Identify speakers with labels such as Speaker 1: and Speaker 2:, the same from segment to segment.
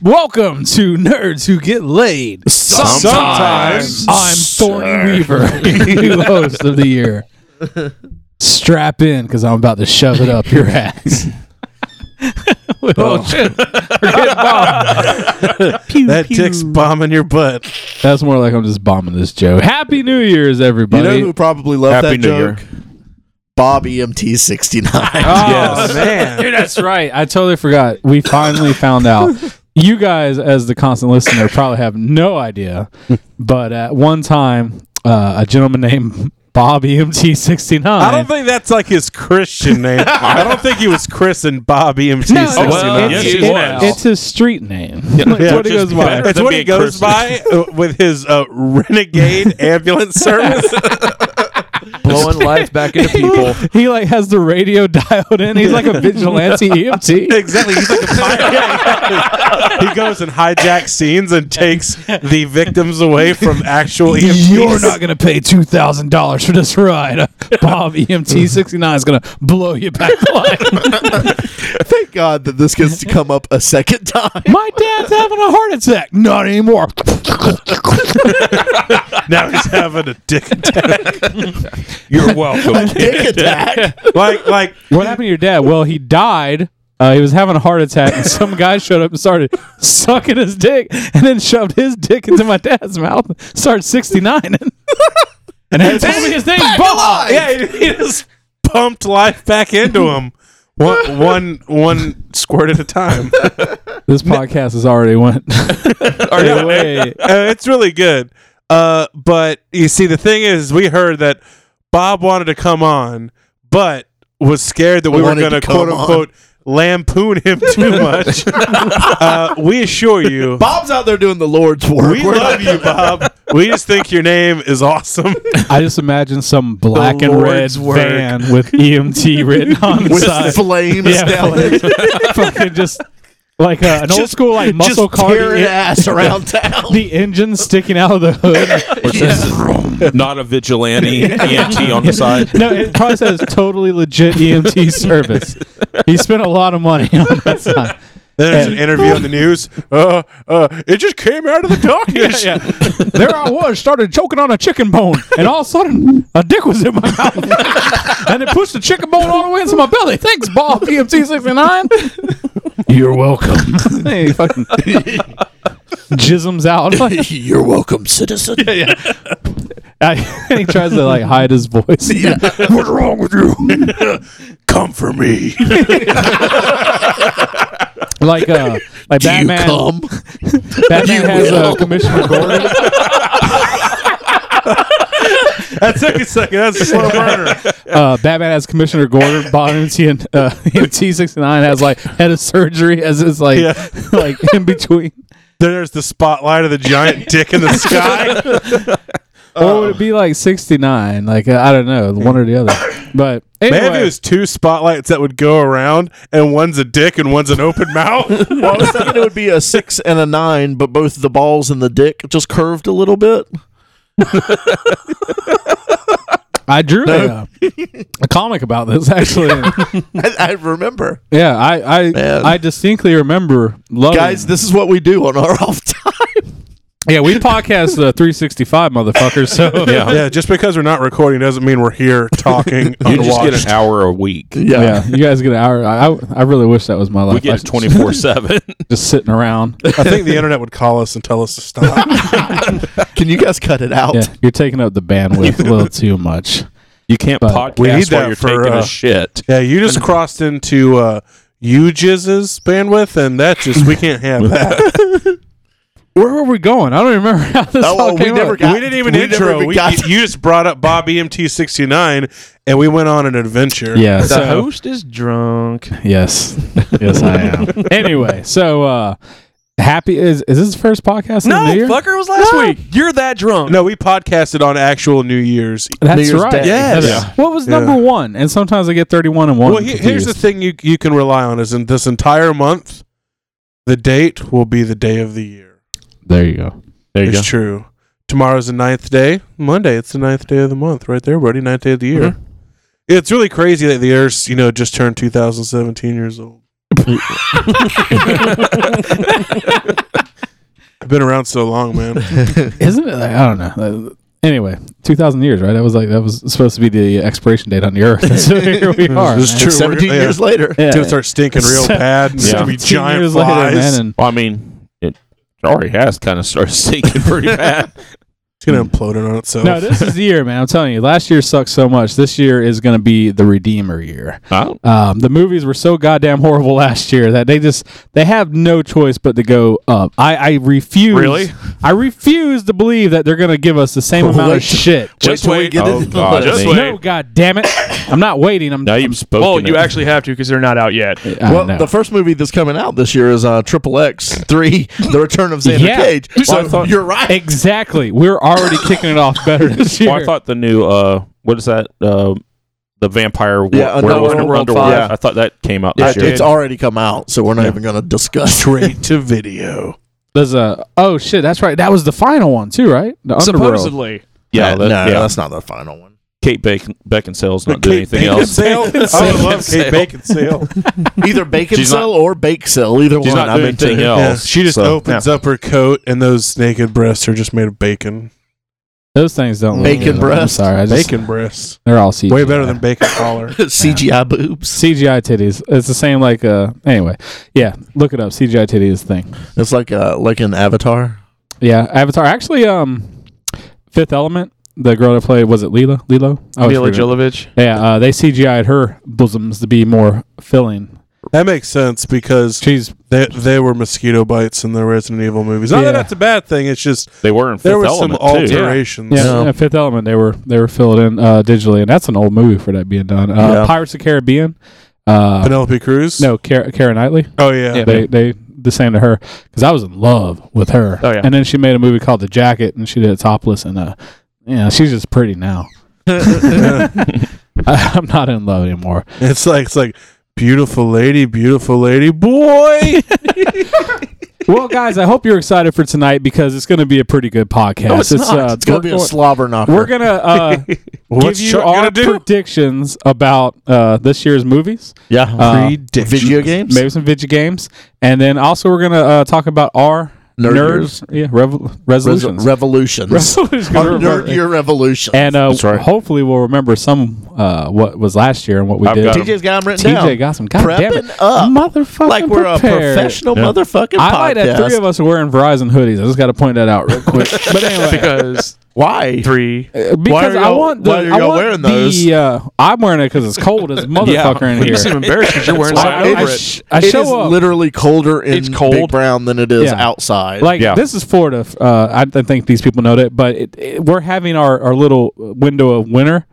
Speaker 1: Welcome to Nerds Who Get Laid.
Speaker 2: Sometimes.
Speaker 1: I'm Thorny Weaver, new host of the year. Strap in because I'm about to shove it up your ass. oh, shit. We're getting bombed. Pew,
Speaker 2: That
Speaker 1: pew.
Speaker 2: tick's bombing your butt.
Speaker 1: That's more like I'm just bombing this joke. Happy New Year's,
Speaker 3: You
Speaker 1: everybody.
Speaker 3: know who probably loved
Speaker 2: Happy
Speaker 3: that
Speaker 2: New Year.
Speaker 3: joke? Bob EMT69.
Speaker 1: Oh,
Speaker 2: Yes.
Speaker 1: man. Dude, that's right. I totally forgot. We finally found out. You guys, as the constant listener, probably have no idea. But at one time, uh, a gentleman named Bob EMT69.
Speaker 2: I don't think that's like his Christian name. I don't think he was Chris and Bob EMT.
Speaker 1: No,
Speaker 2: 69.
Speaker 1: well,
Speaker 4: yes,
Speaker 1: it's,
Speaker 4: he was.
Speaker 1: it's his street name. It's
Speaker 2: Yeah,
Speaker 1: what he
Speaker 2: which
Speaker 1: goes
Speaker 2: is
Speaker 1: by.
Speaker 2: better. It's
Speaker 4: than
Speaker 2: what he
Speaker 4: being
Speaker 2: goes
Speaker 4: Chris.
Speaker 2: by uh, with his uh, renegade ambulance service.
Speaker 5: blowing life back into people.
Speaker 1: He like has the radio dialed in. He's like a vigilante E EMT.
Speaker 2: exactly. He's like a pirate. he goes and hijacks scenes and takes the victims away from actual EMTs.
Speaker 1: You're not gonna pay two thousand dollars for this ride. Bob EMT sixty nine is gonna blow you back the line.
Speaker 3: Thank God that this gets to come up a second time.
Speaker 1: My dad's having a heart attack. Not anymore.
Speaker 2: now he's having a dick attack.
Speaker 4: You're welcome.
Speaker 3: Dick attack.
Speaker 2: Like, like
Speaker 1: What happened to your dad? Well, he died. Uh, he was having a heart attack, and some guy showed up and started sucking his dick, and then shoved his dick into my dad's mouth. Started sixty nine, and then told me his name. Bob.
Speaker 2: yeah, he, he just pumped life back into him. One, one, one squirt at a time. Uh,
Speaker 1: This podcast has already went. already way.
Speaker 2: it's really good. Uh, but you see, the thing is, we heard that Bob wanted to come on, but was scared that we were
Speaker 3: Wanted
Speaker 2: going to
Speaker 3: to come
Speaker 2: quote unquote lampoon him too much. uh, we assure you,
Speaker 3: Bob's out there doing the Lord's work.
Speaker 2: we
Speaker 3: We're
Speaker 2: love you, Bob. We just think your name is awesome.
Speaker 1: I just imagine some black
Speaker 3: The
Speaker 1: and red
Speaker 3: Lord's work.
Speaker 1: van with EMT written on the
Speaker 3: with
Speaker 1: side.
Speaker 3: flames
Speaker 1: Yeah,
Speaker 3: down it.
Speaker 1: fucking just like uh, an old school like
Speaker 3: Just
Speaker 1: muscle car. E
Speaker 3: tearing
Speaker 1: The,
Speaker 3: ass around town.
Speaker 1: the engine sticking out of the hood.
Speaker 4: Which is not a vigilante EMT on the side.
Speaker 1: No, it probably says totally legit EMT service. He spent a lot of money on that sign.
Speaker 2: Then there's an interview on the news. Uh, uh, it just came out of the darkness.
Speaker 1: Yeah, There I was, started choking on a chicken bone, and all of a sudden a dick was in my mouth, and it pushed the chicken bone all the way into my belly. Thanks, E ball PMT sixty nine. You're welcome. hey, fucking jisms out. Like,
Speaker 3: You're welcome, citizen.
Speaker 1: I, and he tries to like hide his voice.
Speaker 3: What's wrong with you? Come for me. Do
Speaker 1: Like uh, like Batman.
Speaker 3: you come?
Speaker 1: Batman
Speaker 3: You
Speaker 1: has uh,
Speaker 3: will.
Speaker 1: Commissioner Gordon.
Speaker 2: That took a second. That's a slow burner.
Speaker 1: Uh, Batman has Commissioner Gordon. Bob MT and uh, MT sixty nine has like head of surgery as his like
Speaker 2: Yeah.
Speaker 1: like in between.
Speaker 2: There's the spotlight of the giant dick in the sky.
Speaker 1: Or
Speaker 3: Oh.
Speaker 1: would it be like 69? Like, uh, I don't know, one or the other. But
Speaker 2: Maybe
Speaker 1: anyway,
Speaker 2: it was two spotlights that would go around, and one's a dick and one's an open mouth.
Speaker 3: Well, I was thinking it would be a six and a nine, but both the balls and the dick just curved a little bit.
Speaker 1: I drew a, uh, a comic about this, actually.
Speaker 3: I, I remember.
Speaker 1: yeah, I I,
Speaker 3: Man.
Speaker 1: I distinctly remember loving
Speaker 3: Guys, this is what we do on our off time.
Speaker 1: Yeah, we podcast uh, 365, motherfuckers. So, yeah.
Speaker 2: yeah, just because we're not recording doesn't mean we're here talking.
Speaker 4: You just get
Speaker 2: unwatched.
Speaker 4: an hour a week.
Speaker 1: Yeah, you guys get an hour. I, I- I really wish that was my life.
Speaker 4: We get
Speaker 1: I-
Speaker 4: twenty four seven.
Speaker 1: just sitting around.
Speaker 2: I think the internet would call us and tell us to stop.
Speaker 3: Can you guys cut it out?
Speaker 1: Yeah, you're taking up the bandwidth a little too much.
Speaker 4: You can't
Speaker 1: But-
Speaker 4: podcast
Speaker 2: We need that
Speaker 4: while you're
Speaker 2: for,
Speaker 4: taking
Speaker 2: uh,
Speaker 4: a shit.
Speaker 2: yeah, you just crossed into uh, you jizz's bandwidth, and that just we can't have that.
Speaker 1: Where were we going? I don't remember how this
Speaker 3: Oh,
Speaker 1: all
Speaker 3: well, we
Speaker 1: came
Speaker 3: never
Speaker 1: up.
Speaker 3: got-
Speaker 2: we didn't even
Speaker 3: we never
Speaker 2: intro.
Speaker 3: even
Speaker 2: We,
Speaker 3: got-
Speaker 2: you just brought up Bob EMT sixty nine, and we went on an adventure.
Speaker 1: yeah,
Speaker 5: The
Speaker 1: so-
Speaker 5: host is drunk.
Speaker 1: Yes. Yes, I am. anyway, so uh happy is is this the first podcast of the new year?
Speaker 5: fucker was last week. You're that drunk.
Speaker 2: No, we podcasted on actual New Year's.
Speaker 1: That's
Speaker 3: New Year's
Speaker 1: right.
Speaker 3: Day.
Speaker 1: That's-
Speaker 2: Yeah.
Speaker 1: What was
Speaker 2: Yeah.
Speaker 1: number one? And sometimes I get thirty-one and one.
Speaker 2: Well, he- here's the
Speaker 1: confused.
Speaker 2: thing you you can rely on is in this entire month, the date will be the day of the year.
Speaker 1: There you go. There
Speaker 2: It's true. Tomorrow's the ninth day. Monday, it's the ninth day of the month, right there, buddy.
Speaker 1: Mm-hmm.
Speaker 2: Ninth day of the year. It's really crazy that the Earth's you know just turned 2017 years old. I've been around so long, man.
Speaker 1: Isn't it? Like, I don't know. Uh, Anyway, two thousand years, right? That was like that was supposed to be the expiration date on the Earth. And so here we are.
Speaker 2: This
Speaker 1: man.
Speaker 2: is true.
Speaker 3: Seventeen
Speaker 2: Yeah.
Speaker 3: years later.
Speaker 1: Yeah.
Speaker 2: It's gonna start stinking real bad. It's gonna
Speaker 1: 17
Speaker 2: be giant
Speaker 1: years later,
Speaker 2: flies.
Speaker 1: man, and-
Speaker 4: Well, I mean, it already has kind of started sinking pretty bad.
Speaker 2: it's gonna implode on itself.
Speaker 1: no, this is the year, man. I'm telling you, last year sucked so much. This year is going to be the redeemer year.
Speaker 4: Oh,
Speaker 1: Um, the movies were so goddamn horrible last year that they just they have no choice but to go up. I, I refuse.
Speaker 4: Really?
Speaker 1: I refuse to believe that they're going to give us the same amount of
Speaker 3: Wait.
Speaker 1: shit.
Speaker 3: Just
Speaker 4: Wait
Speaker 3: till we
Speaker 4: till
Speaker 3: get
Speaker 4: we-
Speaker 3: to the-
Speaker 4: oh, God, just wait.
Speaker 1: No, god damn it! I'm not waiting. I'm.
Speaker 4: now you've spoken.
Speaker 5: Well, you
Speaker 4: it.
Speaker 5: actually have to because they're not out yet.
Speaker 1: I
Speaker 3: Well,
Speaker 1: know.
Speaker 3: the first movie that's coming out this year is uh, Triple X Three: The Return of Xander
Speaker 1: Yeah.
Speaker 3: Cage.
Speaker 1: Dude,
Speaker 3: So
Speaker 1: I thought-
Speaker 3: you're right.
Speaker 1: exactly. We're already kicking it off better this year.
Speaker 4: Well, Oh, I thought the new uh, what is that? Uh, the vampire wa-
Speaker 3: Yeah, Underworld
Speaker 4: werewolf Underworld
Speaker 3: five.
Speaker 4: Five. I thought that came out
Speaker 3: Yeah,
Speaker 4: this year.
Speaker 3: it's already come out, so we're not even going to discuss.
Speaker 2: straight to video.
Speaker 1: There's a oh shit. That's right. That was the final one too, right? The Underworld.
Speaker 5: Supposedly.
Speaker 4: yeah,
Speaker 3: no,
Speaker 4: that, yeah.
Speaker 3: that's not the final one.
Speaker 4: Kate Bacon, Beckinsale's not doing anything else.
Speaker 2: Sale? I would love
Speaker 4: Sale.
Speaker 2: Kate Bacon sale.
Speaker 3: Either Bacon
Speaker 4: She's not-
Speaker 3: Cell or Bake Cell, either
Speaker 4: She's
Speaker 3: one.
Speaker 4: not
Speaker 3: I'm
Speaker 4: doing
Speaker 3: into.
Speaker 4: anything else.
Speaker 2: Yeah, she just
Speaker 4: so-
Speaker 2: opens up her coat, and those naked breasts are just made of bacon.
Speaker 1: Those things don't look
Speaker 3: Bacon
Speaker 1: good. I'm
Speaker 3: breast.
Speaker 1: Sorry, I just,
Speaker 2: Bacon breasts,
Speaker 1: They're all CGI.
Speaker 2: way better than bacon collar.
Speaker 3: CGI boobs.
Speaker 1: CGI titties. It's the same like uh. Anyway, yeah. Look it up. CGI titty is the thing.
Speaker 3: It's like uh, like an Avatar.
Speaker 1: Yeah, Avatar. Actually, um, Fifth Element. The girl that played was it Lila? Lilo? Oh, I always
Speaker 5: Mila
Speaker 1: forget.
Speaker 5: Jovovich.
Speaker 1: Yeah, uh, they CGI'd her bosoms to be more filling.
Speaker 2: That makes sense because
Speaker 1: She's
Speaker 2: they they were mosquito bites in the Resident Evil movies. Not
Speaker 1: Yeah.
Speaker 2: that that's a bad thing. It's just
Speaker 4: They were in Fifth
Speaker 2: there were some
Speaker 4: Element too.
Speaker 2: alterations.
Speaker 1: yeah,
Speaker 3: So-
Speaker 1: yeah, Fifth Element. They were they were filled in uh, digitally, and that's an old movie for that being done. Uh,
Speaker 3: Yeah.
Speaker 1: Pirates of the Caribbean. Uh,
Speaker 2: Penelope Cruz.
Speaker 1: no, Cara, Cara Knightley.
Speaker 2: Oh yeah.
Speaker 5: Yeah.
Speaker 1: they they the same to her because I was in love with her.
Speaker 5: Oh, yeah.
Speaker 1: And then she made a movie called The Jacket, and she did it topless, and uh, yeah, she's just pretty now. I, I'm not in love anymore.
Speaker 2: It's like it's like beautiful lady, beautiful lady, boy.
Speaker 1: well, guys, I hope you're excited for tonight because it's going to be a pretty good podcast.
Speaker 3: No, it's, not.
Speaker 1: uh,
Speaker 3: it's going to
Speaker 1: we're
Speaker 3: be a
Speaker 1: go-
Speaker 3: slobber knocker.
Speaker 1: We're gonna uh, give
Speaker 2: What's
Speaker 1: you
Speaker 2: Chuck
Speaker 1: our
Speaker 2: gonna do?
Speaker 1: predictions about uh, this year's movies,
Speaker 3: yeah.
Speaker 1: uh,
Speaker 3: video games.
Speaker 1: maybe some video games, and then also we're gonna uh, talk about our
Speaker 3: Nerd
Speaker 1: nerds, yeah, rev-
Speaker 3: Res-
Speaker 1: resolutions,
Speaker 3: revolutions.
Speaker 1: resolutions,
Speaker 3: Our nerd year revolution.
Speaker 1: and uh,
Speaker 4: That's right.
Speaker 1: hopefully we'll remember some uh, what was last year and what we
Speaker 4: I've
Speaker 1: did.
Speaker 4: got 'em.
Speaker 3: TJ's got 'em written down.
Speaker 1: TJ got some. God damn it,
Speaker 3: Prepping up
Speaker 1: motherfucker!
Speaker 3: like we're a professional motherfucking
Speaker 1: I
Speaker 3: podcast.
Speaker 1: like that three of us are wearing Verizon hoodies. I just got to point that out real quick. but anyway,
Speaker 5: Because
Speaker 3: Why?
Speaker 5: three.
Speaker 3: Why are
Speaker 1: because I
Speaker 3: y'all-
Speaker 1: want the
Speaker 3: why are
Speaker 1: I
Speaker 3: y'all
Speaker 1: want
Speaker 3: wearing
Speaker 1: the,
Speaker 3: those?
Speaker 1: uh, I'm wearing it because it's cold as a motherfucker in
Speaker 5: You
Speaker 1: here.
Speaker 5: seem embarrassed because you're wearing
Speaker 1: I-
Speaker 5: something
Speaker 1: I-
Speaker 5: over
Speaker 1: I
Speaker 5: it.
Speaker 1: sh- I
Speaker 3: It
Speaker 1: show
Speaker 3: is
Speaker 1: up
Speaker 3: literally colder in
Speaker 5: It's cold.
Speaker 3: Big Brown than it is
Speaker 1: Yeah.
Speaker 3: outside.
Speaker 1: like
Speaker 4: Yeah.
Speaker 1: this is Florida. f- Uh, I th- think these people know that, but it, it, we're having our, our little window of winter,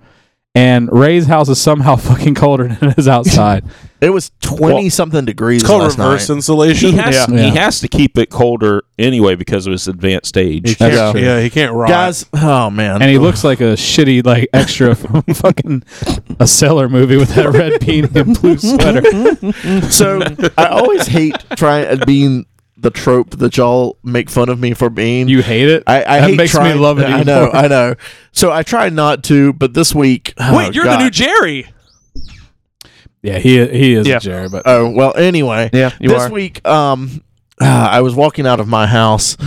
Speaker 1: and Ray's house is somehow fucking colder than it is outside.
Speaker 3: it was twenty something degrees.
Speaker 2: It's called
Speaker 3: last
Speaker 2: reverse
Speaker 3: night.
Speaker 4: He
Speaker 2: insulation.
Speaker 4: has,
Speaker 1: Yeah.
Speaker 4: he has to keep it colder anyway because of his advanced age.
Speaker 1: That's
Speaker 2: yeah,
Speaker 1: true.
Speaker 2: yeah, he can't rot.
Speaker 3: Guys, oh man,
Speaker 1: and he looks like a shitty like extra from fucking a cellar movie with that red beanie and blue sweater.
Speaker 3: So I always hate trying and being the trope that y'all make fun of me for being.
Speaker 1: You hate it?
Speaker 3: I, I
Speaker 1: that
Speaker 3: hate
Speaker 1: makes
Speaker 3: trying,
Speaker 1: me love it.
Speaker 3: I
Speaker 1: even
Speaker 3: know,
Speaker 1: more.
Speaker 3: I know. So I try not to, but this week. oh,
Speaker 5: Wait, you're the new
Speaker 3: God.
Speaker 5: Jerry.
Speaker 1: Yeah, he he is
Speaker 5: Yeah.
Speaker 1: a Jerry, but
Speaker 3: Oh well. Anyway,
Speaker 5: Yeah, you
Speaker 3: this
Speaker 5: are.
Speaker 3: week, um, ah, I was walking out of my house.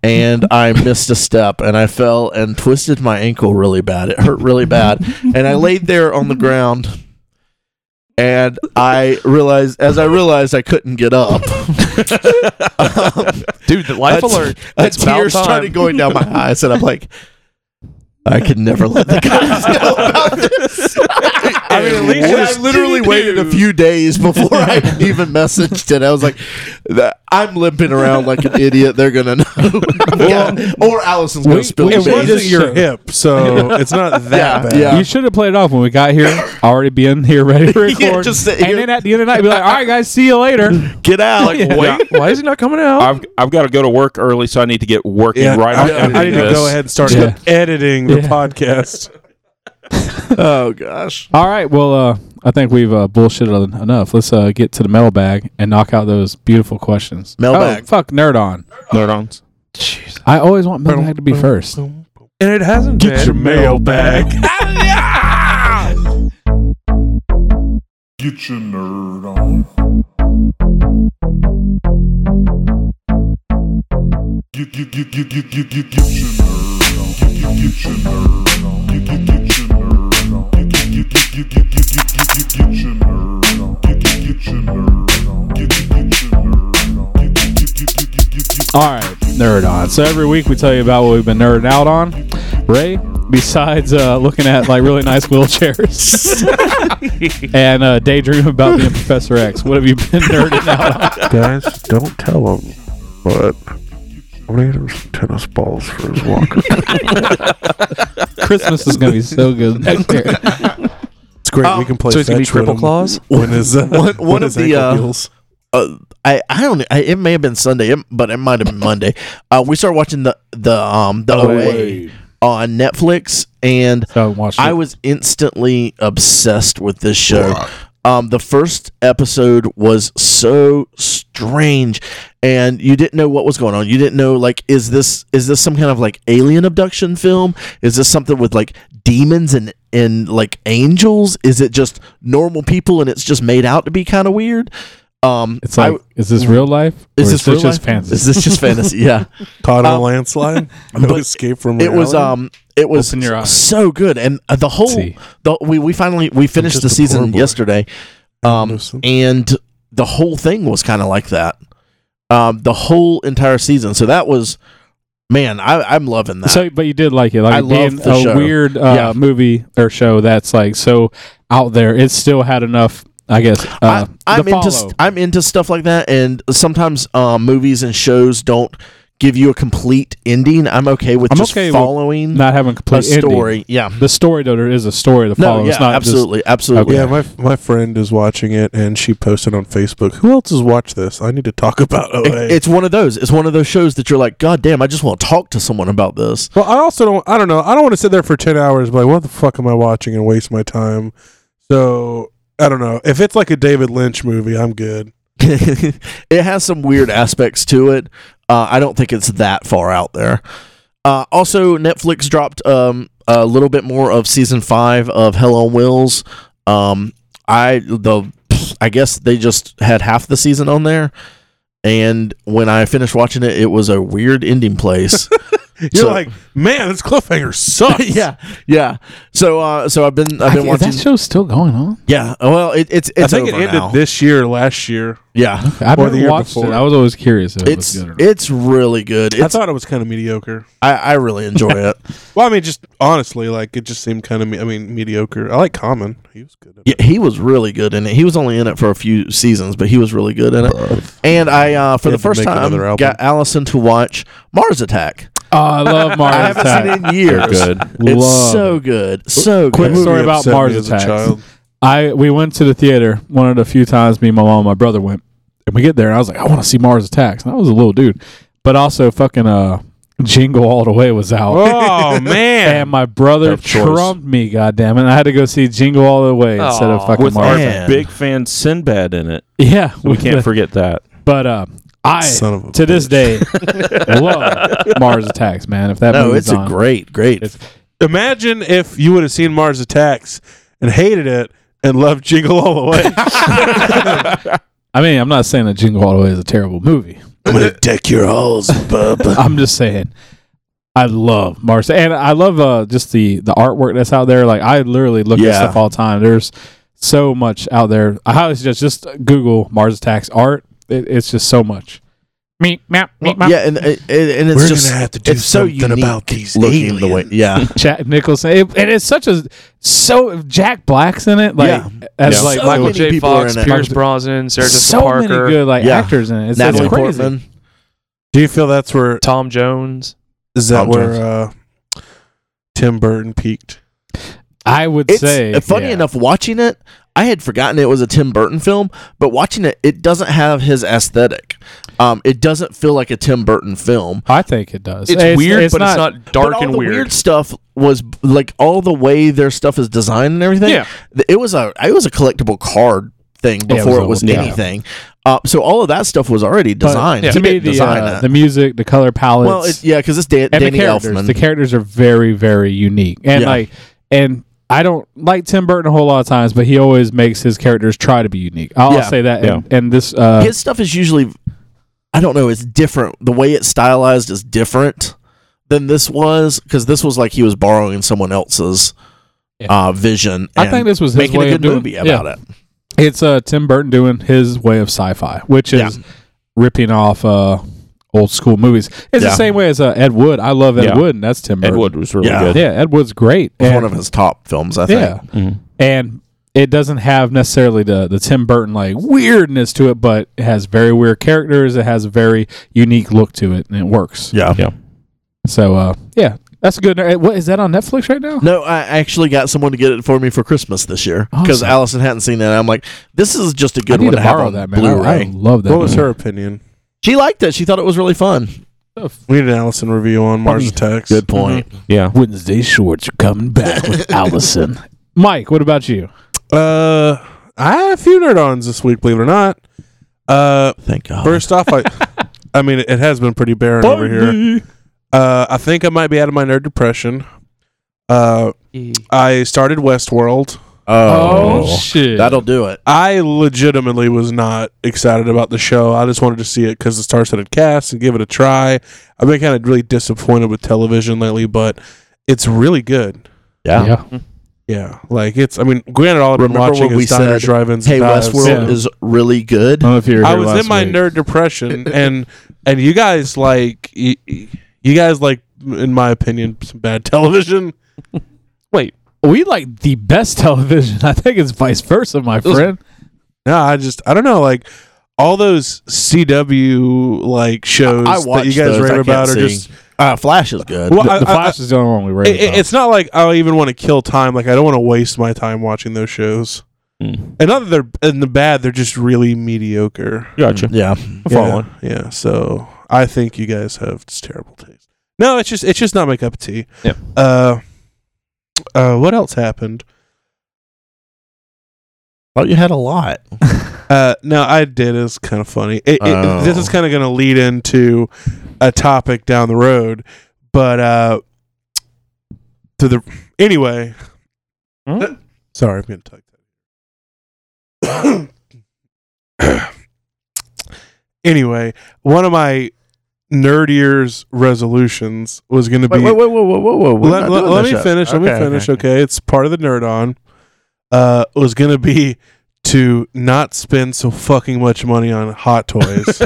Speaker 3: And I missed a step, and I fell and twisted my ankle really bad. It hurt really bad, and I laid there on the ground. And I realized, as I realized, I couldn't get up.
Speaker 5: Dude, the life
Speaker 3: That's-
Speaker 5: alert.
Speaker 3: That
Speaker 5: about
Speaker 3: tear
Speaker 5: time.
Speaker 3: started going down my eyes, and I'm like, I could never let the guys know about this. I
Speaker 5: mean, at least
Speaker 3: I
Speaker 5: it's
Speaker 3: literally
Speaker 5: doo-doo.
Speaker 3: waited a few days before I even messaged it. I was like, "Th- I'm limping around like an idiot. They're gonna know, Yeah. or Allison's gonna
Speaker 1: we-
Speaker 3: spill
Speaker 1: we-
Speaker 3: the
Speaker 2: it
Speaker 1: It
Speaker 2: wasn't
Speaker 1: just
Speaker 3: beans.
Speaker 2: your
Speaker 1: show.
Speaker 2: hip, so it's not
Speaker 3: Yeah,
Speaker 2: that bad.
Speaker 3: yeah.
Speaker 1: You should have played it off when we got here, already being here ready to record.
Speaker 3: Yeah, just sit
Speaker 1: and
Speaker 3: here.
Speaker 1: then at the end of the night, be like, all right, guys, see you later.
Speaker 3: Get out!
Speaker 5: Wait, why is he not coming
Speaker 1: Oh.
Speaker 5: out?
Speaker 4: I've I've got to go to work early, so I need to get working
Speaker 2: Yeah,
Speaker 4: right
Speaker 2: I,
Speaker 4: on
Speaker 2: I- I need to
Speaker 4: this.
Speaker 2: go ahead and start
Speaker 1: Yeah.
Speaker 2: editing the
Speaker 1: Yeah.
Speaker 2: podcast.
Speaker 3: oh gosh.
Speaker 1: All right, well, uh, I think we've uh, bullshitted en- enough. Let's uh, get to the mailbag and knock out those beautiful questions.
Speaker 3: Mailbag.
Speaker 1: Oh, fuck, nerd on.
Speaker 4: Nerdons.
Speaker 1: I always want mailbag to be first.
Speaker 5: and it hasn't been.
Speaker 2: mail back.
Speaker 6: Get your nerd on. Get get get get get get get get your nerd on. Get get get your nerd on. Get get get your nerd on. Get get get get get get get get get get your nerd on. Get get get your nerd on. Get get get your nerd on. Get get get get get get get get.
Speaker 1: All right, nerd on. So every week we tell you about what we've been nerding out on. Ray, besides uh, looking at like really nice wheelchairs and uh, daydream about being Professor X, what have you been nerding out on?
Speaker 7: Guys, don't tell him, but I'm gonna get him some tennis balls for his walker.
Speaker 1: Christmas is gonna be so good next year.
Speaker 2: It's great. we can play.
Speaker 5: So he's gonna be
Speaker 2: fetch with
Speaker 5: triple
Speaker 2: him
Speaker 5: claws.
Speaker 2: When his uh,
Speaker 3: One- one
Speaker 2: when
Speaker 3: of
Speaker 2: his
Speaker 3: the,
Speaker 2: ankle
Speaker 3: uh,
Speaker 2: heals.
Speaker 3: uh, I I don't. I, it may have been Sunday, it- but it might have been Monday. Uh, we started watching the the um the OA on Netflix, and
Speaker 1: So watch
Speaker 3: I was instantly obsessed with this show. Um, the first episode was so strange, and you didn't know what was going on. You didn't know like is this is this some kind of like alien abduction film? Is this something with like demons and and like angels? Is it just normal people and it's just made out to be kind of weird? Um,
Speaker 1: It's like,
Speaker 3: I-
Speaker 1: is this real life? or
Speaker 3: is this real
Speaker 1: just
Speaker 3: life?
Speaker 1: fantasy?
Speaker 3: Is this just fantasy? Yeah.
Speaker 2: caught on a
Speaker 3: um,
Speaker 2: landslide. No
Speaker 3: but
Speaker 2: escape from
Speaker 3: it was
Speaker 2: reality?
Speaker 3: um it was
Speaker 1: Open your eyes.
Speaker 3: so good and uh, the whole
Speaker 1: See.
Speaker 3: the, we we finally we finished
Speaker 2: just
Speaker 3: the
Speaker 2: a poor
Speaker 3: season
Speaker 2: boy.
Speaker 3: yesterday um
Speaker 2: Innocent.
Speaker 3: and the whole thing was kind of like that um the whole entire season so that was man I I'm loving that
Speaker 1: So, but you did like it. Like
Speaker 3: I
Speaker 1: it being
Speaker 3: love the
Speaker 1: a
Speaker 3: show.
Speaker 1: weird uh,
Speaker 3: Yeah.
Speaker 1: movie or show that's like so out there. It still had enough, I guess. Uh,
Speaker 3: I, I'm
Speaker 1: the follow.
Speaker 3: into st- I'm into stuff like that and sometimes um movies and shows don't give you a complete ending I'm okay with
Speaker 1: I'm
Speaker 3: just
Speaker 1: okay with
Speaker 3: following
Speaker 1: not having a
Speaker 3: a
Speaker 1: complete
Speaker 3: story
Speaker 1: Ending.
Speaker 3: yeah
Speaker 1: The story though, there is a story to follow.
Speaker 3: no yeah
Speaker 1: it's not
Speaker 3: absolutely absolutely
Speaker 2: Yeah, my my friend is watching it, and she posted on Facebook. Who else has watched this? I need to talk about
Speaker 3: It-
Speaker 2: OA.
Speaker 3: it's one of those. It's one of those shows that you're like, God damn, I just want to talk to someone about this.
Speaker 2: well, I also don't. I don't know. I don't want to sit there for ten hours. But like, what the fuck am I watching and waste my time? So I don't know. If it's like a David Lynch movie, I'm good.
Speaker 3: it has some weird aspects to it. Uh, I don't think it's that far out there. Uh, also, Netflix dropped um, a little bit more of season five of Hell on Wheels. Um, I the I guess they just had half the season on there. And when I finished watching it, it was a weird ending place.
Speaker 2: You're
Speaker 3: So-
Speaker 2: like, man, this cliffhanger sucks.
Speaker 3: yeah, yeah. So, uh, so I've been, I've been
Speaker 1: Is
Speaker 3: watching.
Speaker 1: that show's still going on?
Speaker 3: yeah. uh, Well, it, it's, it's
Speaker 2: I think it
Speaker 3: over
Speaker 2: ended
Speaker 3: now.
Speaker 2: this year, last year.
Speaker 3: yeah.
Speaker 1: I've
Speaker 2: Or
Speaker 1: never
Speaker 2: the year
Speaker 1: watched
Speaker 2: before.
Speaker 1: it. I was always curious. If
Speaker 3: it's
Speaker 1: it was good or not.
Speaker 3: it's really good. It's,
Speaker 2: I thought it was kind of mediocre.
Speaker 3: I, I really enjoy it.
Speaker 2: Well, I mean, just honestly, like it just seemed kind of. Me- I mean, mediocre. I like Common. He was good. At
Speaker 3: Yeah, he was really good in it. He was only in it for a few seasons, but he was really good in it. And I, uh,
Speaker 2: They
Speaker 3: for the
Speaker 2: have to
Speaker 3: first
Speaker 2: make
Speaker 3: time,
Speaker 2: another album.
Speaker 3: got Allison to watch Mars Attack.
Speaker 1: oh, I love Mars
Speaker 3: I haven't
Speaker 1: Attack.
Speaker 3: seen it in years.
Speaker 4: Good.
Speaker 3: It's
Speaker 1: Love
Speaker 3: so good, so
Speaker 1: Quick
Speaker 3: good.
Speaker 2: Movie
Speaker 1: story about
Speaker 2: upset me
Speaker 1: Mars
Speaker 2: as a
Speaker 1: Attacks.
Speaker 2: child.
Speaker 1: I we went to the theater one of the few times me, my mom, and my brother went, and we get there and I was like, I want to see Mars Attacks. And I was a little dude, but also fucking uh, Jingle All the Way was out.
Speaker 2: Oh
Speaker 1: And
Speaker 2: man,
Speaker 1: my brother
Speaker 4: Tough choice.
Speaker 1: trumped me, goddamn it! I had to go see Jingle All the Way instead of
Speaker 5: Aw,
Speaker 1: fucking
Speaker 4: With our
Speaker 1: Mars.
Speaker 3: Man.
Speaker 4: big fan Sinbad in it.
Speaker 1: Yeah,
Speaker 4: We
Speaker 1: with
Speaker 4: can't
Speaker 1: the-
Speaker 4: forget that.
Speaker 1: But uh, I
Speaker 2: son of a.
Speaker 1: to this day love Mars Attacks, man. If that
Speaker 3: No,
Speaker 1: movie's
Speaker 3: it's a
Speaker 1: on.
Speaker 3: great, great.
Speaker 1: It's-
Speaker 2: Imagine if you would have seen Mars Attacks and hated it and loved Jingle All the Way.
Speaker 1: I mean, I'm not saying that Jingle All the Way is a terrible movie.
Speaker 3: I'm gonna deck your halls, bub.
Speaker 1: I'm just saying. I love Mars, and I love uh, just the the artwork that's out there. Like I literally look at
Speaker 3: Yeah.
Speaker 1: stuff all the time. There's so much out there. I highly suggest just Google Mars Attacks art. It, it's just so much. Me, map, me, map.
Speaker 3: yeah, and it, it- and it's
Speaker 2: We're
Speaker 3: just
Speaker 2: gonna have to do
Speaker 3: it's so
Speaker 2: something
Speaker 3: unique
Speaker 2: about these
Speaker 3: looking the way.
Speaker 2: aliens.
Speaker 3: Yeah,
Speaker 1: Jack Nicholson. It, and it's such a so Jack Black's in it. Like
Speaker 3: Yeah.
Speaker 1: as
Speaker 4: Yeah.
Speaker 1: like Michael
Speaker 3: So
Speaker 5: Michael
Speaker 3: many
Speaker 5: J.
Speaker 3: people are
Speaker 5: Fox,
Speaker 3: in it.
Speaker 5: Pierce Brosnan, Sarah Jessica
Speaker 1: so
Speaker 5: Parker,
Speaker 1: many good like
Speaker 3: Yeah.
Speaker 1: actors in it. It's, it's
Speaker 3: Natalie
Speaker 1: crazy.
Speaker 3: Portman.
Speaker 2: Do you feel that's where
Speaker 5: Tom Jones.
Speaker 2: is that
Speaker 3: Tom
Speaker 2: where
Speaker 3: Jones.
Speaker 2: uh, Tim Burton peaked?
Speaker 1: I would
Speaker 3: it's
Speaker 1: say.
Speaker 3: uh, funny
Speaker 1: yeah.
Speaker 3: enough watching it i had forgotten it was a tim burton film but watching it it doesn't have his aesthetic um, it doesn't feel like a tim burton film
Speaker 1: I think it does.
Speaker 5: It's, weird, but it's not
Speaker 3: But
Speaker 5: dark
Speaker 3: all
Speaker 5: and
Speaker 3: the
Speaker 5: weird.
Speaker 3: stuff was like all the way their stuff is designed and everything
Speaker 1: Yeah.
Speaker 3: th- it was a it was a collectible card thing
Speaker 1: Yeah, it
Speaker 3: before
Speaker 1: was a
Speaker 3: it was,
Speaker 1: little- yeah.
Speaker 3: anything uh, so all of that stuff was already
Speaker 1: But
Speaker 3: designed
Speaker 1: To
Speaker 3: He
Speaker 1: me,
Speaker 3: didn't
Speaker 1: the,
Speaker 3: design
Speaker 1: uh,
Speaker 3: it.
Speaker 1: the music, the color palettes,
Speaker 3: well it, yeah because it's Dan-
Speaker 1: and
Speaker 3: danny
Speaker 1: the characters.
Speaker 3: elfman
Speaker 1: The characters are very, very unique, and
Speaker 3: Yeah.
Speaker 1: like, and I don't like Tim Burton a whole lot of times, but he always makes his characters try to be unique. I'll
Speaker 3: Yeah.
Speaker 1: say that. And, and this, uh,
Speaker 3: his stuff is usually I don't know. It's different. The way it's stylized is different than this was because this was like he was borrowing someone else's
Speaker 1: Yeah.
Speaker 3: uh, vision.
Speaker 1: I
Speaker 3: and
Speaker 1: think this was his
Speaker 3: making
Speaker 1: way of
Speaker 3: a good
Speaker 1: doing-
Speaker 3: movie
Speaker 1: yeah.
Speaker 3: about it.
Speaker 1: It's uh, Tim Burton doing his way of sci-fi, which is
Speaker 3: Yeah.
Speaker 1: ripping off uh, old school movies. It's
Speaker 3: Yeah.
Speaker 1: the same way as uh, Ed Wood. I love Ed
Speaker 4: Yeah.
Speaker 1: Wood, and that's Tim
Speaker 4: Ed
Speaker 1: Burton.
Speaker 4: Wood was really
Speaker 3: Yeah.
Speaker 4: good.
Speaker 1: Yeah, Ed Wood's great.
Speaker 3: It was
Speaker 1: And-
Speaker 3: one of his top films, I think.
Speaker 1: yeah,
Speaker 4: Mhm.
Speaker 1: and it doesn't have necessarily the the Tim Burton like weirdness to it, but it has very weird characters. It has a very unique look to it, and it works.
Speaker 3: Yeah.
Speaker 1: So uh, yeah, that's a good. eh, What is that on Netflix right now?
Speaker 3: No, I actually got someone to get it for me for Christmas this year because
Speaker 1: Awesome.
Speaker 3: Allison hadn't seen that. I'm like, this is just a
Speaker 1: I
Speaker 3: good
Speaker 1: need
Speaker 3: one
Speaker 1: to
Speaker 3: to have
Speaker 1: borrow
Speaker 3: on
Speaker 1: that man. I- I,
Speaker 3: Blu-ray.
Speaker 1: love that.
Speaker 2: What was
Speaker 1: movie.
Speaker 2: her opinion?
Speaker 3: She liked it. She thought it was really fun.
Speaker 2: We need an Allison review on Mars Attacks.
Speaker 3: Good point.
Speaker 1: Mm-hmm.
Speaker 4: Yeah.
Speaker 1: Wednesday shorts are coming back with Allison. Mike, what about you?
Speaker 2: Uh, I have a few nerd ons this week, believe it or not. Uh,
Speaker 3: Thank God.
Speaker 2: first off, I, I mean, it has been pretty barren over here. Uh, I think I might be out of my nerd depression. Uh, I started Westworld.
Speaker 3: oh,
Speaker 1: shit!
Speaker 3: that'll do it.
Speaker 2: I legitimately was not excited about the show. I just wanted to see it because the Star Studded cast and give it a try. I've been kind of really disappointed with television lately, but it's really good.
Speaker 3: Yeah.
Speaker 2: Yeah, like it's. I mean, granted, all I've been
Speaker 3: Remember
Speaker 2: watching
Speaker 3: what we
Speaker 2: is diners,
Speaker 3: said?
Speaker 2: drive-ins,
Speaker 3: Hey,
Speaker 2: and dives.
Speaker 3: Westworld
Speaker 1: Yeah.
Speaker 3: is really
Speaker 1: I
Speaker 3: good.
Speaker 1: don't know if you're.
Speaker 2: I was in my nerd depression, and and you guys like you, you guys like, in my opinion, some bad television.
Speaker 1: We like the best television. I think it's vice versa, my friend.
Speaker 2: No, I just I don't know, like all those CW like shows
Speaker 3: I
Speaker 2: that you
Speaker 3: watched
Speaker 2: guys
Speaker 3: those. I
Speaker 2: rave
Speaker 3: can't
Speaker 2: about are
Speaker 3: see.
Speaker 2: just.
Speaker 3: Uh, Flash is good.
Speaker 2: Well,
Speaker 1: the,
Speaker 2: I-
Speaker 1: the
Speaker 2: I-
Speaker 1: Flash is the only one we
Speaker 2: I-
Speaker 1: rated.
Speaker 2: I- it's not like I even want to kill time. Like I don't want to waste my time watching those shows.
Speaker 4: Mm.
Speaker 2: And not that they're in the bad; they're just really mediocre.
Speaker 4: Gotcha.
Speaker 3: yeah.
Speaker 2: yeah.
Speaker 4: Following.
Speaker 2: Yeah, so I think you guys have just terrible taste. No, it's just it's just not my cup of tea.
Speaker 4: Yeah.
Speaker 2: Uh, uh, what else happened?
Speaker 3: Thought you had a lot.
Speaker 2: Uh, no, I did. It's kind of funny. It, it,
Speaker 3: Oh.
Speaker 2: This is kind of going to lead into a topic down the road, but uh, to the anyway.
Speaker 5: Hmm?
Speaker 2: Sorry, I'm going to type that. anyway, one of my nerd ears resolutions was going to be.
Speaker 3: Wait, wait, wait, whoa, whoa, whoa, whoa. We're
Speaker 2: let,
Speaker 3: not
Speaker 2: let-
Speaker 3: doing
Speaker 2: let
Speaker 3: this
Speaker 2: me
Speaker 3: yet.
Speaker 2: finish. Let me
Speaker 3: Okay,
Speaker 2: finish.
Speaker 3: okay,
Speaker 2: Okay, it's part of the nerd on. Uh, was gonna be to not spend so fucking much money on hot toys.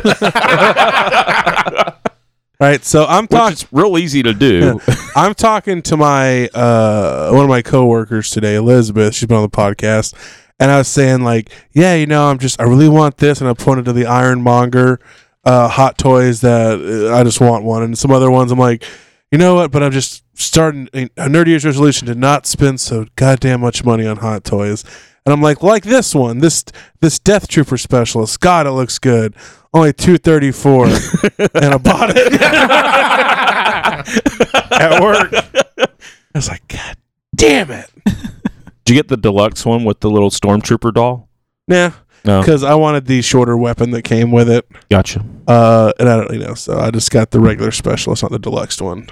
Speaker 2: right. So I'm
Speaker 4: Which
Speaker 2: talking.
Speaker 4: is real easy to do.
Speaker 2: I'm talking to my uh one of my coworkers today, Elizabeth. She's been on the podcast, and I was saying like, yeah, you know, I'm just I really want this, and I pointed to the Ironmonger uh, hot toys that uh, I just want one, and some other ones. I'm like, you know what? But I'm just starting a nerd year's resolution to not spend so goddamn much money on hot toys. And I'm like, like this one, this this Death Trooper specialist. God, it looks good. Only two thirty four, and I bought it at work. I was like, God damn it.
Speaker 4: Did you get the deluxe one with the little stormtrooper doll?
Speaker 2: Nah,
Speaker 4: No.
Speaker 2: because I wanted the shorter weapon that came with it.
Speaker 4: Gotcha.
Speaker 2: Uh, and I don't, you know, so I just got the regular specialist, not the deluxe one.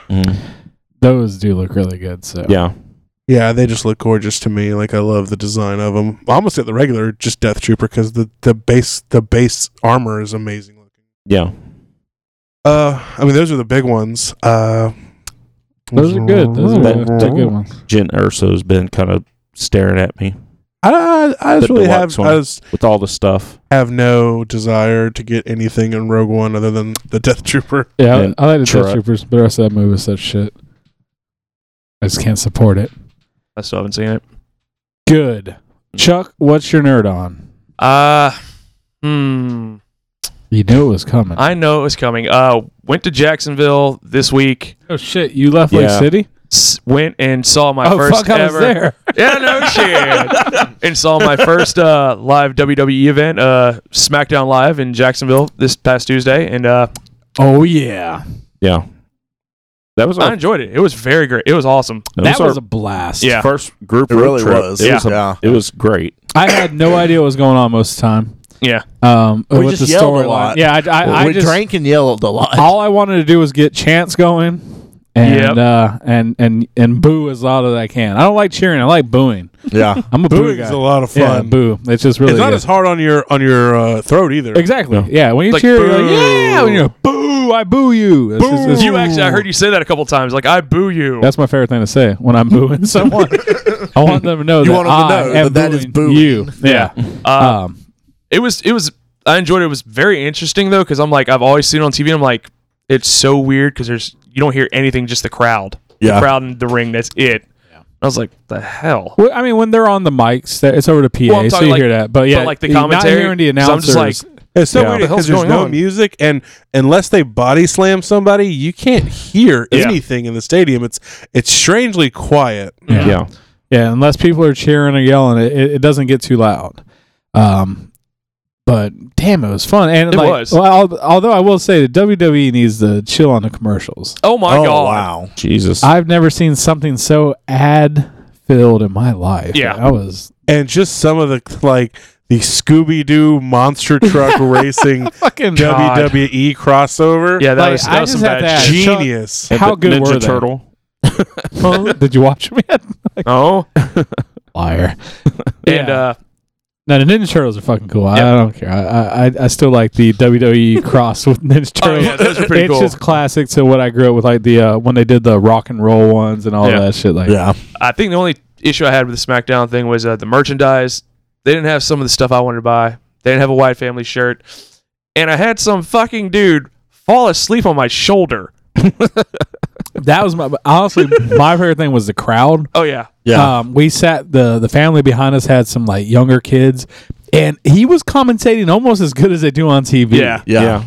Speaker 1: Those do look really good. So
Speaker 4: Mm. Yeah.
Speaker 2: Yeah, they just look gorgeous to me. Like I love the design of them. I almost got the regular just Death Trooper because the the base the base armor is amazing looking.
Speaker 4: Yeah.
Speaker 2: Uh, I mean, those are the big ones. Uh,
Speaker 1: those are good. Those are
Speaker 4: That-
Speaker 1: good, they're good ones.
Speaker 4: Jen Urso's been kind of staring at me
Speaker 2: I, I just
Speaker 4: The
Speaker 2: really
Speaker 4: deluxe
Speaker 2: have
Speaker 4: one.
Speaker 2: I just
Speaker 4: with all the stuff.
Speaker 2: have no desire to get anything in Rogue One other than the Death Trooper.
Speaker 1: Yeah, I-
Speaker 4: And
Speaker 1: I, like the
Speaker 4: Chirrut.
Speaker 1: Death Troopers, but the rest of that movie is such shit. I just can't support it.
Speaker 5: I still haven't seen it.
Speaker 1: Good. Chuck, what's your nerd on?
Speaker 5: Uh, hmm.
Speaker 1: You knew it was coming.
Speaker 5: I know it was coming. Uh, went to Jacksonville this week.
Speaker 1: oh shit! You left Lake
Speaker 4: Yeah.
Speaker 1: City.
Speaker 5: S- went and saw my
Speaker 1: oh
Speaker 5: first
Speaker 1: fuck!
Speaker 5: ever.
Speaker 1: I was there.
Speaker 5: Yeah, no shit. and saw my first uh, live WWE event, uh, SmackDown Live in Jacksonville this past Tuesday, and uh,
Speaker 1: Oh yeah,
Speaker 4: Yeah. That was
Speaker 5: I
Speaker 4: our,
Speaker 5: enjoyed it. It was very great. It was awesome.
Speaker 1: that
Speaker 4: our
Speaker 1: was a blast.
Speaker 5: Yeah.
Speaker 4: first group
Speaker 3: It
Speaker 4: road
Speaker 3: really
Speaker 4: trip.
Speaker 3: was.
Speaker 4: It
Speaker 3: yeah.
Speaker 4: was a- it was great.
Speaker 1: I had no idea what was going on most of the time.
Speaker 5: Yeah.
Speaker 1: Um,
Speaker 3: We
Speaker 1: with
Speaker 3: just
Speaker 1: the
Speaker 3: yelled a
Speaker 1: storyline.
Speaker 3: lot.
Speaker 1: Yeah, I, I, I
Speaker 3: we
Speaker 1: just
Speaker 3: drank and yelled a lot.
Speaker 1: all I wanted to do was get Chance going, and
Speaker 5: Yep.
Speaker 1: uh, and and and boo as loud as I can. I don't like cheering. I like booing.
Speaker 3: Yeah.
Speaker 1: I'm a boo
Speaker 2: Booing's
Speaker 1: guy.
Speaker 2: a lot of fun.
Speaker 1: yeah, boo. It's just really
Speaker 2: it's not
Speaker 1: good.
Speaker 2: as hard on your on your uh, throat either.
Speaker 1: Exactly. Yeah. When you
Speaker 5: Like,
Speaker 1: cheer, you're like,
Speaker 5: boo.
Speaker 1: yeah. When you're like, boo, I boo you. It's just- it's-
Speaker 5: You actually, I heard you say that a couple times. Like, I boo you.
Speaker 1: That's my favorite thing to say when I'm booing someone. I want them to know
Speaker 3: You
Speaker 1: that
Speaker 3: want them to
Speaker 1: I
Speaker 3: know
Speaker 1: am
Speaker 3: that that is
Speaker 1: booing
Speaker 3: booing.
Speaker 1: you. Yeah.
Speaker 5: Uh,
Speaker 1: Um,
Speaker 5: it was it was I enjoyed it. It was very interesting though because I'm like I've always seen it on TV. and I'm like it's so weird because there's you don't hear anything, just the crowd,
Speaker 3: Yeah.
Speaker 5: the crowd and the ring. That's it. I was like, the hell.
Speaker 1: Well, I mean, when they're on the mics, they're- it's over to PA,
Speaker 5: Well, I'm
Speaker 1: so
Speaker 5: talking
Speaker 1: you
Speaker 5: like-
Speaker 1: hear that. But yeah,
Speaker 5: but like the
Speaker 1: you're
Speaker 5: commentary,
Speaker 1: not hearing the
Speaker 5: 'cause I'm
Speaker 1: announcers.
Speaker 5: just like,
Speaker 2: It's so
Speaker 1: Yeah.
Speaker 2: weird
Speaker 5: The hell's
Speaker 2: because there's
Speaker 5: going
Speaker 2: no
Speaker 5: on?
Speaker 2: music, and unless they body slam somebody, you can't hear
Speaker 5: Yeah.
Speaker 2: anything in the stadium. It's it's strangely quiet.
Speaker 1: Yeah. yeah, unless people are cheering or yelling, it, it, it doesn't get too loud. Um, but damn, it was fun. And
Speaker 5: It
Speaker 1: like,
Speaker 5: was.
Speaker 1: Well, al- although I will say that WWE needs to chill on the commercials.
Speaker 5: Oh my
Speaker 3: oh
Speaker 5: god.
Speaker 3: wow.
Speaker 4: Jesus.
Speaker 1: I've never seen something so ad filled in my life.
Speaker 5: Yeah.
Speaker 1: I was
Speaker 2: And just some of the like the Scooby Doo monster truck racing
Speaker 1: fucking
Speaker 2: WWE crossover.
Speaker 5: Yeah, that
Speaker 1: Like,
Speaker 5: was, that
Speaker 1: I
Speaker 5: was
Speaker 1: just
Speaker 5: some
Speaker 1: had
Speaker 5: bad
Speaker 1: to ask-
Speaker 5: shit.
Speaker 2: genius.
Speaker 1: How good
Speaker 4: Ninja
Speaker 1: were they?
Speaker 4: Turtle.
Speaker 1: Huh? Did you watch them yet?
Speaker 5: Oh,
Speaker 1: Liar.
Speaker 5: and uh,
Speaker 1: no, the Ninja Turtles are fucking cool. I,
Speaker 5: Yeah.
Speaker 1: I don't care. I, I I still like the WWE cross with Ninja
Speaker 5: oh
Speaker 1: Turtles.
Speaker 5: yeah, those are pretty
Speaker 1: it's
Speaker 5: cool.
Speaker 1: just classic to what I grew up with, like the uh, when they did the rock and roll ones and all
Speaker 5: Yeah.
Speaker 1: that shit. Like,
Speaker 3: Yeah.
Speaker 5: I think the only issue I had with the SmackDown thing was uh, the merchandise. They didn't have some of the stuff I wanted to buy. They didn't have a white family shirt, and I had some fucking dude fall asleep on my shoulder.
Speaker 1: that was my honestly my favorite thing was the crowd.
Speaker 5: Oh yeah,
Speaker 3: Yeah.
Speaker 1: Um, we sat the the family behind us had some like younger kids, and he was commentating almost as good as they do on TV.
Speaker 5: yeah.
Speaker 3: yeah.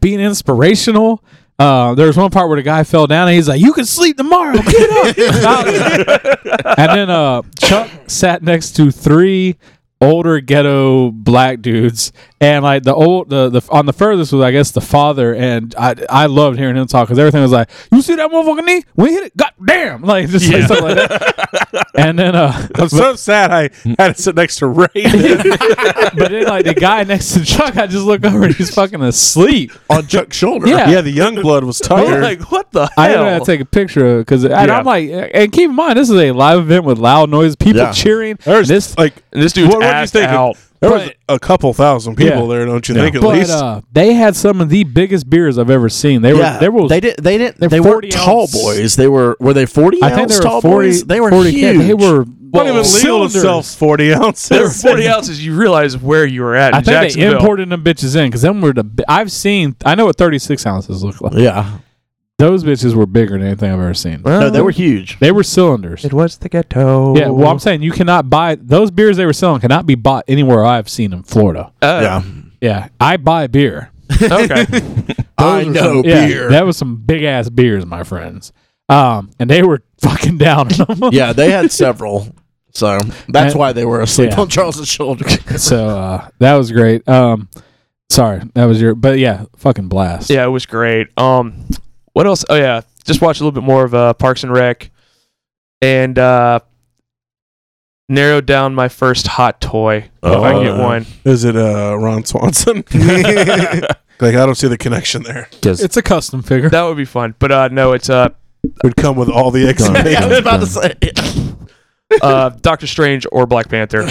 Speaker 1: being inspirational. Uh, there was one part where the guy fell down and he's like, "You can sleep tomorrow, get up." and then uh, Chuck sat next to three older ghetto black dudes, and like the old the, the on the furthest was I guess the father, and I I loved hearing him talk because everything was like, "You see that motherfucking knee? We hit it, goddamn!" Like just like, stuff like that. and then uh,
Speaker 2: I'm so sad I
Speaker 1: Mm.
Speaker 2: had to sit next to Ray. It's
Speaker 1: but then like the guy next to Chuck, I just look over and he's fucking asleep.
Speaker 3: On Chuck's shoulder.
Speaker 1: Yeah,
Speaker 2: yeah, the young blood was tired.
Speaker 5: Like what the
Speaker 1: I even
Speaker 5: hell?
Speaker 1: had to take a picture of because and
Speaker 5: Yeah.
Speaker 1: I'm like, and keep in mind this is a live event with loud noise, people
Speaker 3: Yeah.
Speaker 1: cheering.
Speaker 2: There's
Speaker 1: this,
Speaker 2: like
Speaker 5: And this dude's
Speaker 2: What- what do you
Speaker 5: ass
Speaker 2: think of-
Speaker 5: out.
Speaker 2: there was
Speaker 1: but-
Speaker 2: a couple thousand people
Speaker 1: Yeah.
Speaker 2: there, don't you
Speaker 1: Yeah.
Speaker 2: think? At
Speaker 1: but
Speaker 2: least
Speaker 1: uh, they had some of the biggest beers I've ever seen. They were
Speaker 3: Yeah,
Speaker 1: there was
Speaker 3: they didn't. They didn't.
Speaker 1: they're
Speaker 3: They weren't
Speaker 1: 40
Speaker 3: tall
Speaker 1: ounce.
Speaker 3: boys. They were. Were they forty?
Speaker 1: I think
Speaker 3: ounce
Speaker 1: there
Speaker 3: tall
Speaker 1: were 40,
Speaker 3: boys. They were
Speaker 1: 40
Speaker 3: huge.
Speaker 1: kids. They were
Speaker 2: not even legal to
Speaker 1: cylinders.
Speaker 2: sell forty
Speaker 5: There were
Speaker 2: ounces.
Speaker 5: 40 ounces. You realize where you were at in
Speaker 1: I think they
Speaker 5: Jacksonville.
Speaker 1: imported them bitches in because them were the. bi- I've seen. I know what 36 ounces look like.
Speaker 3: Yeah.
Speaker 1: Those bitches were bigger than anything I've ever seen.
Speaker 3: No, they were huge.
Speaker 1: They were cylinders.
Speaker 5: It was the ghetto.
Speaker 1: Yeah, well, I'm saying you cannot buy those beers they were selling cannot be bought anywhere I've seen in Florida.
Speaker 3: Yeah.
Speaker 1: Yeah, I buy beer.
Speaker 5: Oh, okay.
Speaker 3: I know
Speaker 1: Yeah,
Speaker 3: beer.
Speaker 1: that was some big ass beers, my friends. Um, and they were fucking down on them.
Speaker 3: yeah, they had several. So
Speaker 1: And-
Speaker 3: that's why they were asleep
Speaker 1: yeah.
Speaker 3: on Charles's shoulder.
Speaker 1: So uh, that was great. Um, sorry, that was your. But yeah, fucking blast.
Speaker 5: Yeah, it was great. Um, what else? Oh yeah, just watch a little bit more of uh, Parks and Rec, and uh, narrowed down my first hot toy if I can get
Speaker 3: Oh.
Speaker 5: one.
Speaker 2: Is it uh, Ron Swanson? like I don't see the connection there.
Speaker 1: it's a custom figure.
Speaker 5: That would be fun. But uh, no, it's uh,
Speaker 2: Would come with all the X
Speaker 3: I was
Speaker 2: Men.
Speaker 3: about to say.
Speaker 5: uh, Doctor Strange or Black Panther.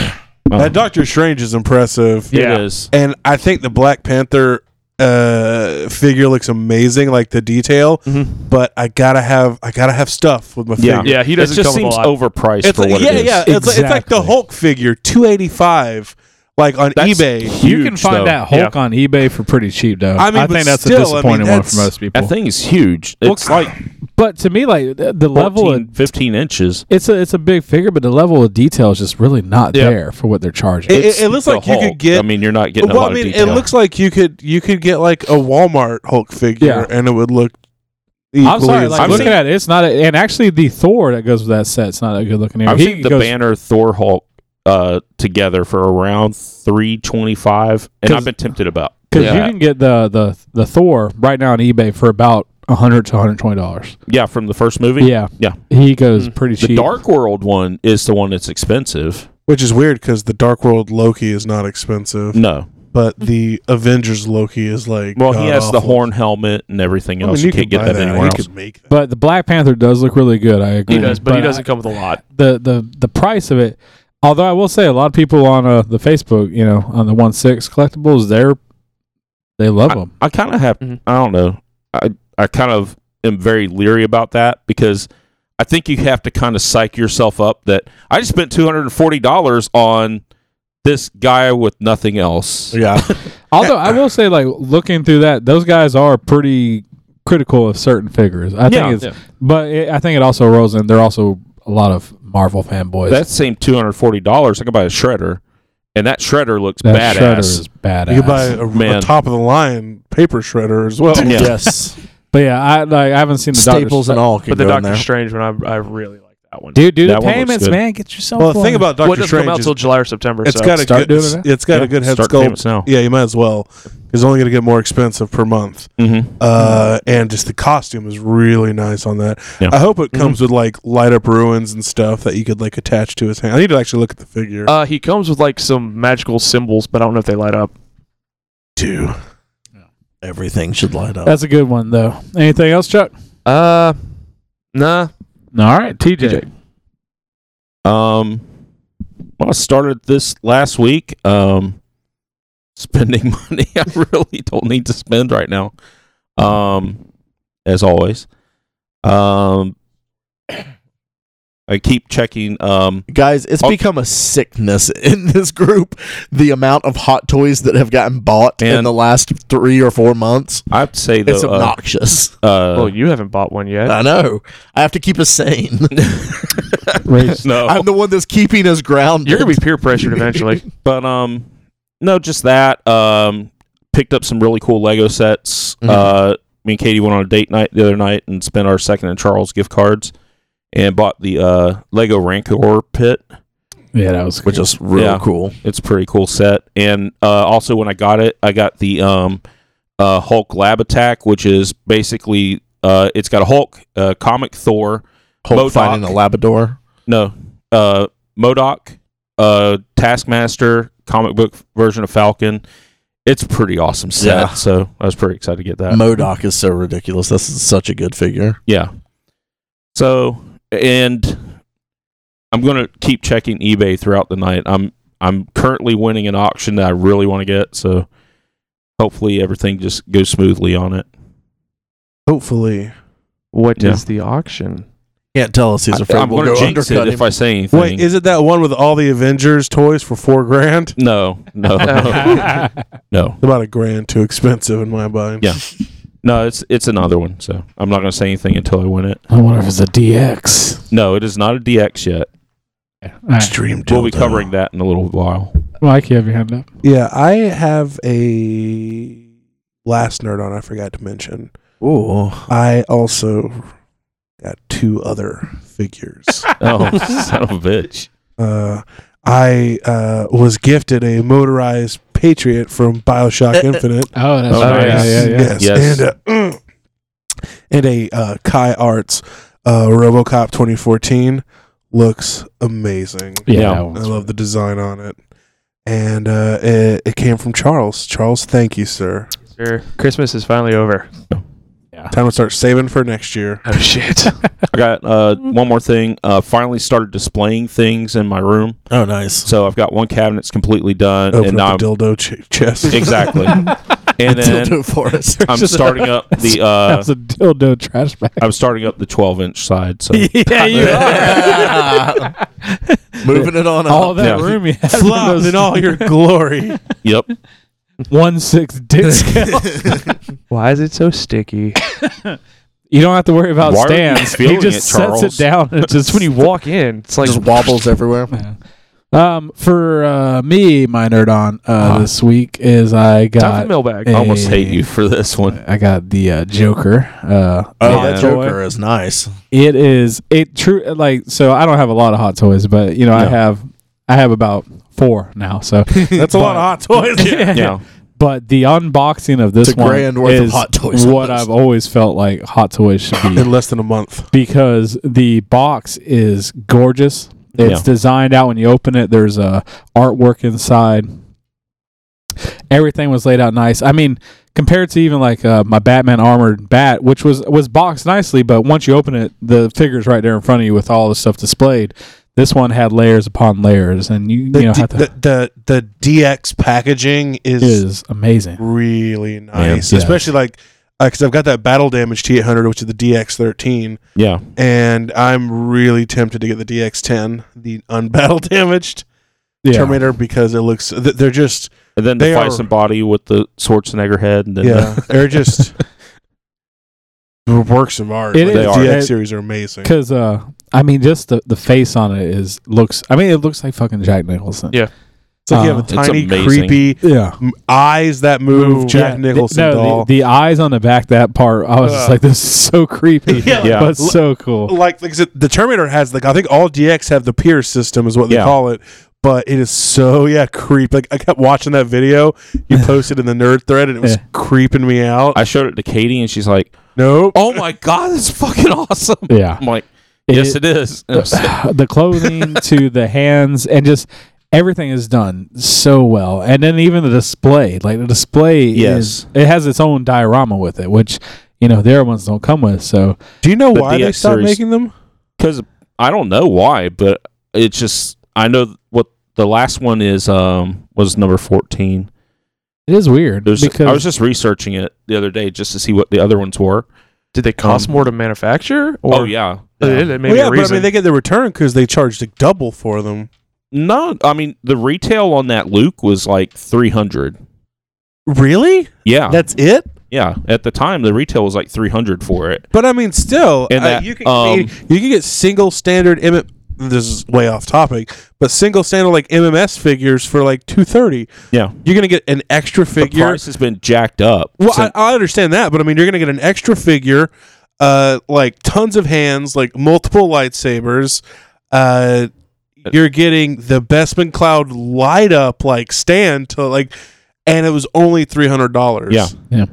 Speaker 2: that Doctor Strange is impressive,
Speaker 5: Yeah.
Speaker 4: It is.
Speaker 2: and I think the Black Panther uh figure looks amazing like the detail but i gotta have i gotta have stuff with my
Speaker 4: Yeah.
Speaker 2: figure
Speaker 5: Yeah, he doesn't
Speaker 4: it just
Speaker 5: come with
Speaker 4: seems
Speaker 5: a lot.
Speaker 4: overpriced
Speaker 2: it's
Speaker 4: for
Speaker 2: like,
Speaker 4: what
Speaker 2: yeah
Speaker 4: it is.
Speaker 2: yeah it's, like, it's like the
Speaker 1: Exactly.
Speaker 2: hulk figure 285 like on
Speaker 4: That's
Speaker 2: ebay
Speaker 1: you can
Speaker 4: Huge,
Speaker 1: find
Speaker 4: though.
Speaker 1: that Hulk on eBay for pretty cheap though.
Speaker 2: I mean, but
Speaker 1: think that's
Speaker 2: still, I
Speaker 1: a
Speaker 2: mean,
Speaker 1: disappointing one
Speaker 2: that's-
Speaker 1: for most people.
Speaker 4: That thing is huge. It's like
Speaker 1: but to me, like the, the level of
Speaker 4: 14, 15 inches.
Speaker 1: it's a it's a big figure, but the level of detail is just really not
Speaker 5: Yeah.
Speaker 1: there for what they're charging.
Speaker 2: It-
Speaker 4: It's
Speaker 2: it looks
Speaker 4: the
Speaker 2: like you could
Speaker 4: Hulk.
Speaker 2: get-
Speaker 4: I mean, you're not getting a
Speaker 2: well,
Speaker 4: lot
Speaker 2: I
Speaker 4: of
Speaker 2: mean, it
Speaker 4: detail.
Speaker 2: looks like you could you could get like a Walmart Hulk figure,
Speaker 1: Yeah.
Speaker 2: and it would look.
Speaker 1: I'm
Speaker 2: equally
Speaker 1: sorry,
Speaker 2: as
Speaker 1: like
Speaker 4: I've
Speaker 2: good.
Speaker 1: looking
Speaker 4: seen-
Speaker 1: at it, it's not. A, and actually, the Thor that goes with that set's not a good looking.
Speaker 4: I've
Speaker 1: He
Speaker 4: seen the
Speaker 1: goes-
Speaker 4: Banner Thor Hulk uh, together for around three twenty five, and
Speaker 1: 'Cause-
Speaker 4: I've been tempted about.
Speaker 1: Because
Speaker 4: yeah.
Speaker 1: you can get the, the the Thor right now on eBay for about hundred to hundred twenty dollars.
Speaker 4: yeah, from the first movie.
Speaker 1: Yeah,
Speaker 4: yeah.
Speaker 1: He
Speaker 2: Mm.
Speaker 1: goes pretty
Speaker 4: The
Speaker 1: cheap.
Speaker 4: Dark World one is the one that's expensive.
Speaker 2: which is weird because the Dark World Loki is not expensive,
Speaker 4: No,
Speaker 2: but the Avengers Loki is like
Speaker 4: Well, he has the
Speaker 2: god-awful.
Speaker 4: horn helmet and everything
Speaker 2: Uh, I mean,
Speaker 4: else. you, can't
Speaker 2: could
Speaker 4: get
Speaker 2: buy
Speaker 4: that anywhere
Speaker 2: You
Speaker 4: else.
Speaker 2: could make that.
Speaker 1: But the Black Panther does look really good. I agree.
Speaker 5: He does, but, he doesn't
Speaker 1: Mm-hmm. I-
Speaker 5: come with a lot.
Speaker 1: the the the price of it. Although I will say, a lot of people on uh, the Facebook, you know, on the one six collectibles, they're they love them.
Speaker 4: I kind of have.
Speaker 5: Mhm.
Speaker 4: I don't know. I I kind of am very leery about that because I think you have to kind of psych yourself up that I just spent two hundred and forty dollars on this guy with nothing else.
Speaker 3: Yeah.
Speaker 1: Although I will say, like looking through that, those guys are pretty critical of certain figures. I
Speaker 4: Yeah,
Speaker 1: think it's, but it, I think it also rolls in. They're also a lot of Marvel fanboys.
Speaker 4: That same two hundred forty dollars, I can buy a shredder, and that shredder looks
Speaker 1: that shredder
Speaker 4: badass.
Speaker 1: is badass.
Speaker 2: You could buy a,
Speaker 4: Man.
Speaker 2: a top of the line paper shredder as well.
Speaker 4: Yeah.
Speaker 3: Yes.
Speaker 1: but yeah, I like I haven't seen the Doctor
Speaker 3: Staples and
Speaker 1: Str-
Speaker 3: all. Can
Speaker 5: But the
Speaker 3: go in
Speaker 5: Doctor
Speaker 3: there.
Speaker 5: Strange one, I, I really like that one.
Speaker 1: Dude, do
Speaker 4: That
Speaker 1: the
Speaker 4: one looks
Speaker 1: payments,
Speaker 4: good.
Speaker 1: man. Get yourself.
Speaker 2: Well, the
Speaker 1: one.
Speaker 2: thing about
Speaker 5: well, it
Speaker 2: Doctor
Speaker 5: doesn't come out
Speaker 2: Strange,
Speaker 5: till
Speaker 2: is
Speaker 5: July or September.
Speaker 2: it's
Speaker 5: so.
Speaker 2: got a
Speaker 1: Start
Speaker 2: good,
Speaker 1: doing
Speaker 2: it's,
Speaker 1: it
Speaker 2: it's got
Speaker 4: Yeah,
Speaker 2: a good head
Speaker 4: start
Speaker 2: sculpt.
Speaker 4: payments now.
Speaker 2: Yeah, you might as well. It's only going to get more expensive per month.
Speaker 4: Mm-hmm.
Speaker 2: uh, and just the costume is really nice on that.
Speaker 4: Yeah. Mm-hmm.
Speaker 2: I hope it comes with like light up ruins and stuff that you could like attach to his hand. I need to actually look at the figure
Speaker 5: Uh, he comes with like some magical symbols, but I don't know if they light up.
Speaker 2: too.
Speaker 3: Everything should light up.
Speaker 1: That's a good one though. Anything else, Chuck?
Speaker 5: Uh, nah.
Speaker 1: All right, TJ.
Speaker 4: Um, well, I started this last week. Um, spending money I really don't need to spend right now. Um, as always. Um, I keep checking. Um,
Speaker 3: Guys, it's
Speaker 4: Oh.
Speaker 3: become a sickness in this group. The amount of hot toys that have gotten bought in
Speaker 4: Man.
Speaker 3: the last three or four months.
Speaker 4: I'd say though,
Speaker 3: It's
Speaker 4: uh,
Speaker 3: obnoxious. Oh,
Speaker 4: uh,
Speaker 5: well, you haven't bought one yet.
Speaker 3: I know. I have to keep us sane.
Speaker 1: Raise-
Speaker 4: no,
Speaker 3: I'm the one that's keeping us grounded.
Speaker 5: You're gonna be peer pressured eventually.
Speaker 4: but um, no, just that. Um, picked up some really cool Lego sets.
Speaker 3: Mhm.
Speaker 4: Uh, me and Katie went on a date night the other night and spent our second and Charles gift cards, and bought the uh Lego Rancor pit.
Speaker 1: yeah, that was
Speaker 3: which is real
Speaker 4: Yeah.
Speaker 3: cool.
Speaker 4: It's a pretty cool set. And uh, also, when I got it, I got the um, uh, Hulk Lab Attack, which is basically uh, it's got a Hulk, uh, comic Thor,
Speaker 3: Hulk
Speaker 4: Modoc.
Speaker 3: finding a Labrador.
Speaker 4: no, uh, Modoc, uh, Taskmaster, comic book version of Falcon. It's a pretty awesome set.
Speaker 3: Yeah.
Speaker 4: So I was pretty excited to get that.
Speaker 3: Modoc is so ridiculous. This is such a good figure.
Speaker 4: Yeah. So and I'm gonna keep checking eBay throughout the night. I'm I'm currently winning an auction that I really want to get, so hopefully everything just goes smoothly on it.
Speaker 2: Hopefully,
Speaker 5: What is
Speaker 4: Yeah.
Speaker 5: the auction?
Speaker 3: Can't tell us he's
Speaker 4: I,
Speaker 3: afraid
Speaker 4: am
Speaker 3: we'll
Speaker 4: gonna
Speaker 3: go
Speaker 4: jinx
Speaker 3: undercut
Speaker 4: it if
Speaker 3: him.
Speaker 4: I say anything.
Speaker 2: wait, is it that one with all the Avengers toys for four grand?
Speaker 4: no,
Speaker 1: Oh.
Speaker 4: no, no,
Speaker 1: good.
Speaker 4: no,
Speaker 2: About a grand too expensive in my mind.
Speaker 4: Yeah. no. It's it's another one, so I'm not gonna say anything until I win it.
Speaker 1: I wonder if it's a DX.
Speaker 4: No, it is not a DX yet.
Speaker 1: All right.
Speaker 3: Extreme
Speaker 4: We'll be
Speaker 3: dildo.
Speaker 4: covering that in a little while.
Speaker 1: Mike, you have your hand up.
Speaker 2: yeah. I have a last nerd on. I forgot to mention.
Speaker 3: Ooh.
Speaker 2: I also got two other figures.
Speaker 4: Oh, son of a bitch!
Speaker 2: uh, I uh, was gifted a motorized Patriot from Bioshock Infinite.
Speaker 1: Oh, that's
Speaker 4: Uh, Oh,
Speaker 1: right.
Speaker 4: nice.
Speaker 1: Yeah, yeah, yeah.
Speaker 2: Yes.
Speaker 4: Yes.
Speaker 2: And, uh, and a uh, Kai Arts uh, RoboCop 2014 looks amazing.
Speaker 1: Yeah,
Speaker 4: Yeah.
Speaker 1: that
Speaker 2: I
Speaker 1: one's
Speaker 2: love the design on it. And uh, it, it came from Charles. Charles, thank you, sir.
Speaker 5: Sir, Christmas is finally over.
Speaker 2: Time to start saving for next year.
Speaker 5: Oh shit!
Speaker 4: I got uh, one more thing. Uh, finally started displaying things in my room.
Speaker 3: Oh, nice.
Speaker 4: So I've got one cabinet's completely done,
Speaker 2: Open
Speaker 4: and now
Speaker 2: up
Speaker 4: I'm,
Speaker 2: the dildo ch- chest.
Speaker 4: exactly. and then
Speaker 3: Dildo Forest.
Speaker 4: I'm starting up the
Speaker 1: that
Speaker 4: uh,
Speaker 1: was a dildo trash bag.
Speaker 4: I'm starting up the 12 inch side. So
Speaker 1: yeah,
Speaker 3: Moving it on
Speaker 1: all
Speaker 3: up.
Speaker 1: that
Speaker 4: Yeah.
Speaker 1: room you had. for
Speaker 2: Flopped
Speaker 1: those
Speaker 2: in all your glory.
Speaker 4: yep,
Speaker 1: one six dick scale.
Speaker 5: Why is it so sticky?
Speaker 1: You don't have to worry about
Speaker 4: Why are you
Speaker 1: stands. He
Speaker 4: feeling
Speaker 1: just
Speaker 4: it,
Speaker 1: sets it
Speaker 4: Charles?
Speaker 1: down. and It's just
Speaker 5: Just when you walk in, it's like
Speaker 3: Just wobbles everywhere.
Speaker 1: Um, for uh, me, my nerd on uh,
Speaker 3: Uh-huh.
Speaker 1: this week is I
Speaker 5: time for the
Speaker 1: got
Speaker 5: mailbag.
Speaker 4: I
Speaker 1: Hey.
Speaker 4: almost hate you for this one.
Speaker 1: I got the uh, Joker. Uh,
Speaker 3: Oh,
Speaker 4: Yeah.
Speaker 3: that Joker is nice.
Speaker 1: It is it true like so I don't have a lot of hot toys, but you know I
Speaker 4: No.
Speaker 1: have I have about four now. So
Speaker 2: That's a lot of hot toys.
Speaker 4: Yeah,
Speaker 1: But the unboxing of this
Speaker 3: It's a
Speaker 1: one
Speaker 3: grand worth of
Speaker 1: is
Speaker 3: hot toys on
Speaker 1: what
Speaker 3: this.
Speaker 1: I've always felt like hot toys should be
Speaker 2: In less than a month.
Speaker 1: because the box is gorgeous. It's
Speaker 4: Yeah.
Speaker 1: designed out when you open it. There's uh, artwork inside, Everything was laid out nice. I mean, compared to even like uh, my Batman armored bat, which was was boxed nicely, but once you open it, the figure's right there in front of you with all the stuff displayed. This one had layers upon layers, and you
Speaker 2: The,
Speaker 1: you know
Speaker 2: D-
Speaker 1: have to,
Speaker 2: the, the the DX packaging is
Speaker 1: is amazing.
Speaker 2: really nice,
Speaker 1: Yeah.
Speaker 2: especially like because I've got that battle damage T800, which is the DX13,
Speaker 4: Yeah.
Speaker 2: and I'm really tempted to get the DX10, the unbattle damaged
Speaker 1: Yeah.
Speaker 2: Terminator, because it looks th- they're just
Speaker 4: And then
Speaker 2: They
Speaker 4: the
Speaker 2: are-
Speaker 4: Fison body with the Schwarzenegger head. And then
Speaker 2: yeah they're just works of art.
Speaker 1: It
Speaker 2: Like,
Speaker 1: is.
Speaker 2: the
Speaker 1: They are.
Speaker 2: DX series are amazing.
Speaker 1: Because uh, I mean, just the, the face on it is looks. I mean, it looks like fucking Jack Nicholson.
Speaker 5: Yeah.
Speaker 2: It's like you have
Speaker 1: Uh,
Speaker 2: a
Speaker 1: It's
Speaker 2: tiny,
Speaker 4: amazing.
Speaker 2: creepy
Speaker 1: Yeah.
Speaker 2: m- eyes that move, Jack
Speaker 1: Yeah, the-
Speaker 2: Nicholson
Speaker 1: no, the-
Speaker 2: doll.
Speaker 1: The, eyes on the back, that part, I was just
Speaker 5: Ugh.
Speaker 1: like, this is so creepy,
Speaker 2: Yeah.
Speaker 4: Uh. Yeah.
Speaker 1: but so cool.
Speaker 2: like, like I said, the Terminator has like I think all DX have the Pierce system is what they
Speaker 4: Yeah.
Speaker 2: call it, but it is so yeah creep. Like I kept watching that video you posted in the nerd thread and it was
Speaker 1: Yeah.
Speaker 2: creeping me out.
Speaker 4: I showed it to Katie and she's like,
Speaker 2: nope.
Speaker 4: oh my God, that's fucking awesome.
Speaker 1: Yeah.
Speaker 4: I'm like, yes, it is. And I was like,
Speaker 1: the clothing to the hands and just everything is done so well. And then even the display, like the display
Speaker 4: Yes.
Speaker 1: is it has its own diorama with it, which you know, their ones don't come with. So
Speaker 2: Do you know
Speaker 4: The
Speaker 2: why they
Speaker 4: DX
Speaker 2: stopped
Speaker 4: series.
Speaker 2: making them?
Speaker 4: because I don't know why, but it's just I know what the last one is um was number fourteen.
Speaker 1: it is weird.
Speaker 4: There's
Speaker 1: because
Speaker 4: I was just researching it the other day just to see what the other ones were.
Speaker 5: Did they cost
Speaker 4: Um,
Speaker 5: more to manufacture? Or
Speaker 4: oh yeah,
Speaker 5: They,
Speaker 4: Yeah.
Speaker 5: they
Speaker 2: Well,
Speaker 5: made
Speaker 2: yeah,
Speaker 5: a
Speaker 2: but I
Speaker 5: reason.
Speaker 2: mean they get the return because they charged like double for them.
Speaker 4: no, I mean the retail on that Luke was like three hundred.
Speaker 2: Really?
Speaker 4: Yeah,
Speaker 2: That's it?
Speaker 4: yeah. At the time, the retail was like three hundred for it.
Speaker 2: But I mean, still,
Speaker 4: And
Speaker 2: uh,
Speaker 4: that,
Speaker 2: you can
Speaker 4: um,
Speaker 2: you can get single standard MM. This is way off topic, but single standard like MMS figures for like two thirty.
Speaker 4: Yeah,
Speaker 2: You're gonna get an extra
Speaker 4: the
Speaker 2: figure.
Speaker 4: price has been jacked up.
Speaker 2: Well,
Speaker 4: since-
Speaker 2: I, I understand that, but I mean, you're gonna get an extra figure, uh, like tons of hands, like multiple lightsabers. Uh, you're getting the Bestman Cloud light up like stand to like, and it was only three hundred dollars.
Speaker 4: Yeah.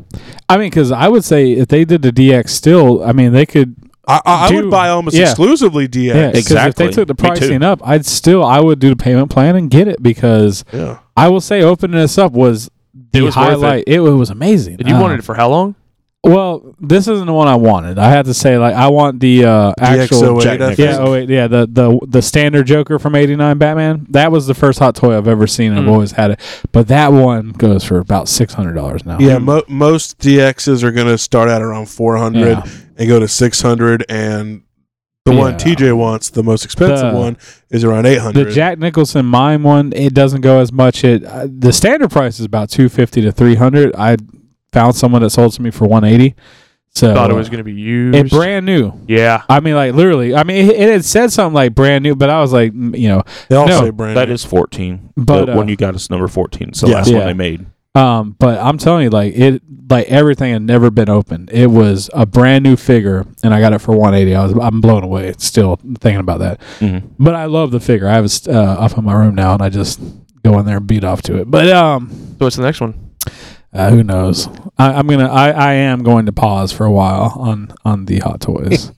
Speaker 1: I mean, because I would say if they did the DX still, I mean, they could
Speaker 2: I, I, I
Speaker 1: Dude.
Speaker 2: would buy almost
Speaker 1: Yeah.
Speaker 2: exclusively
Speaker 1: Yeah,
Speaker 2: DX.
Speaker 1: 'cause
Speaker 4: Exactly.
Speaker 1: If they took the
Speaker 4: Me too.
Speaker 1: pricing up, I'd still I would do the payment plan and get it because
Speaker 2: Yeah.
Speaker 1: I will say opening this up was the
Speaker 5: was worth it.
Speaker 1: highlight. It. wa- it was amazing.
Speaker 5: and you
Speaker 1: Uh,
Speaker 5: wanted it for how long?
Speaker 1: Well, this isn't the one I wanted. I had to say like I want the uh, actual.
Speaker 2: DX08, I think.
Speaker 1: yeah, oh wait, yeah, the the the standard Joker from '89 Batman. That was the first hot toy I've ever seen, and I've
Speaker 5: Mm.
Speaker 1: always had it. But that one goes for about six hundred dollars now. Hmm.
Speaker 2: Yeah, mo- most DXs are going to start at around 400
Speaker 1: Yeah.
Speaker 2: and go to 600 and the one
Speaker 1: Yeah.
Speaker 2: TJ wants, the most expensive
Speaker 1: The-
Speaker 2: one is around 800.
Speaker 1: The Jack Nicholson mime one, it doesn't go as much. It uh, the standard price is about two fifty to three hundred. I found someone that sold to me for one eighty. So
Speaker 5: Thought it was going to be used.
Speaker 1: it brand new.
Speaker 5: yeah.
Speaker 1: I mean, like literally. I mean, it, it had said something like brand new, but I was like, mm, you know,
Speaker 2: they all
Speaker 1: no,
Speaker 2: say brand.
Speaker 4: that
Speaker 2: new.
Speaker 4: is fourteen.
Speaker 1: But,
Speaker 4: But
Speaker 1: uh,
Speaker 4: when you got us number fourteen, so
Speaker 2: Yeah.
Speaker 4: last
Speaker 1: Yeah.
Speaker 4: one they made.
Speaker 1: Um, but I'm telling you, like it, like everything had never been opened. It was a brand new figure, and I got it for 180. I was, I'm blown away. Still thinking about that.
Speaker 4: Mhm.
Speaker 1: But I love the figure. I have it st- uh, up in my room now, and I just go in there and beat off to it. But um,
Speaker 5: So what's the next one?
Speaker 1: uh, who knows? I, I'm gonna, I, I am going to pause for a while on on the hot toys.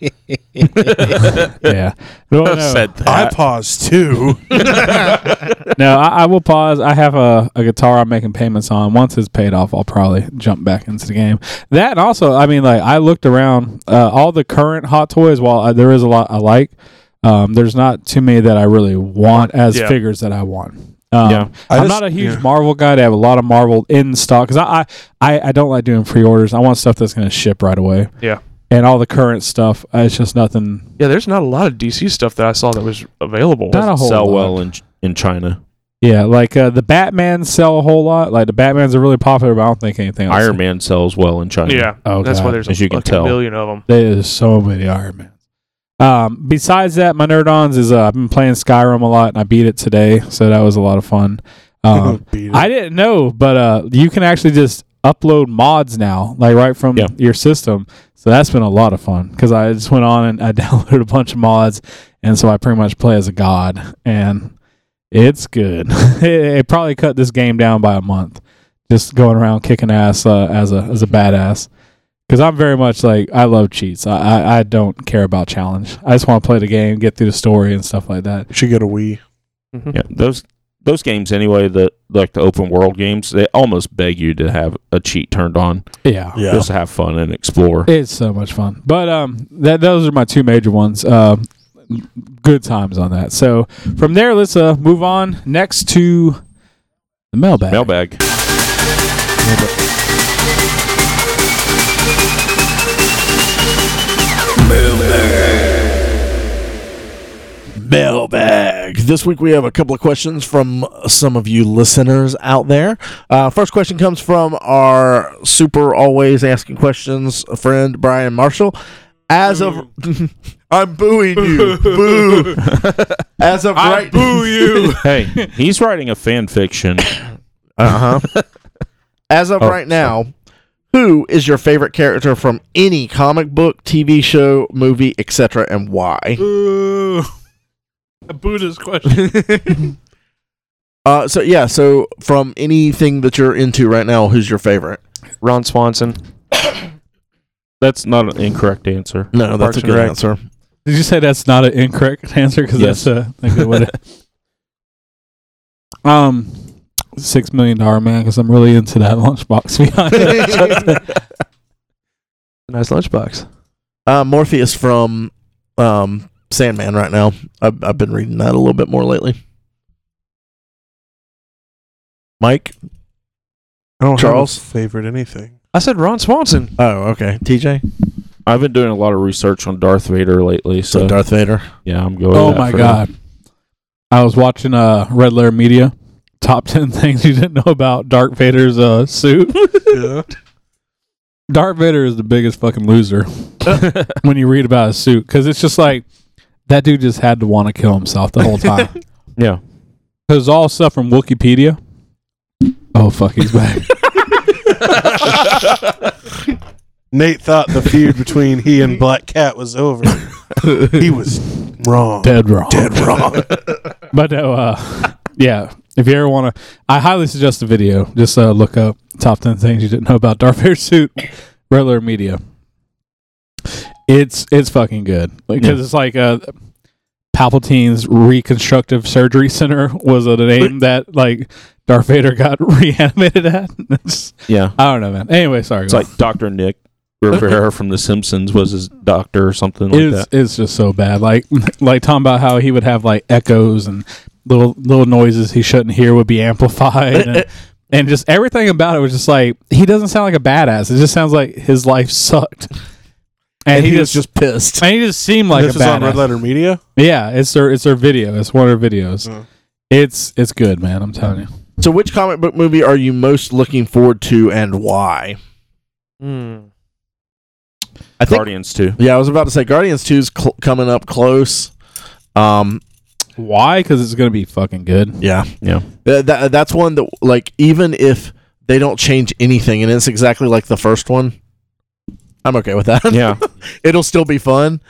Speaker 1: yeah. No, no.
Speaker 2: I paused too.
Speaker 1: no, I, I will pause. I have a, a guitar I'm making payments on. Once it's paid off, I'll probably jump back into the game. That and also, I mean, like I looked around uh, all the current Hot Toys. While uh, there is a lot I like, um, there's not too many that I really want as
Speaker 5: Yeah.
Speaker 1: figures that I want. Um,
Speaker 4: Yeah.
Speaker 2: I
Speaker 1: I'm
Speaker 2: just-
Speaker 1: not a huge
Speaker 2: yeah.
Speaker 1: Marvel guy. They have a lot of Marvel in stock because I, I, I I don't like doing pre-orders. I want stuff that's going to ship right away.
Speaker 5: Yeah.
Speaker 1: And all the current stuff, uh, it's just nothing.
Speaker 5: Yeah, there's not a lot of DC stuff that I saw that was available.
Speaker 1: Not a whole
Speaker 4: sell
Speaker 1: lot.
Speaker 4: well in in China.
Speaker 1: Yeah, like uh, the Batman sell a whole lot. Like the Batmans are really popular, but I don't think anything else.
Speaker 4: Iron Man sells well in China.
Speaker 5: yeah.
Speaker 1: Oh,
Speaker 5: that's
Speaker 1: God.
Speaker 5: why there's a
Speaker 4: As you can
Speaker 5: fucking
Speaker 4: tell.
Speaker 5: million of them.
Speaker 1: There's so many Iron Mans. Um, besides that, my nerd ons is uh, I've been playing Skyrim a lot, and I beat it today, so that was a lot of fun. Um,
Speaker 2: Beat it.
Speaker 1: I didn't know, but uh, you can actually just upload mods now, like right from
Speaker 4: Yeah.
Speaker 1: your system. So that's been a lot of fun because I just went on and I downloaded a bunch of mods, and so I pretty much play as a god, and it's good. it, it probably cut this game down by a month, just going around kicking ass uh, as a as a badass. Because I'm very much like I love cheats. I, I I don't care about challenge. I just want to play the game, get through the story and stuff like that.
Speaker 2: should get a Wii.
Speaker 5: Mhm.
Speaker 4: Yeah, those those games anyway. The like the open world games, they almost beg you to have a cheat turned on
Speaker 1: Yeah.
Speaker 3: Yeah.
Speaker 4: just to have fun and explore.
Speaker 1: It's so much fun. But um, that those are my two major ones. Uh, good times on that. So from there, let's uh, move on next to the mailbag.
Speaker 4: Mailbag.
Speaker 3: Mailbag. This week we have a couple of questions from some of you listeners out there. Uh, first question comes from our super always asking questions friend Brian Marshall. As of, I'm booing you. Boo. As of right,
Speaker 4: you. hey, he's writing a fan fiction.
Speaker 3: Uh huh. As of
Speaker 4: Oh,
Speaker 3: right now, who is your favorite character from any comic book, TV show, movie, etc., and why?
Speaker 1: Ooh.
Speaker 5: A Buddha's question.
Speaker 3: Uh, so yeah, so from anything that you're into right now, who's your favorite?
Speaker 5: Ron Swanson.
Speaker 4: That's not an incorrect answer.
Speaker 3: No, that's
Speaker 5: Parks
Speaker 3: a
Speaker 5: and
Speaker 3: good
Speaker 5: Rec.
Speaker 3: answer.
Speaker 1: Did you say that's not an incorrect answer? Because
Speaker 4: Yes.
Speaker 1: that's uh, a, a good way to- um, six million dollar man. Because I'm really into that lunchbox. to be honest.
Speaker 5: Nice lunchbox.
Speaker 3: Uh, Morpheus from um, Sandman right now. I've, I've been reading that a little bit more lately. Mike?
Speaker 2: I don't
Speaker 3: Charles?
Speaker 2: have a favorite anything.
Speaker 5: I said Ron Swanson.
Speaker 3: Oh, okay. TJ?
Speaker 4: I've been doing a lot of research on Darth Vader lately, so
Speaker 3: So Darth Vader.
Speaker 4: yeah, I'm going.
Speaker 1: oh
Speaker 4: with that
Speaker 1: my
Speaker 4: for-
Speaker 1: god! I was watching uh Red Letter Media top ten things you didn't know about Darth Vader's uh suit.
Speaker 2: yeah.
Speaker 1: Darth Vader is the biggest fucking loser when you read about his suit because it's just like that dude just had to want to kill himself the whole time.
Speaker 4: Yeah,
Speaker 1: Because all stuff from Wikipedia. Oh fuck, he's back.
Speaker 2: Nate thought the feud between he and Black Cat was over. he was wrong.
Speaker 1: Dead wrong. Dead wrong. but no, uh, yeah. If you ever want to, I highly suggest the video. Just uh, look up top ten things you didn't know about Darth Vader's suit. Regular media. It's it's fucking good because
Speaker 4: Yeah.
Speaker 1: it's like uh, Palpatine's Reconstructive Surgery Center was uh, the name that like Darth Vader got reanimated at. It's-
Speaker 4: yeah.
Speaker 1: I don't know, man. Anyway, sorry.
Speaker 4: It's like Doctor Nick Rivera from The Simpsons was his doctor or something like
Speaker 1: it's,
Speaker 4: that.
Speaker 1: it's just so bad. Like like talking about how he would have like echoes and little little noises he shouldn't hear would be amplified
Speaker 3: uh,
Speaker 1: and, uh, and just everything about it was just like he doesn't sound like a badass. It just sounds like his life sucked. And, he, just, just
Speaker 3: pissed.
Speaker 1: and he just seemed like
Speaker 2: this
Speaker 1: a
Speaker 2: is on Red
Speaker 1: badass.
Speaker 2: Letter Media.
Speaker 1: Yeah, it's their it's their video. It's one of their videos.
Speaker 2: Oh.
Speaker 1: It's it's good, man. I'm telling you.
Speaker 3: So, which comic book movie are you most looking forward to and why?
Speaker 5: Mm.
Speaker 3: I think.
Speaker 4: Guardians too.
Speaker 3: Yeah, I was about to say Guardians 2 is cl- coming up close. Um,
Speaker 1: Why? Because it's gonna be fucking good.
Speaker 3: yeah.
Speaker 4: Yeah.
Speaker 3: Th- that, that's one that, like, even if they don't change anything and it's exactly like the first one, I'm okay with that.
Speaker 4: Yeah,
Speaker 3: it'll still be fun.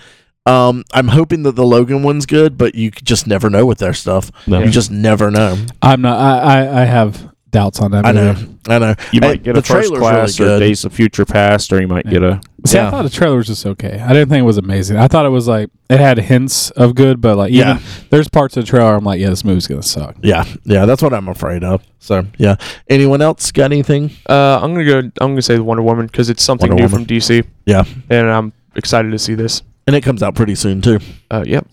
Speaker 3: Um, I'm hoping that the Logan one's good, but you c- just never know with their stuff.
Speaker 4: No.
Speaker 3: You just never know.
Speaker 1: I'm not. I I, I have doubts on that.
Speaker 3: I know.
Speaker 1: movie.
Speaker 3: I know.
Speaker 4: you
Speaker 3: Hey,
Speaker 4: might get
Speaker 3: the
Speaker 4: a first
Speaker 3: trailer's
Speaker 4: class
Speaker 3: really
Speaker 4: or
Speaker 3: good.
Speaker 4: Days of Future Past, or you might get a
Speaker 1: See,
Speaker 3: Yeah.
Speaker 1: I thought the trailer was just okay. I didn't think it was amazing. I thought it was like it had hints of good, but like even
Speaker 3: Yeah.
Speaker 1: there's parts of the trailer I'm like, yeah, this movie's gonna suck.
Speaker 3: Yeah, yeah, that's what I'm afraid of. So yeah. Anyone else got anything?
Speaker 5: Uh, I'm gonna go. I'm gonna say Wonder Woman because it's something
Speaker 3: Wonder
Speaker 5: new
Speaker 3: Woman.
Speaker 5: from DC.
Speaker 3: Yeah.
Speaker 5: and I'm excited to see this.
Speaker 3: And it comes out pretty soon too.
Speaker 5: Uh, yep.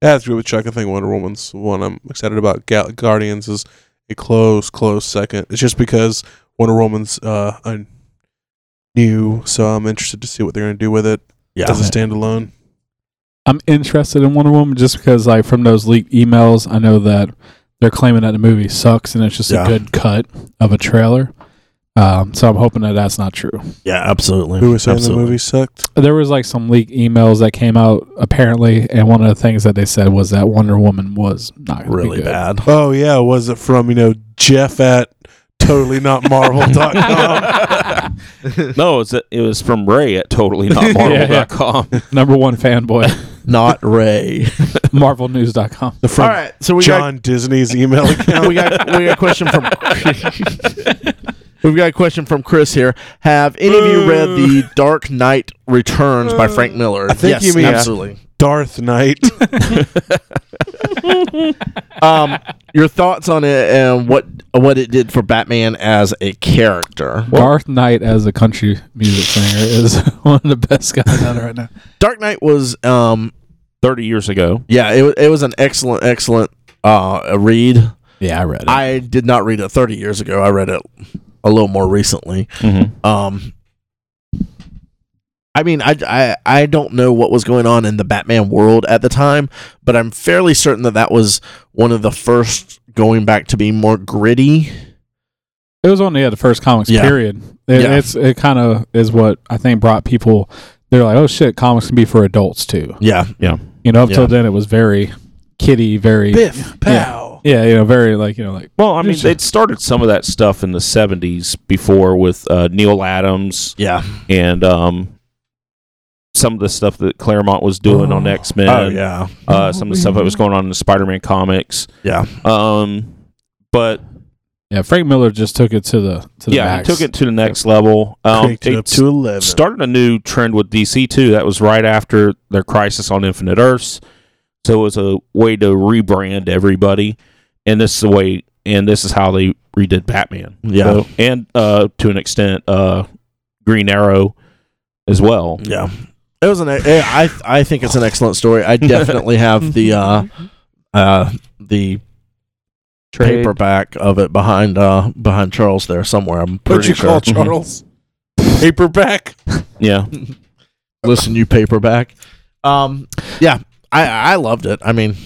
Speaker 2: Yeah, that's good with Chuck. I think Wonder Woman's the one I'm excited about. Ga- Guardians is a close, close second. It's just because Wonder Woman's uh, a new, so I'm interested to see what they're going to do with it
Speaker 3: Yeah.
Speaker 2: as a standalone.
Speaker 1: I'm interested in Wonder Woman just because like from those leaked emails, I know that they're claiming that the movie sucks and it's just
Speaker 3: Yeah.
Speaker 1: a good cut of a trailer. Um, so I'm hoping that that's not true.
Speaker 3: Yeah, absolutely.
Speaker 2: Who was saying
Speaker 3: absolutely.
Speaker 2: the movie sucked?
Speaker 1: There was like some leaked emails that came out apparently, and one of the things that they said was that Wonder Woman was not gonna be
Speaker 3: really
Speaker 1: good.
Speaker 3: bad?
Speaker 2: Oh, yeah. Was it from, you know, Jeff at totallynotmarvel.com?
Speaker 4: no. It's it was from Ray at totally not Marvel.com.
Speaker 1: Number one fanboy,
Speaker 3: Not Ray.
Speaker 1: MarvelNews.com.
Speaker 2: the
Speaker 3: All
Speaker 2: from
Speaker 3: right, so we
Speaker 2: John Disney's email
Speaker 3: got
Speaker 2: account.
Speaker 3: we got we got a question from. We've got a question from Chris here. Have any of you read the Dark Knight Returns by Frank Miller? I
Speaker 2: think
Speaker 3: yes,
Speaker 2: you mean-
Speaker 3: absolutely.
Speaker 2: Darth Knight.
Speaker 3: Um, your thoughts on it and what what it did for Batman as a character.
Speaker 1: Darth Knight as a country music singer is one of the best guys out there right now.
Speaker 3: Dark Knight was um
Speaker 4: Thirty years ago,
Speaker 3: yeah, it, wa- it was an excellent excellent uh read.
Speaker 1: Yeah, I read it.
Speaker 3: I did not read it 30 years ago. I read it a little more recently. Um I mean, I, I I don't know what was going on in the Batman world at the time, but I'm fairly certain that that was one of the first going back to be more gritty.
Speaker 1: It was on yeah, the first comics
Speaker 3: Yeah.
Speaker 1: period. It,
Speaker 3: Yeah.
Speaker 1: It's it kind of is what I think brought people. They're like, oh shit, comics can be for adults too.
Speaker 3: Yeah,
Speaker 1: You know, up
Speaker 3: Yeah.
Speaker 1: till then it was very kiddie, very
Speaker 3: Biff, pow.
Speaker 1: yeah, you know, very like you know, like
Speaker 4: Well, I mean, they'd started some of that stuff in the '70s before with uh, Neil Adams
Speaker 3: Yeah,
Speaker 4: and um, some of the stuff that Claremont was doing on X Men.
Speaker 3: Oh yeah,
Speaker 4: uh, some of the stuff that was going on in the Spider-Man comics.
Speaker 3: Yeah.
Speaker 4: Um, but
Speaker 1: yeah. Frank Miller just took it to the to the
Speaker 4: yeah,
Speaker 1: max.
Speaker 4: he took it to the next level. Um,
Speaker 2: Cranked it up
Speaker 4: s-
Speaker 2: to 11.
Speaker 4: started a new trend with DC too. That was right after their Crisis on Infinite Earths, so it was a way to rebrand everybody. And this is the way, and this is how they redid Batman.
Speaker 3: Yeah.
Speaker 4: So- and uh, to an extent, uh, Green Arrow as well.
Speaker 3: yeah. It was an. eh, I I think it's an excellent story. I definitely have the uh, uh, the
Speaker 5: Trade.
Speaker 3: paperback of it behind uh behind Charles there somewhere. I'm
Speaker 2: What'd
Speaker 3: pretty
Speaker 2: you
Speaker 3: sure.
Speaker 2: call Charles? Paperback.
Speaker 4: Yeah.
Speaker 3: Listen, you paperback. Um, yeah, I I loved it. I mean,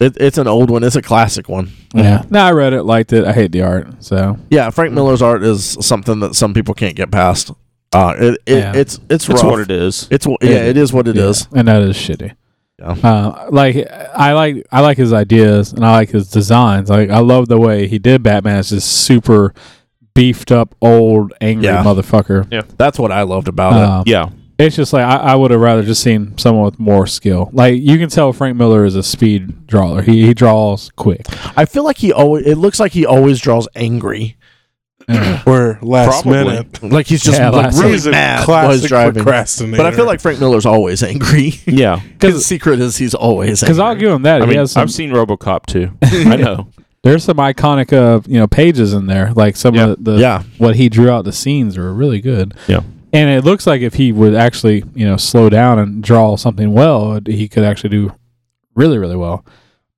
Speaker 3: it, it's an old one. It's a classic one.
Speaker 1: Yeah, no, I read it, liked it. I hate the art, so
Speaker 3: Yeah, Frank Miller's art is something that some people can't get past. Uh, it, it
Speaker 1: Yeah.
Speaker 3: it's it's rough.
Speaker 4: That's what it is.
Speaker 3: It's wh- yeah, it is what it is.
Speaker 1: and that is shitty.
Speaker 3: Yeah.
Speaker 1: Uh, like I like I like his ideas and I like his designs. Like I love the way he did Batman. It's just super beefed up, old, angry
Speaker 3: Yeah.
Speaker 1: motherfucker.
Speaker 3: That's what I loved about it.
Speaker 1: Um,
Speaker 4: Yeah.
Speaker 1: It's just like I, I would have rather just seen someone with more skill. Like you can tell Frank Miller is a speed drawer. He he draws quick.
Speaker 3: I feel like he always. It looks like he always draws angry.
Speaker 2: Or last
Speaker 4: Probably.
Speaker 2: minute.
Speaker 3: Like he's just
Speaker 1: Yeah,
Speaker 3: like
Speaker 1: last
Speaker 3: really
Speaker 2: He's a
Speaker 3: mad while he's
Speaker 2: classic
Speaker 3: driving.
Speaker 2: procrastinator.
Speaker 3: But I feel like Frank Miller's always angry.
Speaker 4: Yeah.
Speaker 3: His secret is he's always
Speaker 1: Because
Speaker 3: angry.
Speaker 1: I'll give him that.
Speaker 4: I
Speaker 1: he
Speaker 4: mean,
Speaker 1: has some,
Speaker 4: I've seen RoboCop too. I know.
Speaker 1: there's some iconic uh you know pages in there. Like some
Speaker 5: Yeah.
Speaker 1: of the
Speaker 3: yeah,
Speaker 1: what he drew out the scenes were really good.
Speaker 4: Yeah.
Speaker 1: And it looks like if he would actually you know slow down and draw something well, he could actually do really really well.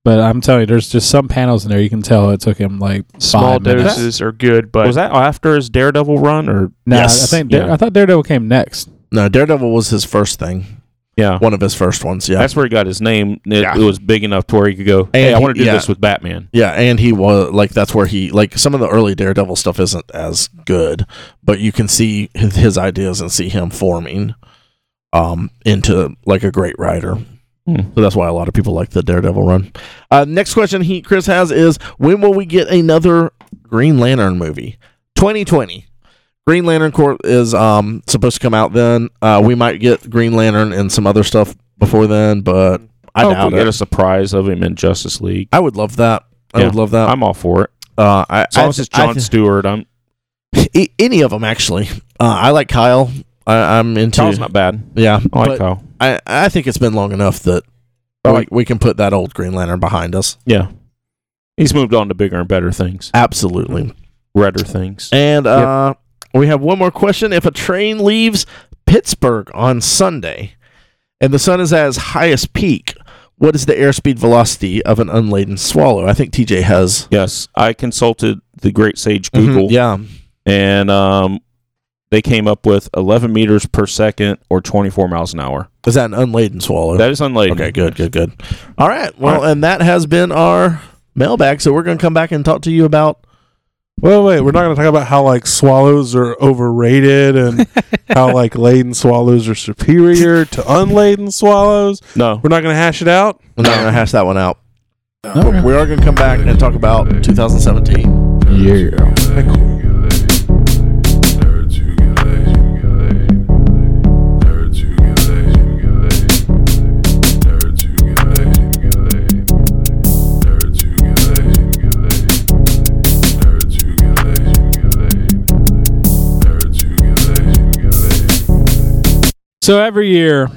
Speaker 1: But I'm telling you, there's just some panels in there you can tell it took him like
Speaker 5: Small
Speaker 1: five minutes.
Speaker 5: doses are good, but
Speaker 4: was that after his Daredevil run or
Speaker 1: Nah,
Speaker 3: Yes.
Speaker 1: I think Dare-
Speaker 4: Yeah.
Speaker 1: I thought Daredevil came next.
Speaker 3: no, Daredevil was his first thing.
Speaker 4: yeah?
Speaker 3: One of his first ones. Yeah,
Speaker 4: That's where he got his name. It,
Speaker 3: Yeah.
Speaker 4: it was big enough to where he could go. Hey, I
Speaker 3: he-
Speaker 4: want to do
Speaker 3: yeah.
Speaker 4: this with Batman.
Speaker 3: yeah, and he was like that's where he like some of the early Daredevil stuff isn't as good, but you can see his, his ideas and see him forming um into like a great writer.
Speaker 4: Hmm.
Speaker 3: So that's why a lot of people like the Daredevil run. Uh, next question he Chris has is when will we get another Green Lantern movie? 2020. Green Lantern Corp is um supposed to come out then. Uh, we might get Green Lantern and some other stuff before then, but I
Speaker 4: hope
Speaker 3: doubt
Speaker 4: Oh, we get a
Speaker 3: it.
Speaker 4: surprise of him in Justice League.
Speaker 3: I would love that. I
Speaker 4: Yeah.
Speaker 3: would love that.
Speaker 4: I'm all for it.
Speaker 3: uh, I,
Speaker 4: As long
Speaker 3: I-
Speaker 4: as it's
Speaker 3: I-
Speaker 4: John Stewart, I'm
Speaker 3: a- any of them actually. Uh, I like Kyle. I, I'm into.
Speaker 4: Kyle's not bad.
Speaker 3: yeah,
Speaker 4: I like
Speaker 3: but
Speaker 4: Kyle.
Speaker 3: I, I think it's been long enough that
Speaker 4: I
Speaker 3: we,
Speaker 4: like-
Speaker 3: we can put that old Green Lantern behind us.
Speaker 4: Yeah, he's moved on to bigger and better things,
Speaker 3: Absolutely.
Speaker 4: redder things.
Speaker 3: And uh, we have one more question. If a train leaves Pittsburgh on Sunday and the sun is at its highest peak, what is the airspeed velocity of an unladen swallow? I think TJ has.
Speaker 4: Yes, I consulted the great sage
Speaker 3: Mm-hmm,
Speaker 4: Google,
Speaker 3: Yeah.
Speaker 4: and um, they came up with 11 meters per second or 24 miles an hour.
Speaker 3: Is that an unladen swallow?
Speaker 4: That is unladen.
Speaker 3: Oh, okay, good, good, good. All right. Well, and that has been our mailbag. So we're going to come back and talk to you about.
Speaker 2: Well, wait, we're not going to talk about how like swallows are overrated and how like laden swallows are superior to unladen swallows.
Speaker 4: No,
Speaker 2: We're not going to hash it out.
Speaker 3: I'm not going to hash that one out.
Speaker 1: Okay.
Speaker 3: But we are going to come back and talk about 2017.
Speaker 1: Yeah. So every year,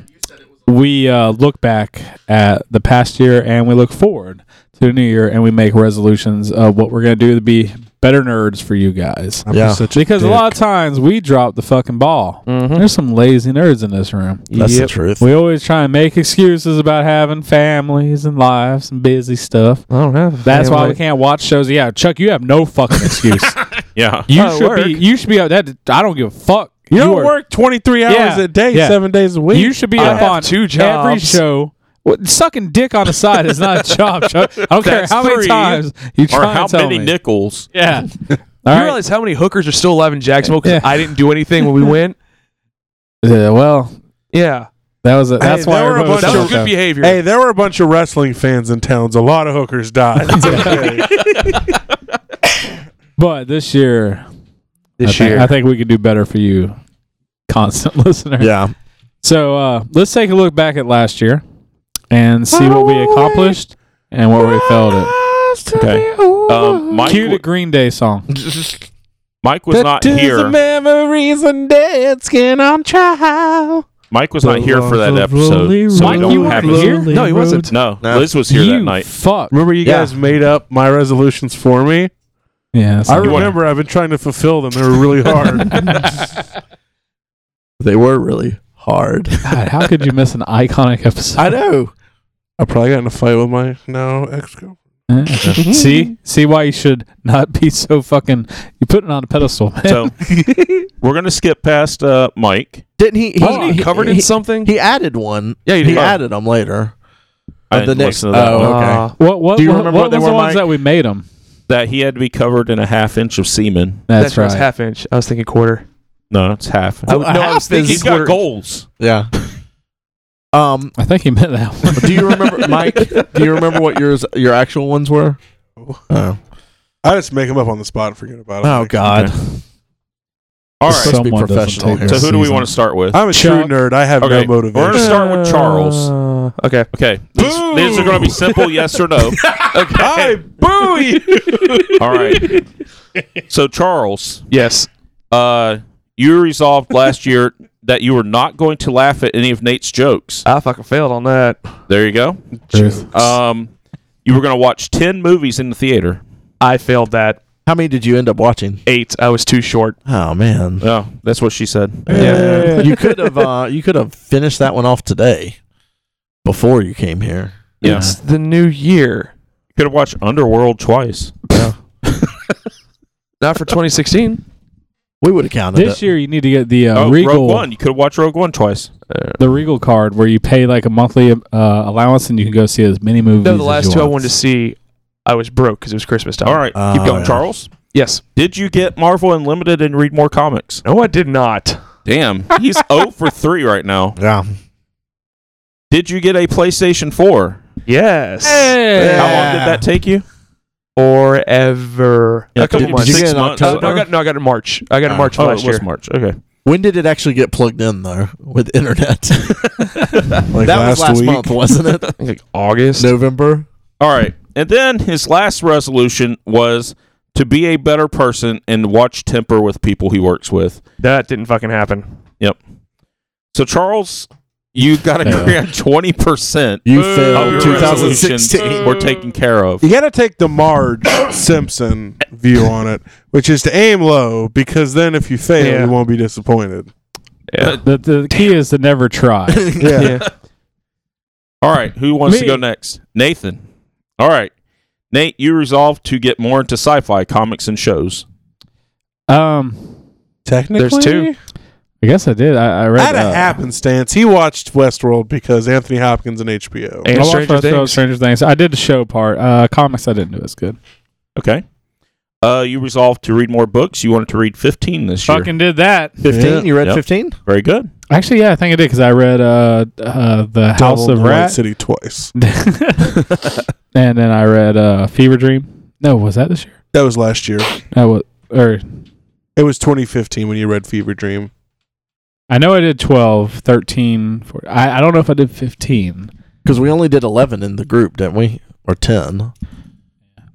Speaker 1: we uh, look back at the past year and we look forward to the new year and we make resolutions of what we're going to do to be better nerds for you guys.
Speaker 2: I'm
Speaker 3: Yeah.
Speaker 2: just such
Speaker 1: Because a
Speaker 2: dick.
Speaker 1: lot of times we drop the fucking ball.
Speaker 5: Mm-hmm.
Speaker 1: There's some lazy nerds in this room.
Speaker 3: That's
Speaker 5: Yep.
Speaker 3: the truth.
Speaker 1: We always try and make excuses about having families and lives and busy stuff.
Speaker 5: I don't have. a
Speaker 1: That's why we
Speaker 5: family.
Speaker 1: can't watch shows. Yeah, Chuck, you have no fucking excuse.
Speaker 4: Yeah.
Speaker 1: you
Speaker 5: I
Speaker 1: should
Speaker 5: work.
Speaker 1: be. You should be out. That I don't give a fuck.
Speaker 2: you don't
Speaker 1: are-
Speaker 2: work 23 hours
Speaker 1: Yeah.
Speaker 2: a day,
Speaker 1: Yeah.
Speaker 2: seven days a week.
Speaker 1: You should be
Speaker 5: I
Speaker 1: up
Speaker 5: have
Speaker 1: on
Speaker 5: two
Speaker 1: every
Speaker 5: jobs.
Speaker 1: show. What, sucking dick on the side is not a job, Chuck. I don't care
Speaker 4: That's
Speaker 1: how many
Speaker 4: three.
Speaker 1: times you
Speaker 4: Or
Speaker 1: try
Speaker 4: how
Speaker 1: and tell
Speaker 4: many
Speaker 1: me.
Speaker 4: nickels?
Speaker 1: yeah. All
Speaker 5: You
Speaker 1: right.
Speaker 5: realize how many hookers are still alive in Jacksonville because
Speaker 1: Yeah.
Speaker 5: I didn't do anything when we went.
Speaker 1: Yeah, well,
Speaker 5: Yeah,
Speaker 1: that was a, that's
Speaker 2: Hey,
Speaker 1: why
Speaker 2: there were a
Speaker 1: everybody was
Speaker 2: bunch
Speaker 5: that
Speaker 1: so
Speaker 5: was good
Speaker 1: upset.
Speaker 5: behavior.
Speaker 2: hey, there were a bunch of wrestling fans in towns. A lot of hookers died. It's okay.
Speaker 1: But this year, I
Speaker 5: this
Speaker 1: think,
Speaker 5: year,
Speaker 1: I think we could do better for you, constant listener.
Speaker 3: yeah.
Speaker 1: So uh, let's take a look back at last year and see what we accomplished and what we failed at.
Speaker 4: Okay. Um, Mike,
Speaker 1: Cue the
Speaker 4: w-
Speaker 1: Green Day song.
Speaker 4: Mike was not here.
Speaker 2: memories and dead skin on trial.
Speaker 4: Mike was not here for that episode, so we
Speaker 1: Mike, you
Speaker 4: don't have
Speaker 1: weren't
Speaker 4: it.
Speaker 1: here.
Speaker 5: no, he wasn't.
Speaker 4: No,
Speaker 3: No.
Speaker 4: Liz was here
Speaker 1: you
Speaker 4: that night.
Speaker 1: fuck.
Speaker 2: Remember, you
Speaker 3: Yeah.
Speaker 2: guys made up my resolutions for me.
Speaker 1: Yeah,
Speaker 2: I
Speaker 1: so-
Speaker 2: remember. I've been trying to fulfill them. They were really hard.
Speaker 3: They were really hard.
Speaker 1: God, how could you miss an iconic episode?
Speaker 3: I know.
Speaker 2: I probably got in a fight with my now ex girlfriend.
Speaker 3: Mm-hmm.
Speaker 1: see, see why you should not be so fucking. You put it on a pedestal, man.
Speaker 4: So we're gonna skip past uh, Mike.
Speaker 3: Didn't he? he
Speaker 5: Wasn't he covered in
Speaker 3: he-
Speaker 5: something?
Speaker 3: He added one.
Speaker 5: Yeah, you
Speaker 3: he
Speaker 5: did.
Speaker 3: added them later.
Speaker 4: I
Speaker 3: Uh,
Speaker 4: didn't listen to that
Speaker 3: oh,
Speaker 4: one.
Speaker 3: okay.
Speaker 5: Uh,
Speaker 1: what? What?
Speaker 3: Do you
Speaker 1: what,
Speaker 3: remember
Speaker 1: what
Speaker 3: what they
Speaker 1: was
Speaker 3: were,
Speaker 1: the ones
Speaker 3: Mike?
Speaker 1: that we made them?
Speaker 4: That he had to be covered in a half inch of semen.
Speaker 1: That's,
Speaker 5: that's right.
Speaker 1: right.
Speaker 5: Half inch. I was thinking quarter.
Speaker 4: No, it's half.
Speaker 5: I would-
Speaker 3: A
Speaker 5: no, I
Speaker 3: half
Speaker 5: was thinking
Speaker 3: is-
Speaker 4: He's got
Speaker 5: quarter.
Speaker 4: goals.
Speaker 3: Yeah. Um.
Speaker 1: I think he meant that one.
Speaker 3: Do you remember, Mike? Do you remember what yours your actual ones were? Oh.
Speaker 2: I just make them up on the spot and forget about it.
Speaker 3: Oh God.
Speaker 4: All
Speaker 3: It's
Speaker 4: right.
Speaker 3: supposed to be
Speaker 1: Someone doesn't
Speaker 3: professional
Speaker 1: take
Speaker 3: here.
Speaker 4: So
Speaker 1: this
Speaker 4: who do we
Speaker 1: season.
Speaker 4: want to start with?
Speaker 2: I'm a
Speaker 1: Chuck.
Speaker 2: true nerd. I have
Speaker 4: Okay,
Speaker 2: no
Speaker 4: we're gonna
Speaker 2: motivation.
Speaker 4: start with Charles.
Speaker 5: Uh, okay.
Speaker 4: Okay. These,
Speaker 2: Boo!
Speaker 4: these are going to be simple yes or no.
Speaker 2: I
Speaker 5: Boo! you-
Speaker 4: All right. So, Charles,
Speaker 5: yes.
Speaker 4: uh, you resolved last year that you were not going to laugh at any of Nate's jokes.
Speaker 5: I fucking failed on that.
Speaker 4: There you go. Um, you were going to watch 10 movies in the theater.
Speaker 5: I failed that.
Speaker 3: How many did you end up watching?
Speaker 5: Eight. I was too short.
Speaker 3: Oh man.
Speaker 4: Oh, that's what she said.
Speaker 5: Yeah.
Speaker 3: you could have uh, you could have finished that one off today before you came here.
Speaker 4: Yeah.
Speaker 5: It's the new year.
Speaker 4: You could have watched Underworld twice.
Speaker 5: Not for 2016.
Speaker 3: We would have counted
Speaker 1: This
Speaker 3: it.
Speaker 1: year, you need to get the uh,
Speaker 4: oh, Rogue
Speaker 1: Regal,
Speaker 4: One. You could have watched Rogue One twice.
Speaker 1: the Regal card, where you pay like a monthly uh, allowance and you can go see as many movies.
Speaker 5: No, the
Speaker 1: as
Speaker 5: last
Speaker 1: you
Speaker 5: two I
Speaker 1: want.
Speaker 5: wanted to see, I was broke because it was Christmas time.
Speaker 4: All right.
Speaker 3: Oh,
Speaker 4: keep going,
Speaker 3: yeah.
Speaker 4: Charles.
Speaker 5: Yes.
Speaker 4: Did you get Marvel Unlimited and read more comics?
Speaker 5: No, I did not.
Speaker 4: Damn. He's 0 for 3 right now.
Speaker 3: Yeah.
Speaker 4: Did you get a PlayStation 4?
Speaker 5: Yes.
Speaker 1: Hey!
Speaker 4: How long did that take you?
Speaker 5: Forever.
Speaker 4: Yeah,
Speaker 5: a couple
Speaker 4: did-
Speaker 5: months.
Speaker 4: did you
Speaker 5: Six-
Speaker 4: get it in
Speaker 5: uh,
Speaker 4: October?
Speaker 5: no, I got, no, I got it in March. I got it in
Speaker 3: Ah.
Speaker 5: March
Speaker 4: Oh,
Speaker 5: last
Speaker 4: it was
Speaker 5: year.
Speaker 4: March. Okay.
Speaker 3: When did it actually get plugged in though with internet?
Speaker 2: Like
Speaker 3: that
Speaker 2: last
Speaker 3: was last
Speaker 2: week.
Speaker 3: month, wasn't it?
Speaker 5: I think like August.
Speaker 3: November.
Speaker 4: All right. And then his last resolution was to be a better person and watch temper with people he works with.
Speaker 5: That didn't fucking happen.
Speaker 4: So Charles, you got to
Speaker 1: Yeah.
Speaker 4: grant twenty percent
Speaker 3: You
Speaker 4: of
Speaker 3: failed
Speaker 4: your
Speaker 3: 2016.
Speaker 4: resolutions were taken care of.
Speaker 2: You got to take the Marge Simpson view on it, which is to aim low because then if you fail,
Speaker 5: Yeah.
Speaker 2: you won't be disappointed.
Speaker 4: Yeah.
Speaker 1: The, the key is to never try.
Speaker 2: Yeah.
Speaker 4: All right. Who wants to
Speaker 1: Me.
Speaker 4: go next? Nathan. All right. Nate, you resolved to get more into sci-fi comics and shows.
Speaker 1: um,
Speaker 2: Technically,
Speaker 5: There's two.
Speaker 1: I guess I did. I, I read
Speaker 2: At a
Speaker 1: uh,
Speaker 2: happenstance, he watched Westworld because Anthony Hopkins and HBO.
Speaker 5: And
Speaker 1: I watched
Speaker 5: Stranger
Speaker 1: Westworld,
Speaker 5: Things.
Speaker 1: Stranger Things. I did the show part. Uh, comics I didn't do as good.
Speaker 4: Okay. Uh, you resolved to read more books. You wanted to read fifteen this year.
Speaker 1: Fucking did that.
Speaker 3: 15. You read
Speaker 4: Yep.
Speaker 3: 15?
Speaker 4: Very good.
Speaker 1: Actually, yeah, I think I did because I read uh, uh, the House
Speaker 2: Doubled
Speaker 1: of
Speaker 2: the White
Speaker 1: Rats,
Speaker 2: City twice.
Speaker 1: and then I read uh, Fever Dream. No, was that this year?
Speaker 2: That was last year.
Speaker 1: No, was, or
Speaker 2: It was 2015 when you read Fever Dream.
Speaker 1: I know I did 12, 13, 14. I, I don't know if I did 15.
Speaker 3: Because we only did 11 in the group, didn't we? Or 10.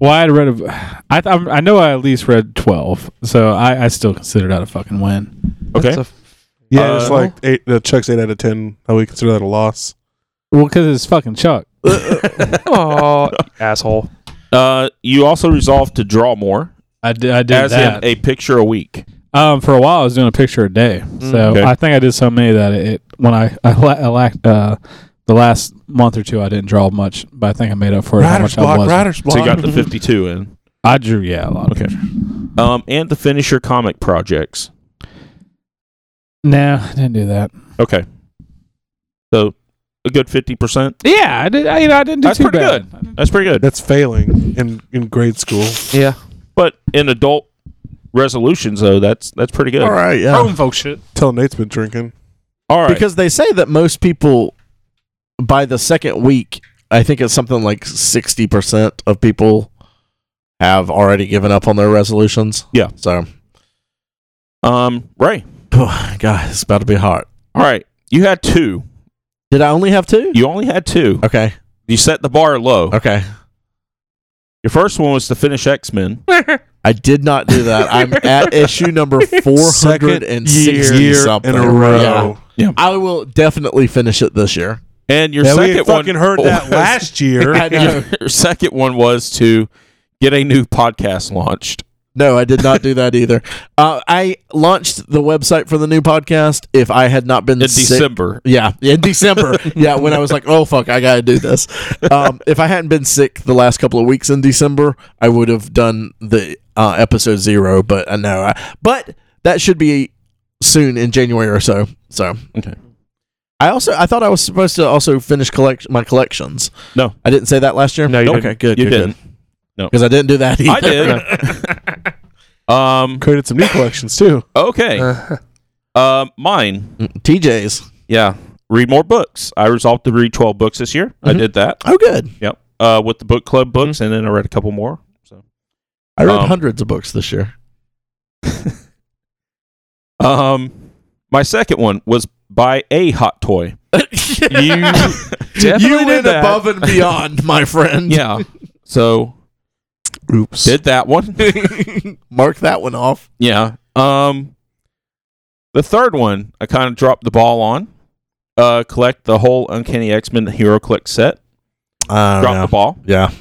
Speaker 1: Well, I had read a, I, th- I know I at least read 12, so I, I still consider that a fucking win.
Speaker 4: Okay.
Speaker 5: That's a-
Speaker 2: Yeah, it's
Speaker 4: Uh,
Speaker 2: like eight. The Chuck's eight out of ten. How we consider that a loss?
Speaker 1: Well, because it's fucking Chuck.
Speaker 5: Oh, asshole.
Speaker 4: Uh, you also resolved to draw more,
Speaker 1: I did, I did
Speaker 4: as
Speaker 1: that.
Speaker 4: in a picture a week.
Speaker 1: um, for a while, I was doing a picture a day. So
Speaker 4: okay.
Speaker 1: I think I did so many that it, when I I, la- I lacked uh, the last month or two, I didn't draw much, but I think I made up for it. how
Speaker 2: Riders
Speaker 1: much I
Speaker 2: block,
Speaker 1: was.
Speaker 2: riders block.
Speaker 4: So you got the 52 in.
Speaker 1: I drew yeah a lot. Of
Speaker 4: Okay.
Speaker 1: pictures.
Speaker 4: Um, and to finish your comic projects.
Speaker 1: No, I didn't do that.
Speaker 4: Okay. So a good 50%.
Speaker 1: Yeah, I did. I, you know, I didn't do
Speaker 4: That's
Speaker 1: too
Speaker 4: pretty
Speaker 1: bad. good.
Speaker 4: That's pretty good.
Speaker 2: That's failing in, in grade school.
Speaker 5: Yeah.
Speaker 4: But in adult resolutions, though, that's that's pretty good.
Speaker 3: All right, yeah.
Speaker 1: folk shit.
Speaker 2: Tell Nate's been drinking.
Speaker 4: All right.
Speaker 3: Because they say that most people, by the second week, I think it's something like 60% of people have already given up on their resolutions.
Speaker 4: Yeah.
Speaker 3: So,
Speaker 4: um, Ray.
Speaker 3: oh, God, it's about to be hot.
Speaker 4: All right. You had two.
Speaker 3: Did I only have two?
Speaker 4: You only had two.
Speaker 3: Okay.
Speaker 4: You set the bar low.
Speaker 3: Okay.
Speaker 4: Your first one was to finish X Men.
Speaker 3: I did not do that. I'm at issue number
Speaker 2: Year
Speaker 3: 460 something.
Speaker 2: in a row.
Speaker 3: Yeah. I will definitely finish it this year.
Speaker 4: And your
Speaker 2: Yeah, we
Speaker 4: second one
Speaker 2: fucking heard that
Speaker 4: was-
Speaker 2: last year.
Speaker 3: I know.
Speaker 4: Your second one was to get a new podcast launched.
Speaker 3: No, I did not do that either. Uh, I launched the website for the new podcast. If I had not been
Speaker 4: in
Speaker 3: sick-
Speaker 4: December.
Speaker 3: yeah, in December, yeah, when I was like, oh fuck, I gotta do this. Um, if I hadn't been sick the last couple of weeks in December, I would have done the uh, episode zero. But I know, I, but that should be soon in January or so. So
Speaker 4: Okay.
Speaker 3: I also I thought I was supposed to also finish collect my collections.
Speaker 4: No.
Speaker 3: I didn't say that last year.
Speaker 5: No, you
Speaker 3: okay,
Speaker 5: didn't.
Speaker 3: good, good,
Speaker 4: You didn't.
Speaker 3: because I didn't do that either.
Speaker 4: I did. um.
Speaker 2: Created some new collections too.
Speaker 4: Okay. Uh, mine.
Speaker 3: Mm, TJ's.
Speaker 4: Yeah. Read more books. I resolved to read twelve books this year. I did that.
Speaker 3: Oh, good.
Speaker 4: Yep. Uh, with the book club books, and then I read a couple more.
Speaker 3: I read
Speaker 4: Um,
Speaker 3: hundreds of books this year.
Speaker 4: Um, my second one was buy a hot toy.
Speaker 5: You definitely
Speaker 3: you
Speaker 5: did
Speaker 3: went
Speaker 5: that.
Speaker 3: above and beyond, my friend.
Speaker 4: Yeah. so
Speaker 2: Oops.
Speaker 4: did that one.
Speaker 3: Mark that one off.
Speaker 4: Yeah. Um the third one I kind of dropped the ball on. Uh collect the whole Uncanny X-Men Hero Click set.
Speaker 3: I
Speaker 4: Drop the ball.
Speaker 3: Oh, Yeah.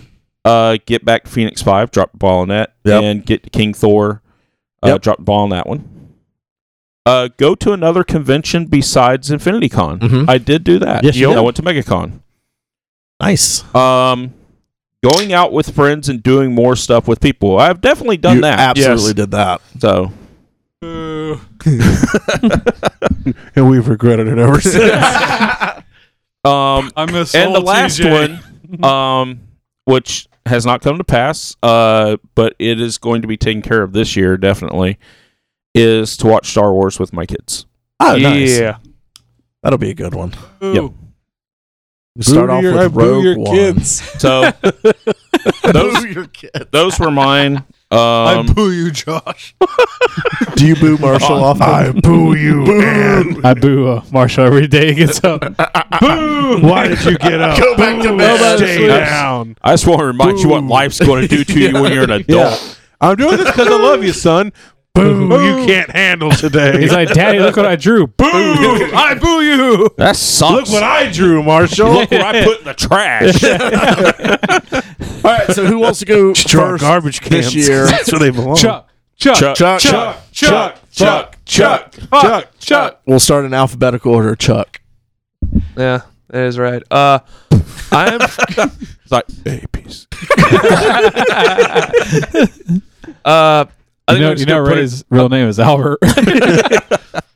Speaker 4: Uh get back to Phoenix 5, drop the ball on that.
Speaker 3: Yep.
Speaker 4: And get to King Thor. Uh
Speaker 3: Yep.
Speaker 4: drop the ball on that one. Uh go to another convention besides Infinity Con.
Speaker 3: Mhm.
Speaker 4: I did do that.
Speaker 3: Yes, you did.
Speaker 4: I went to MegaCon.
Speaker 3: Nice.
Speaker 4: Um going out with friends and doing more stuff with people. I've definitely done
Speaker 3: you
Speaker 4: that.
Speaker 3: Absolutely
Speaker 4: Yes.
Speaker 3: did that.
Speaker 4: So
Speaker 2: and we've regretted it ever since.
Speaker 4: um
Speaker 1: I miss
Speaker 4: and the last one, um, which has not come to pass, uh, but it is going to be taken care of this year, definitely, is to watch Star Wars with my kids.
Speaker 3: Oh, nice.
Speaker 5: yeah.
Speaker 3: That'll be a good one.
Speaker 4: Yep.
Speaker 3: Start
Speaker 2: Boo
Speaker 3: off
Speaker 2: your- I
Speaker 3: with
Speaker 2: boo
Speaker 3: Rogue
Speaker 2: your
Speaker 3: One.
Speaker 2: kids.
Speaker 4: So those
Speaker 3: Boo your kid.
Speaker 4: those were mine.
Speaker 7: I
Speaker 4: Um,
Speaker 7: boo you, Josh.
Speaker 3: Do you boo Marshall off?
Speaker 7: I boo you, man.
Speaker 1: I boo uh, Marshall every day he gets up. boo!
Speaker 7: Why did you get up?
Speaker 3: Go back to bed.
Speaker 2: Stay
Speaker 4: Yes.
Speaker 2: down.
Speaker 4: I just want to remind you what
Speaker 2: Boo.
Speaker 4: life's going to do to you when you're an adult.
Speaker 2: I'm doing this because I love you, son. Boo, you can't handle today.
Speaker 1: He's like, Daddy, look what I drew. Boo! I boo you.
Speaker 4: That
Speaker 2: Look
Speaker 4: sucks.
Speaker 2: what I drew, Marshall.
Speaker 4: Look what I put in the trash.
Speaker 3: All right. So who wants to go
Speaker 2: Draw
Speaker 3: first
Speaker 2: garbage
Speaker 3: this
Speaker 2: cans.
Speaker 3: year?
Speaker 2: That's where they belong.
Speaker 1: Chuck, Chuck,
Speaker 4: Chuck.
Speaker 3: Chuck.
Speaker 1: Chuck, Chuck, Chuck, Chuck,
Speaker 2: Chuck.
Speaker 1: Chuck.
Speaker 3: We'll start in alphabetical order. Chuck.
Speaker 5: Yeah, that is right. Uh, I am.
Speaker 4: It's like babies.
Speaker 5: Uh, I
Speaker 1: You know,
Speaker 5: think I'm
Speaker 1: you
Speaker 5: just
Speaker 1: know
Speaker 5: gonna put it-
Speaker 1: Ray's real name is Albert.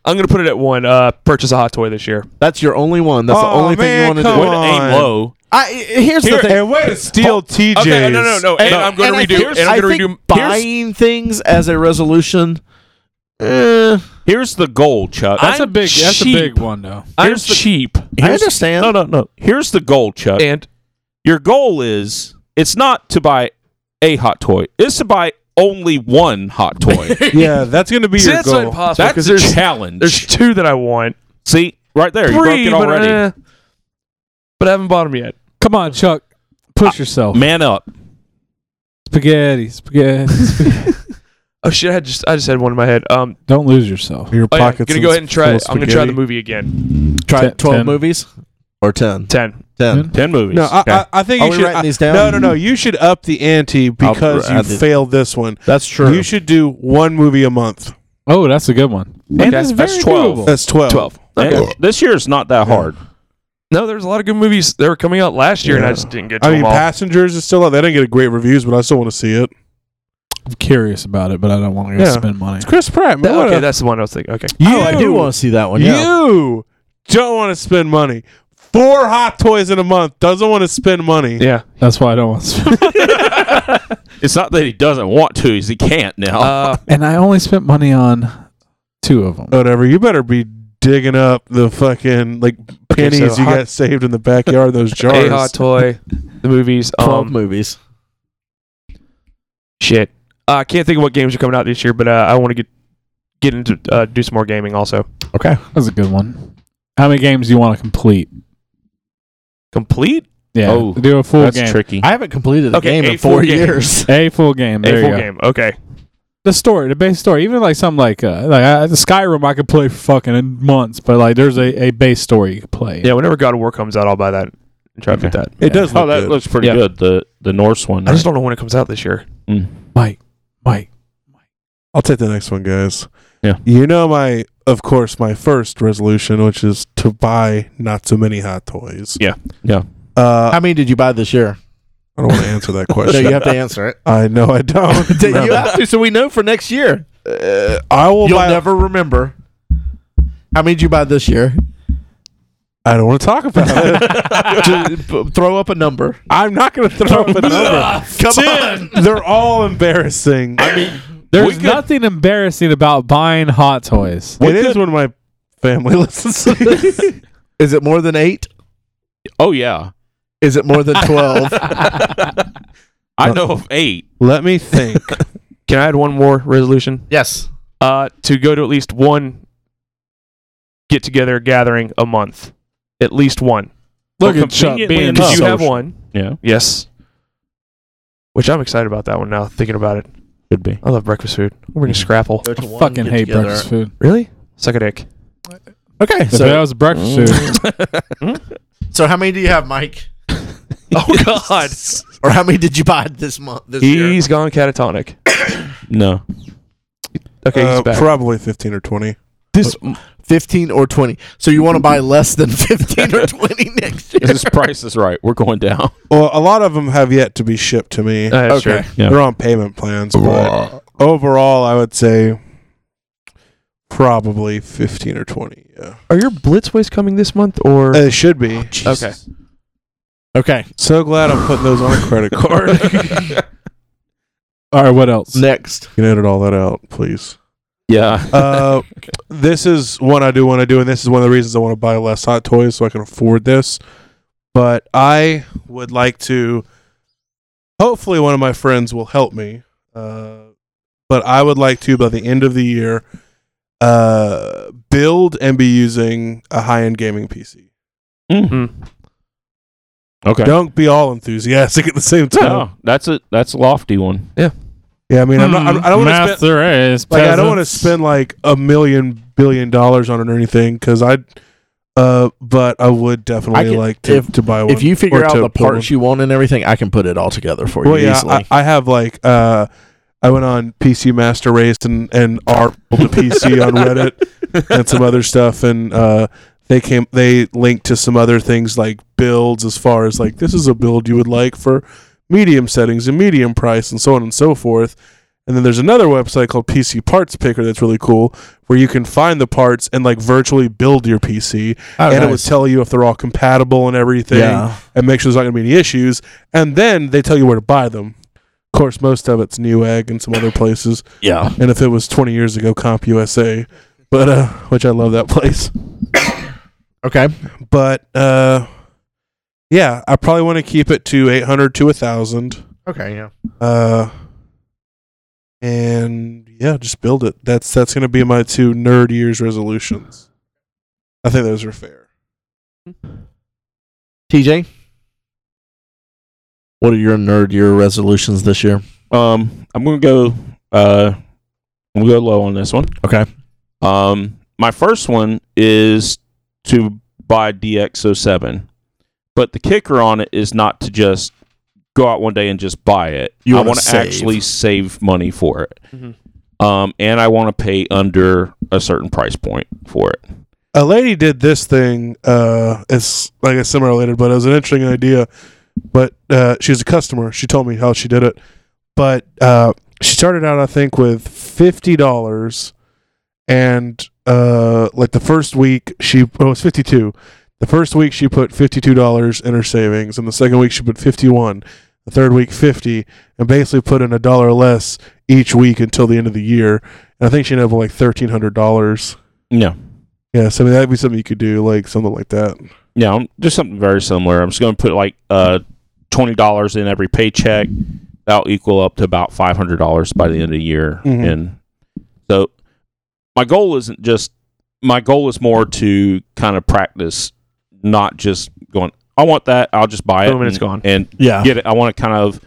Speaker 5: I'm gonna put it at one. Uh, purchase a hot toy this year.
Speaker 3: That's your only one. That's the
Speaker 2: Aw,
Speaker 3: only
Speaker 2: man,
Speaker 3: thing you
Speaker 2: come
Speaker 4: Way
Speaker 3: want
Speaker 4: to
Speaker 3: to do.
Speaker 2: on.
Speaker 4: aim low.
Speaker 3: I, here's
Speaker 2: Here,
Speaker 3: the thing.
Speaker 2: and way to steal TJ's.
Speaker 4: Okay, no, no, no, no. And, I'm going
Speaker 3: I
Speaker 4: to redo.
Speaker 3: think-
Speaker 4: and I'm
Speaker 3: I
Speaker 4: going to
Speaker 3: think
Speaker 4: redo. Here's,
Speaker 3: buying things as a resolution. eh,
Speaker 4: here's the goal, Chuck.
Speaker 1: That's
Speaker 4: I'm
Speaker 1: a big. That's a
Speaker 4: cheap.
Speaker 1: big one though.
Speaker 5: I'm
Speaker 4: Here's the-
Speaker 5: cheap.
Speaker 3: I
Speaker 4: Here's-
Speaker 3: understand.
Speaker 4: No, no, no. Here's the goal, Chuck.
Speaker 5: And
Speaker 4: Your goal is it's not to buy a hot toy. It's to buy only one hot toy.
Speaker 2: Yeah, that's going to be your
Speaker 5: that's not
Speaker 2: goal.
Speaker 5: impossible
Speaker 4: That's
Speaker 5: because
Speaker 4: a
Speaker 5: there's
Speaker 4: challenge.
Speaker 5: there's two that I want.
Speaker 4: See, right there, you broke
Speaker 5: Three,
Speaker 4: it
Speaker 5: but,
Speaker 4: already.
Speaker 5: eh, but I haven't bought them yet.
Speaker 1: Come on, Chuck, push yourself.
Speaker 4: Man up.
Speaker 1: Spaghetti, spaghetti.
Speaker 5: Oh shit! I just I just had one in my head. Um,
Speaker 1: Don't lose yourself.
Speaker 2: Your
Speaker 5: oh, yeah, I'm
Speaker 2: pockets.
Speaker 5: gonna go ahead and try.
Speaker 2: full
Speaker 5: I'm
Speaker 2: of
Speaker 5: gonna try the
Speaker 2: spaghetti.
Speaker 5: movie again.
Speaker 3: Try
Speaker 1: Ten-
Speaker 3: twelve
Speaker 1: ten.
Speaker 3: movies or ten.
Speaker 5: Ten.
Speaker 3: Ten.
Speaker 4: Ten movies.
Speaker 2: No, I,
Speaker 4: Okay.
Speaker 2: I, I think
Speaker 3: Are
Speaker 2: you
Speaker 3: we
Speaker 2: should.
Speaker 3: writing
Speaker 2: I-
Speaker 3: these down?
Speaker 2: No, no, no. You should up the ante because
Speaker 3: I'll- I
Speaker 2: you
Speaker 3: did-
Speaker 2: failed this one.
Speaker 3: That's true.
Speaker 2: You should do one movie a month.
Speaker 1: Oh, that's a good one. And
Speaker 5: Okay.
Speaker 1: it's
Speaker 4: That's
Speaker 1: very
Speaker 4: 12.
Speaker 1: doable.
Speaker 2: That's twelve.
Speaker 5: Twelve.
Speaker 4: And
Speaker 5: Okay.
Speaker 4: This year is not that hard.
Speaker 5: No, there's a lot of good movies that were coming out last year, and I
Speaker 2: Yeah.
Speaker 5: just didn't get to
Speaker 2: I mean,
Speaker 5: them all.
Speaker 2: Passengers is still out. They didn't get great reviews, but I still want to see it.
Speaker 1: I'm curious about it, but I don't want to go
Speaker 2: Yeah.
Speaker 1: spend money.
Speaker 2: It's Chris Pratt. Man. What
Speaker 5: okay,
Speaker 2: a-
Speaker 5: that's the one I was thinking. Okay,
Speaker 2: you,
Speaker 3: oh, I do want to see that one. Yeah.
Speaker 2: You don't want to spend money. Four hot toys in a month. Doesn't want to spend money.
Speaker 5: yeah.
Speaker 1: That's why I don't want to spend
Speaker 4: It's not that he doesn't want to; he's he can't now.
Speaker 5: Uh,
Speaker 1: And I only spent money on two of them.
Speaker 2: Whatever. You better be digging up the fucking like pennies
Speaker 5: so
Speaker 2: you
Speaker 5: hot-
Speaker 2: got saved in the backyard. Those
Speaker 5: a
Speaker 2: Oh, jars.
Speaker 5: hot toy, the movies.
Speaker 3: Twelve
Speaker 5: Um,
Speaker 3: movies.
Speaker 5: shit. Uh, I can't think of what games are coming out this year, but uh, I want to get get into uh, do some more gaming also.
Speaker 3: Okay.
Speaker 1: That's a good one. How many games do you want to complete?
Speaker 5: Complete
Speaker 1: Yeah,
Speaker 4: Oh,
Speaker 1: do a full
Speaker 4: That's
Speaker 1: game.
Speaker 4: tricky.
Speaker 3: I haven't completed a
Speaker 5: Okay,
Speaker 3: game
Speaker 5: a
Speaker 3: in four
Speaker 5: full game.
Speaker 3: years.
Speaker 1: A full game. There
Speaker 5: a
Speaker 1: you
Speaker 5: full
Speaker 1: go.
Speaker 5: game. Okay,
Speaker 1: The story, the base story, even like something like uh, like uh, the Skyrim, I could play for fucking in months, but like there's a, a base story you could play.
Speaker 5: yeah. Whenever God of War comes out, I'll buy that and try to get that.
Speaker 2: It does. Look
Speaker 4: oh, that
Speaker 2: good.
Speaker 4: looks pretty
Speaker 5: Yeah.
Speaker 4: good. The the Norse one.
Speaker 5: I just don't know when it comes out this year.
Speaker 4: Mm.
Speaker 1: Mike, Mike,
Speaker 2: I'll take the next one, guys.
Speaker 4: Yeah.
Speaker 2: You know my, of course, my first resolution, which is to buy not so many hot toys.
Speaker 4: Yeah. Yeah.
Speaker 2: Uh,
Speaker 3: How many did you buy this year?
Speaker 2: I don't want to answer that
Speaker 3: No,
Speaker 2: question.
Speaker 3: you have to answer it.
Speaker 2: I know I don't.
Speaker 3: you have to, so we know for next year.
Speaker 2: Uh, I will
Speaker 3: You'll
Speaker 2: buy.
Speaker 3: never remember. How many did you buy this year?
Speaker 2: I don't want to talk about it.
Speaker 3: to p- throw up a number.
Speaker 2: I'm not going to throw up a number.
Speaker 3: Come on.
Speaker 2: They're all embarrassing.
Speaker 1: there's nothing embarrassing about buying hot toys.
Speaker 2: it is when my family listens. to these.
Speaker 3: Is it more than eight?
Speaker 4: Oh yeah,
Speaker 3: Is it more than 12?
Speaker 4: I know of eight.
Speaker 2: Let me think.
Speaker 5: Can I add one more resolution?
Speaker 3: yes.
Speaker 5: Uh, to go to at least one get together gathering a month, at least one.
Speaker 1: Look
Speaker 4: Well,
Speaker 1: at Chuck
Speaker 4: conveniently
Speaker 1: being
Speaker 4: enough-
Speaker 5: Did you
Speaker 1: social.
Speaker 5: have one?
Speaker 4: Yeah,
Speaker 5: Yes. Which I'm excited about that one now. Thinking about it,
Speaker 4: could be.
Speaker 5: I love breakfast food. We're gonna scrapple.
Speaker 1: I fucking hate breakfast food.
Speaker 5: Mm. Really? Suck a dick.
Speaker 3: Okay.
Speaker 1: So that
Speaker 3: So,
Speaker 1: was breakfast food.
Speaker 3: Hmm? so how many do you have, Mike?
Speaker 5: Oh God.
Speaker 3: Or how many did you buy this month? This year?
Speaker 5: he's gone catatonic.
Speaker 4: No,
Speaker 5: Okay,
Speaker 2: Uh,
Speaker 5: he's back.
Speaker 2: probably 15 or 20.
Speaker 5: this
Speaker 3: 15 or 20. So you want to buy less than 15 or 20 next year?
Speaker 4: this price is right. We're going down.
Speaker 2: Well, a lot of them have yet to be shipped to me.
Speaker 5: uh,
Speaker 3: Okay.
Speaker 5: sure.
Speaker 4: Yeah.
Speaker 2: They're on payment plans, but overall, I would say probably 15 or 20. Yeah.
Speaker 5: Are your Blitzways coming this month or?
Speaker 3: Uh,
Speaker 2: It should be.
Speaker 5: okay.
Speaker 3: Okay.
Speaker 2: So glad I'm putting those on a credit card.
Speaker 1: All right, what else?
Speaker 3: Next.
Speaker 2: you can edit all that out, please.
Speaker 4: Yeah,
Speaker 2: Uh, this is one I do want to do, and this is one of the reasons I want to buy less hot toys so I can afford this. But I would like to. Hopefully, one of my friends will help me. Uh, but I would like to, by the end of the year, uh, build and be using a high-end gaming PC.
Speaker 5: Mm.
Speaker 4: Okay.
Speaker 2: Don't be all enthusiastic at the same time.
Speaker 4: No, that's a that's a lofty one.
Speaker 2: Yeah, I mean, I'm not. I'm- I don't
Speaker 4: Hmm.
Speaker 2: want to spend.
Speaker 1: Master race
Speaker 2: Like, I don't want to
Speaker 1: peasants.
Speaker 2: spend like a million billion dollars on it or anything because I, uh, but I would definitely
Speaker 3: I can-
Speaker 2: like to,
Speaker 3: if-
Speaker 2: to buy one.
Speaker 3: If you figure
Speaker 2: Or
Speaker 3: out
Speaker 2: to
Speaker 3: the
Speaker 2: build
Speaker 3: parts you want and everything, I can put it all together for
Speaker 2: well,
Speaker 3: you
Speaker 2: yeah,
Speaker 3: easily.
Speaker 2: I, I have like uh, I went on PC Master Race and and R built a PC on Reddit and some other stuff, and uh, they came they linked to some other things like builds as far as like this is a build you would like for medium settings and medium price and so on and so forth. And then there's another website called PC Parts Picker that's really cool, where you can find the parts and like virtually build your PC,
Speaker 3: Oh,
Speaker 2: and it would
Speaker 3: nice.
Speaker 2: tell you if they're all compatible and everything,
Speaker 3: Yeah.
Speaker 2: and make sure there's not going to be any issues. And then they tell you where to buy them. Of course, most of it's Newegg and some other places,
Speaker 3: Yeah.
Speaker 2: and if it was 20 years ago, CompUSA, but uh, which I love that place
Speaker 3: Okay.
Speaker 2: but uh yeah i probably want to keep it to 800 to 1000
Speaker 3: Okay. Yeah.
Speaker 2: uh and yeah just build it that's that's gonna be my two nerd year's resolutions i think those are fair
Speaker 3: TJ? What are your nerd year resolutions this year?
Speaker 4: Um, I'm gonna go. Uh, I'm gonna go low on this one.
Speaker 3: Okay.
Speaker 4: Um, my first one is to buy DX07. But the kicker on it is not to just go out one day and just buy it.
Speaker 3: You
Speaker 4: I
Speaker 3: wanna
Speaker 4: want to
Speaker 3: save.
Speaker 4: actually save money for it.
Speaker 5: Mhm.
Speaker 4: Um, and I want to pay under a certain price point for it.
Speaker 2: a lady did this thing uh it's like a semi related but it was an interesting idea but uh she was a customer she told me how she did it but uh she started out i think with fifty dollars and uh like the first week she oh, it was 52 the first week she put $52 in her savings and the second week she put 51 the third week 50 and basically put in a dollar less each week until the end of the year and i think she ended up with like $1300
Speaker 4: Yeah.
Speaker 2: yeah, so I mean, that'd be something you could do, like something like that.
Speaker 4: Yeah, I'm- just something very similar. I'm just going to put like uh, twenty dollars in every paycheck. That'll equal up to about five hundred dollars by the end of the year.
Speaker 5: Mm-hmm.
Speaker 2: Mhm.
Speaker 4: And so, my goal isn't just my goal is more to kind of practice, not just going. I want that. I'll just buy it.
Speaker 5: Boom, and it's gone.
Speaker 4: And
Speaker 3: Yeah.
Speaker 4: get it. I want to kind of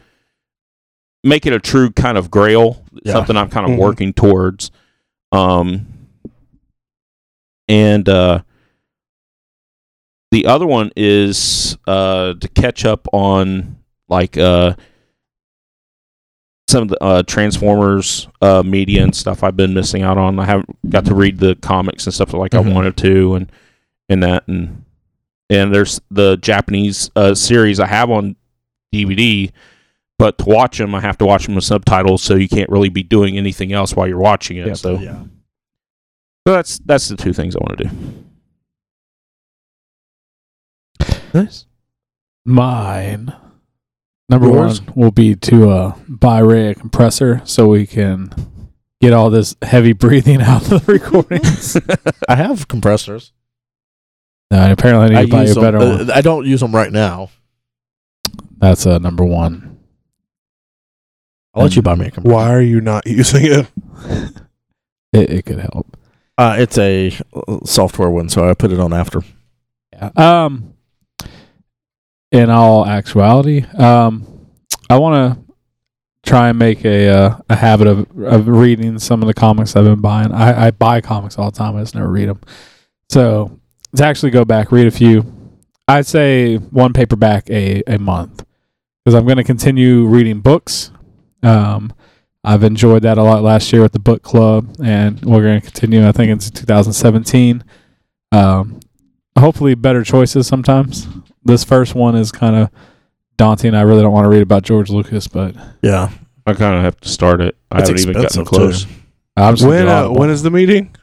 Speaker 4: make it a true kind of grail,
Speaker 3: Yeah.
Speaker 4: something I'm kind of
Speaker 2: Mhm.
Speaker 4: working towards. Um, and uh, the other one is uh, to catch up on like uh, some of the uh, Transformers uh, media and stuff I've been missing out on. I haven't got to read the comics and stuff like
Speaker 3: Mhm.
Speaker 4: I wanted to, and and that and and there's the Japanese uh, series I have on DVD, but to watch them I have to watch them with subtitles, so you can't really be doing anything else while you're watching it. so,
Speaker 3: yeah.
Speaker 4: so that's that's the two things I want to do.
Speaker 5: Nice.
Speaker 1: Mine. Number
Speaker 3: Yours?
Speaker 1: one will be to uh, buy Ray a compressor so we can get all this heavy breathing out of the recordings.
Speaker 3: I have compressors.
Speaker 1: no, and apparently I need to buy you a
Speaker 3: use
Speaker 1: better
Speaker 3: them- uh,
Speaker 1: one.
Speaker 3: I don't use them right now.
Speaker 1: That's uh, number one.
Speaker 3: I'll
Speaker 1: Mm.
Speaker 3: let you buy me a compressor.
Speaker 2: Why are you not using it?
Speaker 1: It, it could help.
Speaker 3: Uh, it's a uh, software one, so I put it on after.
Speaker 1: Yeah. Um, in all actuality, um, I want to try and make a uh, a habit of of reading some of the comics I've been buying. I, I buy comics all the time. I just never read them. So to actually go back, read a few. I'd say one paperback a a month because I'm going to continue reading books. Um, I've enjoyed that a lot last year with the book club, and we're going to continue. I think it's 2017. Um, hopefully better choices sometimes. This first one is kind of daunting. I really don't want to read about George Lucas, but
Speaker 3: Yeah.
Speaker 4: I kind of have to start it. I
Speaker 3: It's
Speaker 4: haven't even gotten
Speaker 3: expensive,
Speaker 4: close.
Speaker 3: too.
Speaker 1: I'm just
Speaker 2: When uh, when is the meeting?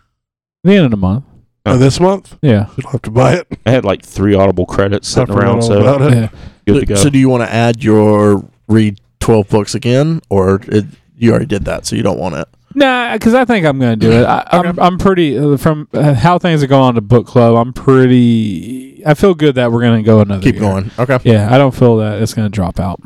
Speaker 1: the end of the month.
Speaker 2: Uh, this month?
Speaker 1: Yeah.
Speaker 2: You'll have to buy it.
Speaker 4: I had like three audible credits
Speaker 2: I
Speaker 4: sitting
Speaker 2: forgot
Speaker 4: around,
Speaker 2: all
Speaker 4: so
Speaker 2: about it.
Speaker 1: yeah.
Speaker 4: good to go.
Speaker 3: So, do you want to add your read 12 books again, or it, you already did that, so you don't want it?
Speaker 1: Nah, because I think I'm going to do it. I, I'm I'm pretty uh, from uh, how things are going on to book club. I'm pretty. I feel good that we're going to go another.
Speaker 3: Keep
Speaker 1: year.
Speaker 3: going. Okay.
Speaker 1: Yeah, I don't feel that it's going to drop out.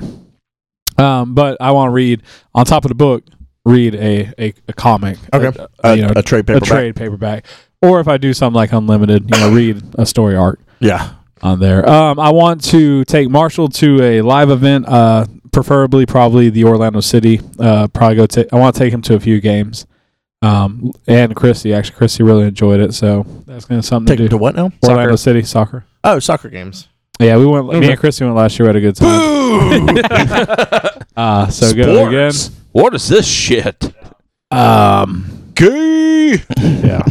Speaker 1: Um, but I want to read on top of the book. Read a a, a comic.
Speaker 3: Okay.
Speaker 1: Uh,
Speaker 3: A,
Speaker 1: you know,
Speaker 3: a trade paperback.
Speaker 1: a trade paperback, or if I do something like Unlimited, you know, read a story arc
Speaker 3: Yeah.
Speaker 1: on there. Um, I want to take Marshall to a live event, uh, preferably probably the Orlando City. Uh, probably go. take. I want to take him to a few games. Um, and Christy actually, Christy really enjoyed it, so that's gonna be something
Speaker 3: Take
Speaker 1: to
Speaker 3: it
Speaker 1: do.
Speaker 3: to what now?
Speaker 1: Orlando City soccer.
Speaker 3: Oh, soccer games.
Speaker 1: Yeah, we went. Me and Christy went last year. We had a good time. Uh, so go again.
Speaker 4: Sports. What is this shit?
Speaker 1: Um,
Speaker 2: Gay
Speaker 1: yeah,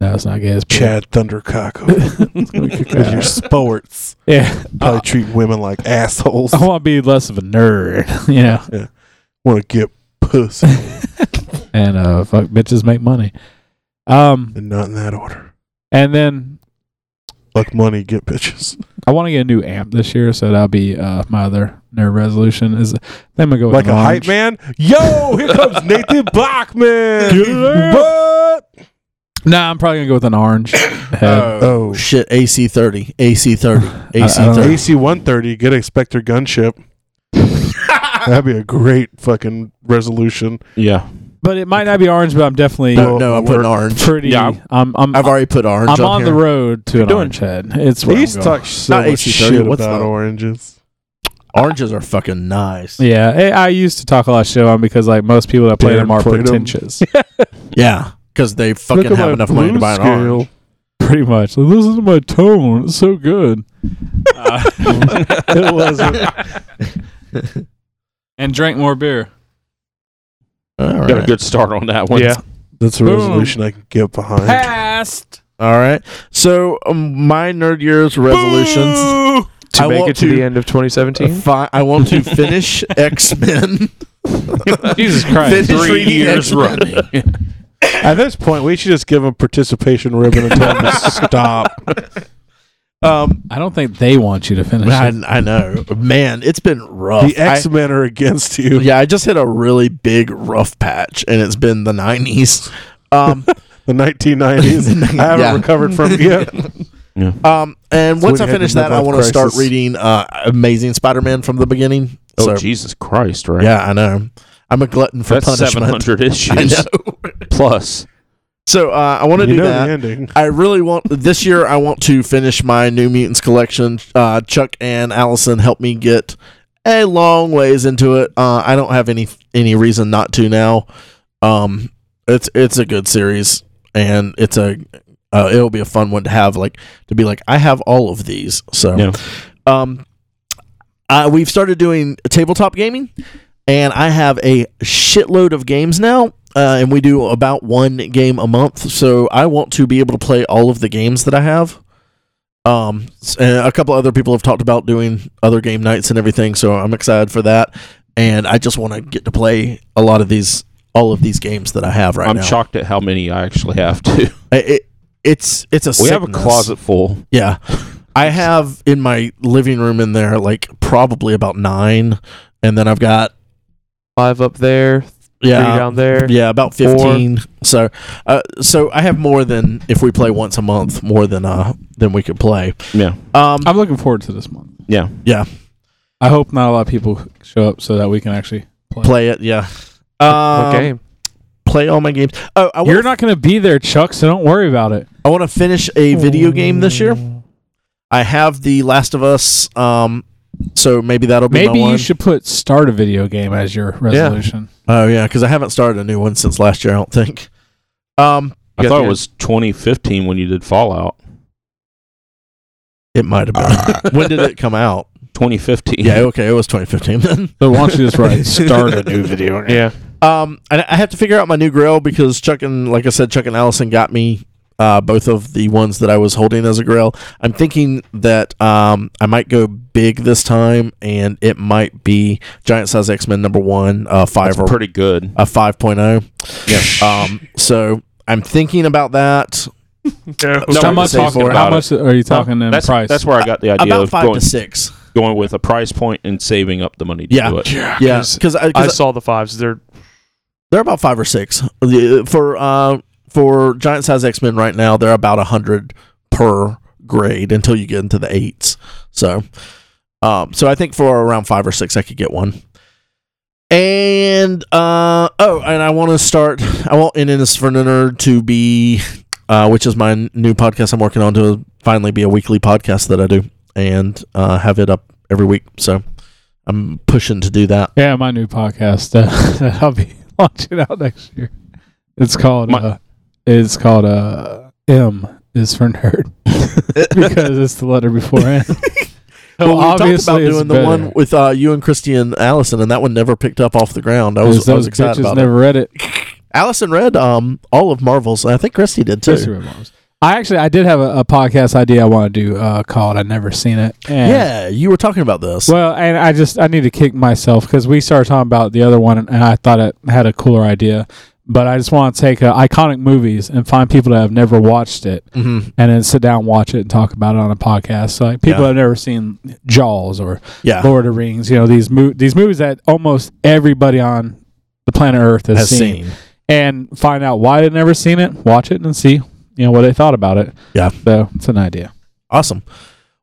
Speaker 1: no, it's not gay. It's
Speaker 2: Chad Thundercock with your sports.
Speaker 1: Yeah,
Speaker 2: Probably treat women like assholes.
Speaker 4: Uh-huh.
Speaker 1: I want to be less of a nerd. You know.
Speaker 2: Want to get pussy
Speaker 1: and uh fuck bitches make money. Um
Speaker 2: and not in that order.
Speaker 1: and then
Speaker 2: Like money, get bitches.
Speaker 1: I want to get a new amp this year, so that'll be uh my other nerd resolution is I think I'm gonna go with
Speaker 2: Like
Speaker 1: an
Speaker 2: a
Speaker 1: orange.
Speaker 2: hype man. Yo, here comes Nathan Blackman. What?
Speaker 1: Nah, I'm probably gonna go with an orange. head.
Speaker 2: Oh,
Speaker 3: Shit, AC 30. AC 30. AC
Speaker 1: I don't
Speaker 3: 30.
Speaker 2: AC 130, get a Spectre gunship. That'd be a great fucking resolution.
Speaker 4: Yeah,
Speaker 1: but it might not be orange, but I'm definitely
Speaker 3: No, no, I'm putting orange.
Speaker 1: pretty
Speaker 4: Yeah.
Speaker 1: I'm I'm
Speaker 3: I've already put orange
Speaker 1: I'm
Speaker 3: on,
Speaker 1: on the
Speaker 3: here.
Speaker 1: road to an
Speaker 4: doing-
Speaker 1: orange head. It's
Speaker 2: We
Speaker 1: where
Speaker 2: used
Speaker 1: I'm
Speaker 2: to
Speaker 1: going.
Speaker 2: talk so
Speaker 3: Not
Speaker 2: much
Speaker 3: AC30,
Speaker 2: shit
Speaker 3: what's
Speaker 2: about
Speaker 3: that?
Speaker 2: oranges.
Speaker 3: Oranges are fucking nice.
Speaker 1: yeah, eh, I used to talk a lot of shit on because like most people that play
Speaker 2: Darren
Speaker 1: them are
Speaker 2: played 'em.
Speaker 1: pretentious,
Speaker 3: Yeah, because they
Speaker 2: Look
Speaker 3: fucking
Speaker 2: at
Speaker 3: have
Speaker 2: my
Speaker 3: enough money to
Speaker 2: blue
Speaker 3: buy an
Speaker 2: scale.
Speaker 3: orange.
Speaker 1: pretty much. Like, this is my tone. It's so good.
Speaker 2: it wasn't.
Speaker 1: and drank more beer.
Speaker 3: All
Speaker 4: Got a
Speaker 3: right.
Speaker 4: good start on that one.
Speaker 5: Yeah.
Speaker 2: That's a
Speaker 1: Boom.
Speaker 2: resolution I can get behind.
Speaker 1: Past.
Speaker 3: All right. So um, my nerd year's resolutions.
Speaker 5: To
Speaker 3: I
Speaker 5: make
Speaker 3: want
Speaker 5: it to, the end of 2017.
Speaker 3: Fi- I want to finish X Men.
Speaker 1: Jesus Christ.
Speaker 3: Finish
Speaker 4: Three
Speaker 3: reading
Speaker 4: years
Speaker 3: X-Men.
Speaker 4: running.
Speaker 2: At this point, we should just give him participation ribbon and tell him to stop.
Speaker 3: Um,
Speaker 1: I don't think they want you to finish.
Speaker 3: I,
Speaker 1: it.
Speaker 3: I know, man. It's been rough.
Speaker 2: The X Men are against
Speaker 3: I-
Speaker 2: you.
Speaker 3: yeah, I just hit a really big rough patch, and it's been the nineties. Um,
Speaker 2: The 1990s. I haven't
Speaker 3: Yeah.
Speaker 2: recovered from it yet.
Speaker 3: um, and once
Speaker 2: we
Speaker 3: I
Speaker 2: had
Speaker 3: finish
Speaker 2: the
Speaker 3: that, I
Speaker 2: midlife
Speaker 3: want to start
Speaker 2: crisis.
Speaker 3: reading uh, Amazing Spider-Man from the beginning.
Speaker 4: Oh,
Speaker 3: so,
Speaker 4: Jesus Christ, right?
Speaker 3: yeah, I know. I'm a glutton for
Speaker 4: That's
Speaker 3: punishment.
Speaker 4: 700
Speaker 3: I
Speaker 4: issues
Speaker 3: know.
Speaker 4: plus.
Speaker 3: So uh, I want to
Speaker 2: You
Speaker 3: do
Speaker 2: know
Speaker 3: that.
Speaker 2: the ending.
Speaker 3: I really want this year. I want to finish my New Mutants collection. Uh, Chuck and Allison helped me get a long ways into it. Uh, I don't have any any reason not to now. Um, it's it's a good series, and it's a uh, it'll be a fun one to have. Like to be like I have all of these. So,
Speaker 4: Yeah.
Speaker 3: um, uh, we've started doing tabletop gaming, and I have a shitload of games now. Uh, and we do about one game a month, so I want to be able to play all of the games that I have. Um, s- and a couple other people have talked about doing other game nights and everything, so I'm excited for that. And I just want to get to play a lot of these, all of these games that I have right
Speaker 4: I'm
Speaker 3: now.
Speaker 4: shocked at how many I actually have too.
Speaker 3: I- it, it's it's a
Speaker 4: We have a
Speaker 3: sickness.
Speaker 4: closet full.
Speaker 3: Yeah. I have in my living room in there like probably about nine, and then I've got
Speaker 5: Five up there, three
Speaker 3: yeah
Speaker 5: down there.
Speaker 3: yeah about
Speaker 5: four.
Speaker 3: fifteen. So uh, so I have more than if we play once a month more than uh than we could play.
Speaker 4: Yeah.
Speaker 3: Um,
Speaker 1: I'm looking forward to this month.
Speaker 4: Yeah.
Speaker 3: Yeah.
Speaker 1: I hope not a lot of people show up so that we can actually play.
Speaker 3: play it yeah.
Speaker 5: What
Speaker 3: Um,
Speaker 5: game?
Speaker 3: Play all my games. Oh, I
Speaker 1: You're
Speaker 3: want
Speaker 1: not going to be there, Chuck, so don't worry about it.
Speaker 3: I want to finish a video game this year. I have the Last of Us. Um, so maybe that'll be
Speaker 1: Maybe you
Speaker 3: my one.
Speaker 1: should put start a video game as your resolution.
Speaker 3: Oh yeah, because I haven't started a new one since last year. I don't think. Um,
Speaker 4: I
Speaker 5: You got
Speaker 4: thought
Speaker 5: the-
Speaker 4: it was 2015 when you did Fallout.
Speaker 3: It might have been. when did it come out?
Speaker 4: 2015.
Speaker 3: Yeah, okay, it was 2015 then.
Speaker 1: So why don't you just write start a new
Speaker 4: video
Speaker 5: Yeah.
Speaker 3: Um, and I have to figure out my new grill because Chuck and, like I said, Chuck and Allison got me uh, both of the ones that I was holding as a grill. I'm thinking that um, I might go big this time, and it might be Giant Size X Men number one, uh, five
Speaker 4: That's
Speaker 3: or
Speaker 4: pretty good.
Speaker 3: a 5.0. Yeah. Um, so I'm thinking about that.
Speaker 4: No,
Speaker 1: how
Speaker 4: I'm
Speaker 1: much,
Speaker 4: just saying
Speaker 1: talking,
Speaker 4: for
Speaker 1: how
Speaker 4: it.
Speaker 1: much are you talking in
Speaker 4: that's,
Speaker 1: price?
Speaker 4: That's where I got the idea
Speaker 3: About
Speaker 4: of
Speaker 3: five
Speaker 4: going,
Speaker 3: to six.
Speaker 4: going with a price point and saving up the money to
Speaker 3: Yeah.
Speaker 4: do it.
Speaker 3: Yeah,
Speaker 5: 'cause
Speaker 3: because I, 'cause
Speaker 5: I saw the fives. They're
Speaker 3: They're about five or six The- for uh, for giant size X Men right now. They're about a hundred per grade until you get into the eights. So, um, so I think for around five or six, I could get one. And uh, oh, and I want to start. I want in this for nerd to be, uh, which is my n- new podcast I'm working on to finally be a weekly podcast that I do and uh, have it up every week. So I'm pushing to do that.
Speaker 1: yeah, my new podcast uh, that I'll be launching out next year. It's called
Speaker 4: My-
Speaker 1: uh, it's called uh, M is for nerd because it's the letter before N. So
Speaker 3: well, we talked about
Speaker 1: it's
Speaker 3: doing the
Speaker 1: better.
Speaker 3: one with uh, you and Christy and Allison, and that one never picked up off the ground. I was,
Speaker 1: Because
Speaker 3: I
Speaker 1: those
Speaker 3: was excited
Speaker 1: bitches
Speaker 3: about it.
Speaker 1: never read it.
Speaker 3: Allison read um, all of Marvel's, and I think Christy did too.
Speaker 1: Christy Red Bombs. I actually I did have a, a podcast idea I want to do uh, called I'd never seen it. And-
Speaker 3: Yeah, you were talking about this.
Speaker 1: Well, and I just I need to kick myself because we started talking about the other one, and I thought it had a cooler idea. But I just want to take uh, iconic movies and find people that have never watched it,
Speaker 3: Mhm.
Speaker 1: and then sit down, watch it, and talk about it on a podcast. So like people
Speaker 3: Yeah.
Speaker 1: have never seen Jaws or
Speaker 3: Yeah,
Speaker 1: Lord of the Rings. You know these mo- these movies that almost everybody on the planet Earth has,
Speaker 3: has
Speaker 1: seen,
Speaker 3: seen.
Speaker 1: and find out why they've never seen it, watch it, and see you know what they thought about it.
Speaker 3: Yeah.
Speaker 1: so it's an idea.
Speaker 3: Awesome.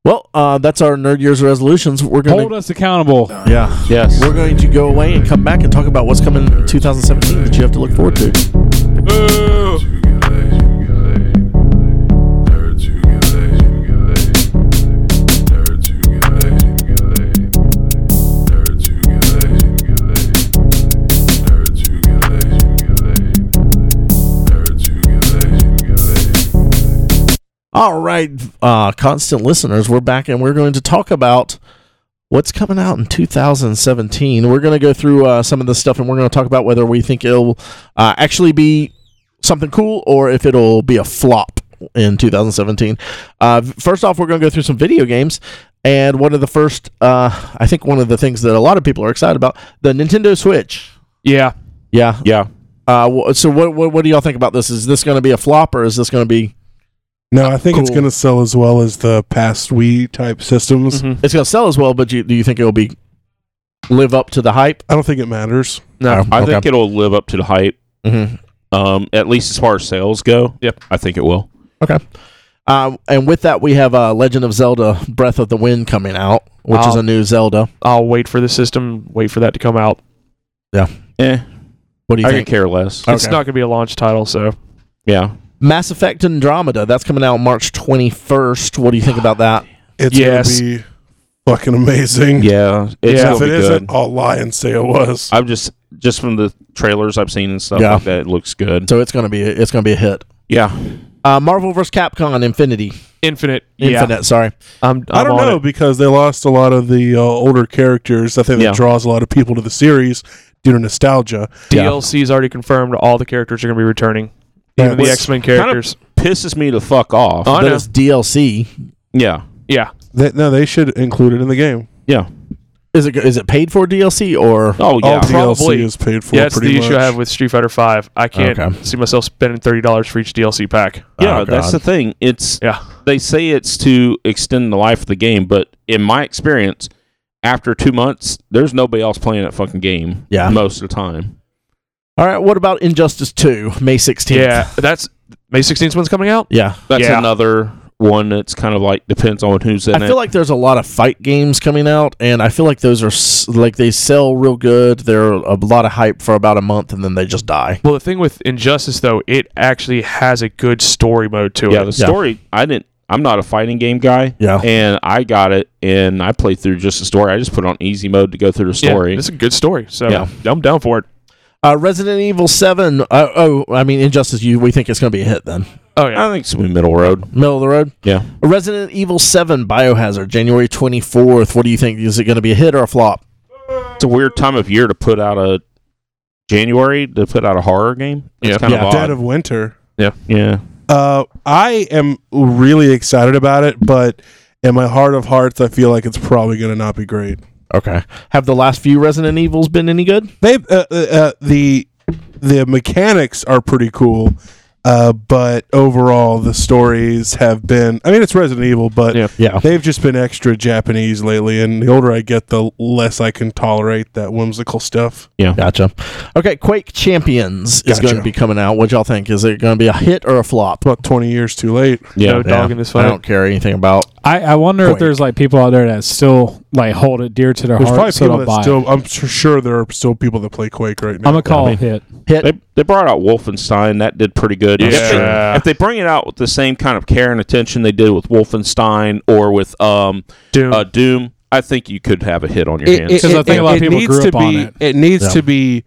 Speaker 3: Well, uh, that's our nerd year's resolutions. We're gonna
Speaker 1: Hold us accountable.
Speaker 3: yeah,
Speaker 4: Yes.
Speaker 3: we're going to go away and come back and talk about what's coming in 2017 that you have to look forward to. All right, uh, constant listeners, we're back and we're going to talk about what's coming out in 2017. We're going to go through uh, some of the stuff and we're going to talk about whether we think it'll uh, actually be something cool or if it'll be a flop in 2017. Uh, first off, we're going to go through some video games. And one of the first, uh, I think one of the things that a lot of people are excited about, the Nintendo Switch.
Speaker 5: Yeah.
Speaker 3: Yeah.
Speaker 4: Yeah.
Speaker 3: Uh, wh- so what, what what do y'all think about this? Is this going to be a flop or is this going to be?
Speaker 2: No, I think it's
Speaker 3: cool.
Speaker 2: going to sell as well as the past Wii type systems.
Speaker 5: Mhm.
Speaker 3: Mm-hmm. It's going to sell as well, but you, do you think it'll be live up to the hype?
Speaker 2: I don't think it matters.
Speaker 5: No.
Speaker 4: I think it'll live up to the hype.
Speaker 3: Mhm.
Speaker 4: Um, at least as far as sales go.
Speaker 5: Yep.
Speaker 4: I think it will.
Speaker 3: Um, and with that, we have uh, Legend of Zelda: Breath of the Wind coming out, which is
Speaker 5: Oh.
Speaker 3: a new Zelda.
Speaker 5: I'll wait for the system, wait for that to come out.
Speaker 4: Eh,
Speaker 3: What do you
Speaker 4: I could
Speaker 3: think?
Speaker 4: care less.
Speaker 5: It's
Speaker 3: Okay.
Speaker 5: not going to be a launch title, so
Speaker 4: Yeah.
Speaker 3: Mass Effect Andromeda that's coming out March twenty first. What do you think about that?
Speaker 2: It's
Speaker 5: Yes.
Speaker 2: going to be fucking amazing.
Speaker 4: Yeah. It's
Speaker 5: Yeah.
Speaker 4: yeah.
Speaker 2: If it
Speaker 4: Be good.
Speaker 2: isn't, oh. I'll lie and say it was.
Speaker 4: I'm just just from the trailers I've seen and stuff
Speaker 3: Yeah.
Speaker 4: like that. It looks good.
Speaker 3: So it's gonna be it's gonna be a hit.
Speaker 4: yeah.
Speaker 3: Uh, Marvel vs. Capcom Infinity
Speaker 5: Infinite. Yeah.
Speaker 3: Infinite. Sorry.
Speaker 5: I'm, I'm
Speaker 2: I don't
Speaker 5: on
Speaker 2: know
Speaker 5: it.
Speaker 2: because they lost a lot of the uh, older characters. I think
Speaker 4: Yeah.
Speaker 2: that draws a lot of people to the series due to nostalgia.
Speaker 3: Yeah.
Speaker 5: DLC is already confirmed. All the characters are going to be returning.
Speaker 2: Yeah,
Speaker 5: Even the
Speaker 2: what's-
Speaker 5: X Men
Speaker 4: of-
Speaker 5: characters.
Speaker 4: Pisses me the fuck off.
Speaker 5: I
Speaker 3: But
Speaker 5: know.
Speaker 3: it's DLC.
Speaker 4: yeah.
Speaker 5: Yeah.
Speaker 2: They, no, they should include it in the game.
Speaker 4: Yeah.
Speaker 3: Is it is it paid for DLC or
Speaker 4: Oh
Speaker 2: All
Speaker 4: yeah.
Speaker 2: DLC
Speaker 5: probably.
Speaker 2: is paid for.
Speaker 5: Yeah, that's the
Speaker 2: pretty
Speaker 5: issue
Speaker 2: much.
Speaker 5: I have with Street Fighter Five. I can't
Speaker 3: Okay.
Speaker 5: see myself spending thirty dollars for each DLC pack.
Speaker 4: yeah,
Speaker 3: Oh,
Speaker 4: that's
Speaker 3: God.
Speaker 4: the thing. It's
Speaker 5: Yeah.
Speaker 4: they say it's to extend the life of the game, but in my experience, after two months, there's nobody else playing that fucking game.
Speaker 3: Yeah.
Speaker 4: most of the time.
Speaker 3: All right. What about Injustice Two May sixteenth?
Speaker 5: Yeah, that's May sixteenth. One's coming out.
Speaker 3: Yeah.
Speaker 4: That's
Speaker 5: Yeah.
Speaker 4: another one that's kind of like depends on who's in
Speaker 3: I
Speaker 4: it.
Speaker 3: feel like there's a lot of fight games coming out, and I feel like those are s- like they sell real good. They're a lot of hype for about a month, and then they just die.
Speaker 5: Well, the thing with Injustice though, it actually has a good story mode to
Speaker 4: yeah,
Speaker 5: it.
Speaker 4: the story. I didn't. I'm not a fighting game guy.
Speaker 3: Yeah.
Speaker 4: and I got it, and I played through just the story. I just put it on easy mode to go through the
Speaker 5: Yeah,
Speaker 4: story.
Speaker 5: it's a good story. So
Speaker 4: Yeah.
Speaker 5: I'm down for it.
Speaker 3: Uh, Resident Evil Seven. Uh, oh, I mean Injustice. You we think it's going to be a hit then?
Speaker 5: Oh
Speaker 4: I
Speaker 5: yeah,
Speaker 4: think it's gonna be middle road.
Speaker 3: Middle of the road.
Speaker 4: Yeah,
Speaker 3: Resident Evil Seven Biohazard January twenty fourth. What do you think? Is it going to be a hit or a flop?
Speaker 4: it's a weird time of year to put out a January to put out a horror game.
Speaker 5: Yeah.
Speaker 4: it's kind
Speaker 3: Yeah.
Speaker 4: of
Speaker 2: Dead
Speaker 4: odd.
Speaker 2: of Winter.
Speaker 4: yeah,
Speaker 2: Uh, I am really excited about it, but in my heart of hearts, I feel like it's probably going to not be great.
Speaker 3: Okay. Have the last few Resident Evils been any good?
Speaker 2: They uh, uh, uh, the the mechanics are pretty cool, uh, but overall the stories have been. I mean, it's Resident Evil, but
Speaker 5: Yeah.
Speaker 3: Yeah.
Speaker 2: they've just been extra Japanese lately. And the older I get, the less I can tolerate that whimsical stuff.
Speaker 3: Gotcha. Okay, Quake Champions is
Speaker 2: Gotcha.
Speaker 3: going to be coming out. What y'all think? Is it going to be a hit or a flop?
Speaker 2: About twenty years too late.
Speaker 4: yeah.
Speaker 5: no dog in this
Speaker 3: I
Speaker 5: fight.
Speaker 3: don't care anything about.
Speaker 1: I, I wonder
Speaker 3: Quake.
Speaker 1: if there's like people out there that still like hold it dear to their
Speaker 2: There's probably
Speaker 1: heart, so
Speaker 2: people
Speaker 1: they'll
Speaker 2: that
Speaker 1: buy. it.
Speaker 2: still. I'm su- sure there are still people that play Quake right now.
Speaker 1: I'm gonna call
Speaker 4: I
Speaker 1: it hit.
Speaker 3: Hit.
Speaker 4: They, they brought out Wolfenstein. That did pretty good. If they-
Speaker 5: Yeah.
Speaker 4: If, they, bring it out with the same kind of care and attention they did with Wolfenstein or with um,
Speaker 5: Doom.
Speaker 4: uh, Doom, I think you could have a hit on your hands.
Speaker 1: it- 'Cause I think a lot of people
Speaker 2: needs
Speaker 1: grew
Speaker 2: to
Speaker 1: up on
Speaker 2: be,
Speaker 1: it.
Speaker 2: needs
Speaker 3: Yeah.
Speaker 2: to be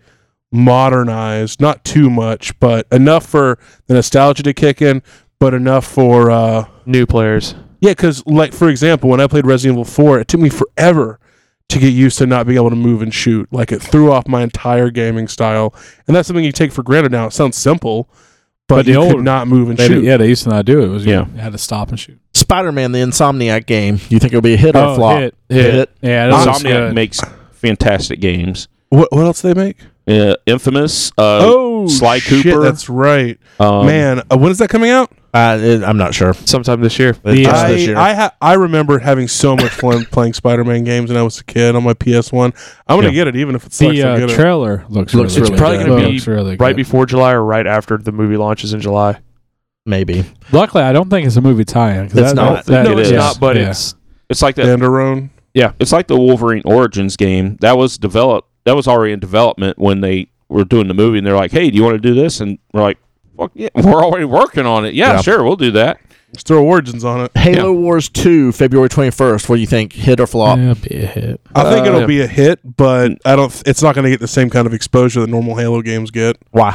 Speaker 2: modernized, not too much, but enough for the nostalgia to kick in, but enough for uh,
Speaker 5: New players.
Speaker 2: yeah. Because like for example, when I played Resident Evil Four, it took me forever to get used to not being able to move and shoot. Like it threw off my entire gaming style, and that's something you take for granted now. It sounds simple, but,
Speaker 1: But the
Speaker 2: you could
Speaker 1: old-
Speaker 2: not move and
Speaker 1: They
Speaker 2: shoot.
Speaker 1: did- yeah, they used to not do it. It was
Speaker 4: Yeah.
Speaker 1: yeah, had to stop and shoot. Oh,
Speaker 3: Spider Man, the Insomniac game. You think it'll be a hit or a flop?
Speaker 1: hit, hit.
Speaker 3: Hit.
Speaker 1: Yeah, that was
Speaker 4: Insomniac
Speaker 1: good.
Speaker 4: makes fantastic games.
Speaker 2: What what else do they make?
Speaker 4: Yeah, Infamous. Uh,
Speaker 2: oh,
Speaker 4: Sly
Speaker 2: shit,
Speaker 4: Cooper.
Speaker 2: That's right,
Speaker 4: um,
Speaker 2: man. Uh, when is that coming out?
Speaker 3: Uh, it- I'm not sure.
Speaker 5: Sometime this year. uh,
Speaker 3: It's
Speaker 1: Yeah.
Speaker 3: just
Speaker 2: I,
Speaker 3: this year.
Speaker 2: I, ha- I remember having so much fun playing Spider-Man games when I was a kid on my PS1. I'm gonna
Speaker 4: Yeah.
Speaker 2: get it, even if it sucks.
Speaker 1: the
Speaker 2: I'll
Speaker 1: uh,
Speaker 2: get it.
Speaker 1: trailer looks.
Speaker 3: Looks
Speaker 1: really
Speaker 3: really
Speaker 1: good.
Speaker 5: It's probably gonna be
Speaker 1: Looks really
Speaker 5: Right
Speaker 1: good.
Speaker 5: before July or right after the movie launches in July.
Speaker 3: Maybe.
Speaker 1: Luckily, I don't think it's a movie tie-in. It's
Speaker 3: not.
Speaker 5: no,
Speaker 4: it
Speaker 5: it's
Speaker 4: is.
Speaker 5: not, but
Speaker 1: yeah.
Speaker 5: it's
Speaker 4: It's like that.
Speaker 2: Danderone.
Speaker 4: It's like the Wolverine Origins game that was developed. That was already in development when they were doing the movie, and they're like, "Hey, do you want to do this?" And we're like, "Fuck yeah, we're already working on it. Yeah,
Speaker 3: Yeah.
Speaker 4: sure, we'll do that."
Speaker 2: Let's throw Origins on it.
Speaker 3: Halo Wars 2, February 21st. What do you think? Hit or flop?
Speaker 1: Yeah, be a hit.
Speaker 2: I think
Speaker 5: Uh,
Speaker 2: it'll
Speaker 5: yeah.
Speaker 2: be a hit, but I don't. It's not gonna get the same kind of exposure that normal Halo games get
Speaker 3: Why?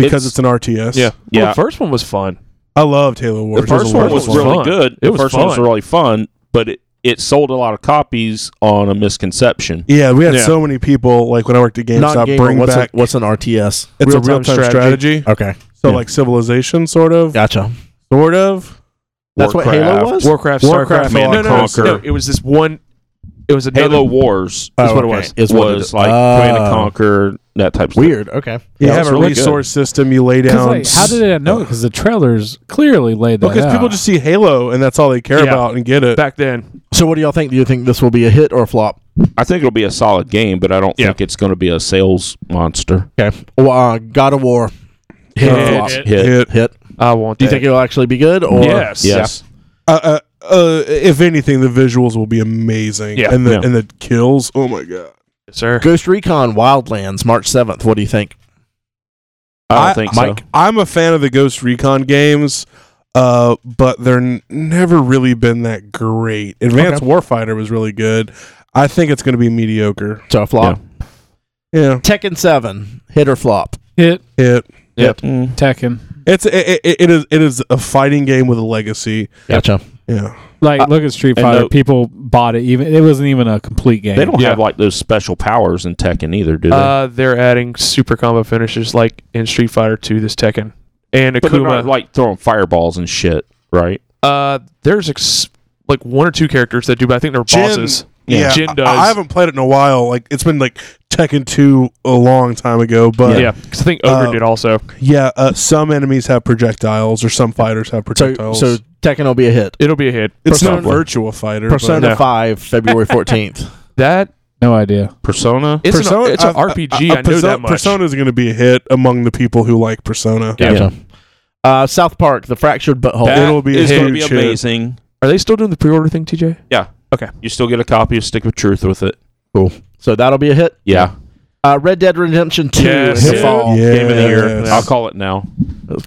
Speaker 2: because
Speaker 4: It's-
Speaker 2: it's, an RTS.
Speaker 5: yeah. Well,
Speaker 4: Yeah.
Speaker 5: the first one was fun.
Speaker 2: I love Halo
Speaker 4: The
Speaker 2: Wars. It
Speaker 4: first
Speaker 2: a lot
Speaker 4: one
Speaker 2: of
Speaker 4: was
Speaker 2: fun.
Speaker 4: really
Speaker 5: fun.
Speaker 4: good.
Speaker 5: It
Speaker 4: the
Speaker 5: was
Speaker 4: first one was
Speaker 5: fun.
Speaker 4: really fun, but it, it sold a lot of copies on a misconception.
Speaker 2: Yeah, we had
Speaker 5: Yeah.
Speaker 2: so many people like when I worked at
Speaker 3: Not
Speaker 2: GameStop
Speaker 3: game,
Speaker 2: bring
Speaker 3: what's,
Speaker 2: back
Speaker 3: a, what's an RTS?
Speaker 2: it's a
Speaker 5: real-time
Speaker 2: real time strategy.
Speaker 5: strategy?
Speaker 3: Okay,
Speaker 2: So
Speaker 3: Yeah.
Speaker 2: like civilization sort of
Speaker 3: gotcha.
Speaker 2: sort of.
Speaker 3: That's what Halo
Speaker 4: Warcraft,
Speaker 3: was?
Speaker 5: Warcraft,
Speaker 2: Warcraft,
Speaker 5: Starcraft,
Speaker 2: Command
Speaker 5: no, no, no,
Speaker 4: Conquer.
Speaker 5: no, It was this one. It was another.
Speaker 4: Halo Wars
Speaker 5: That's
Speaker 3: Oh,
Speaker 5: what it
Speaker 3: okay.
Speaker 5: was.
Speaker 3: Is what it
Speaker 4: was
Speaker 3: is.
Speaker 4: like Command and
Speaker 3: Oh.
Speaker 4: Conquer, that type of stuff.
Speaker 3: Weird. Okay.
Speaker 2: You
Speaker 4: Yeah,
Speaker 2: have
Speaker 4: it's
Speaker 2: a
Speaker 4: really good.
Speaker 2: resource system. You lay
Speaker 1: 'Cause,
Speaker 2: down.
Speaker 1: like, how did it know? Because the trailers clearly laid that
Speaker 2: Because
Speaker 1: out.
Speaker 2: people just see Halo and that's all they care
Speaker 5: Yeah.
Speaker 2: about and get it.
Speaker 5: back then.
Speaker 3: So what do y'all think? Do you think this will be a hit or a flop?
Speaker 4: I think it'll be a solid game, but I don't
Speaker 5: Yeah.
Speaker 4: think it's going to be a sales monster.
Speaker 3: Okay. Well, uh, God of War. Hit. or
Speaker 5: Hit.
Speaker 3: flop?
Speaker 5: Hit.
Speaker 4: Hit.
Speaker 2: Hit.
Speaker 3: Hit.
Speaker 5: I want.
Speaker 3: Do you
Speaker 5: that.
Speaker 3: think it'll actually be good or?
Speaker 5: Yes.
Speaker 4: Yes.
Speaker 2: Uh, uh, uh, if anything, the visuals will be amazing.
Speaker 5: Yeah.
Speaker 2: and the
Speaker 4: Yeah.
Speaker 2: and the kills. Oh my god.
Speaker 5: Yes, sir.
Speaker 3: Ghost Recon Wildlands, March seventh. What do you think?
Speaker 4: I don't
Speaker 2: I-
Speaker 4: think
Speaker 3: Mike?
Speaker 4: so.
Speaker 2: I'm a fan of the Ghost Recon games, uh, but they're n- never really been that great. Advanced Warfighter was really good. I think it's going to be mediocre.
Speaker 3: So a flop.
Speaker 2: Yeah,
Speaker 3: Tekken seven. Hit or flop?
Speaker 1: hit
Speaker 2: it
Speaker 4: Mm.
Speaker 1: Tekken.
Speaker 2: it's it, it, it is it is a fighting game with a legacy.
Speaker 3: Gotcha.
Speaker 2: Yeah,
Speaker 1: Like, look at Street
Speaker 4: Uh, and
Speaker 1: Fighter.
Speaker 4: no-
Speaker 1: people bought it. Even it wasn't even a complete game.
Speaker 4: They don't
Speaker 5: Yeah.
Speaker 4: have like those special powers in Tekken either, do they?
Speaker 5: Uh, they're adding super combo finishes like in Street Fighter 2 this Tekken and
Speaker 4: but they're
Speaker 5: Akuma.
Speaker 4: not like throwing fireballs and shit, right?
Speaker 5: uh, there's ex- like one or two characters that do, but I think they're
Speaker 2: Jin-
Speaker 5: bosses.
Speaker 4: Yeah.
Speaker 5: Jin
Speaker 2: I-
Speaker 5: does.
Speaker 2: I, haven't played it in a while. Like it's been like Tekken two a long time ago, but yeah,
Speaker 5: yeah, 'cause I think Ogre
Speaker 2: Uh,
Speaker 5: did also.
Speaker 2: uh, some enemies have projectiles or some fighters have
Speaker 3: So
Speaker 2: projectiles.
Speaker 3: so Tekken will be a hit.
Speaker 5: It'll be a hit.
Speaker 2: it's not
Speaker 3: Persona-
Speaker 2: virtual fighter. but-
Speaker 3: Persona
Speaker 5: No.
Speaker 3: five, February fourteenth.
Speaker 5: That
Speaker 1: No idea.
Speaker 4: Persona.
Speaker 5: it's
Speaker 2: Persona-
Speaker 5: an, it's an
Speaker 2: uh, uh,
Speaker 5: RPG.
Speaker 2: uh,
Speaker 5: I know
Speaker 2: Persona-
Speaker 5: that much.
Speaker 2: Persona is going to be a hit among the people who like Persona.
Speaker 3: Gotcha. Uh, South Park, the fractured butthole.
Speaker 4: That
Speaker 2: it'll be a
Speaker 4: is gonna
Speaker 2: huge hit.
Speaker 4: amazing.
Speaker 5: Are they still doing the pre-order thing, TJ?
Speaker 4: You still get a copy of Stick of Truth with it.
Speaker 3: so that'll be a hit.
Speaker 4: Yeah.
Speaker 3: Uh, Red Dead Redemption Two
Speaker 5: Yes,
Speaker 3: in the
Speaker 5: dude.
Speaker 3: fall.
Speaker 2: Yeah. Oh,
Speaker 4: Game of the year.
Speaker 2: Yes.
Speaker 4: I'll call it now.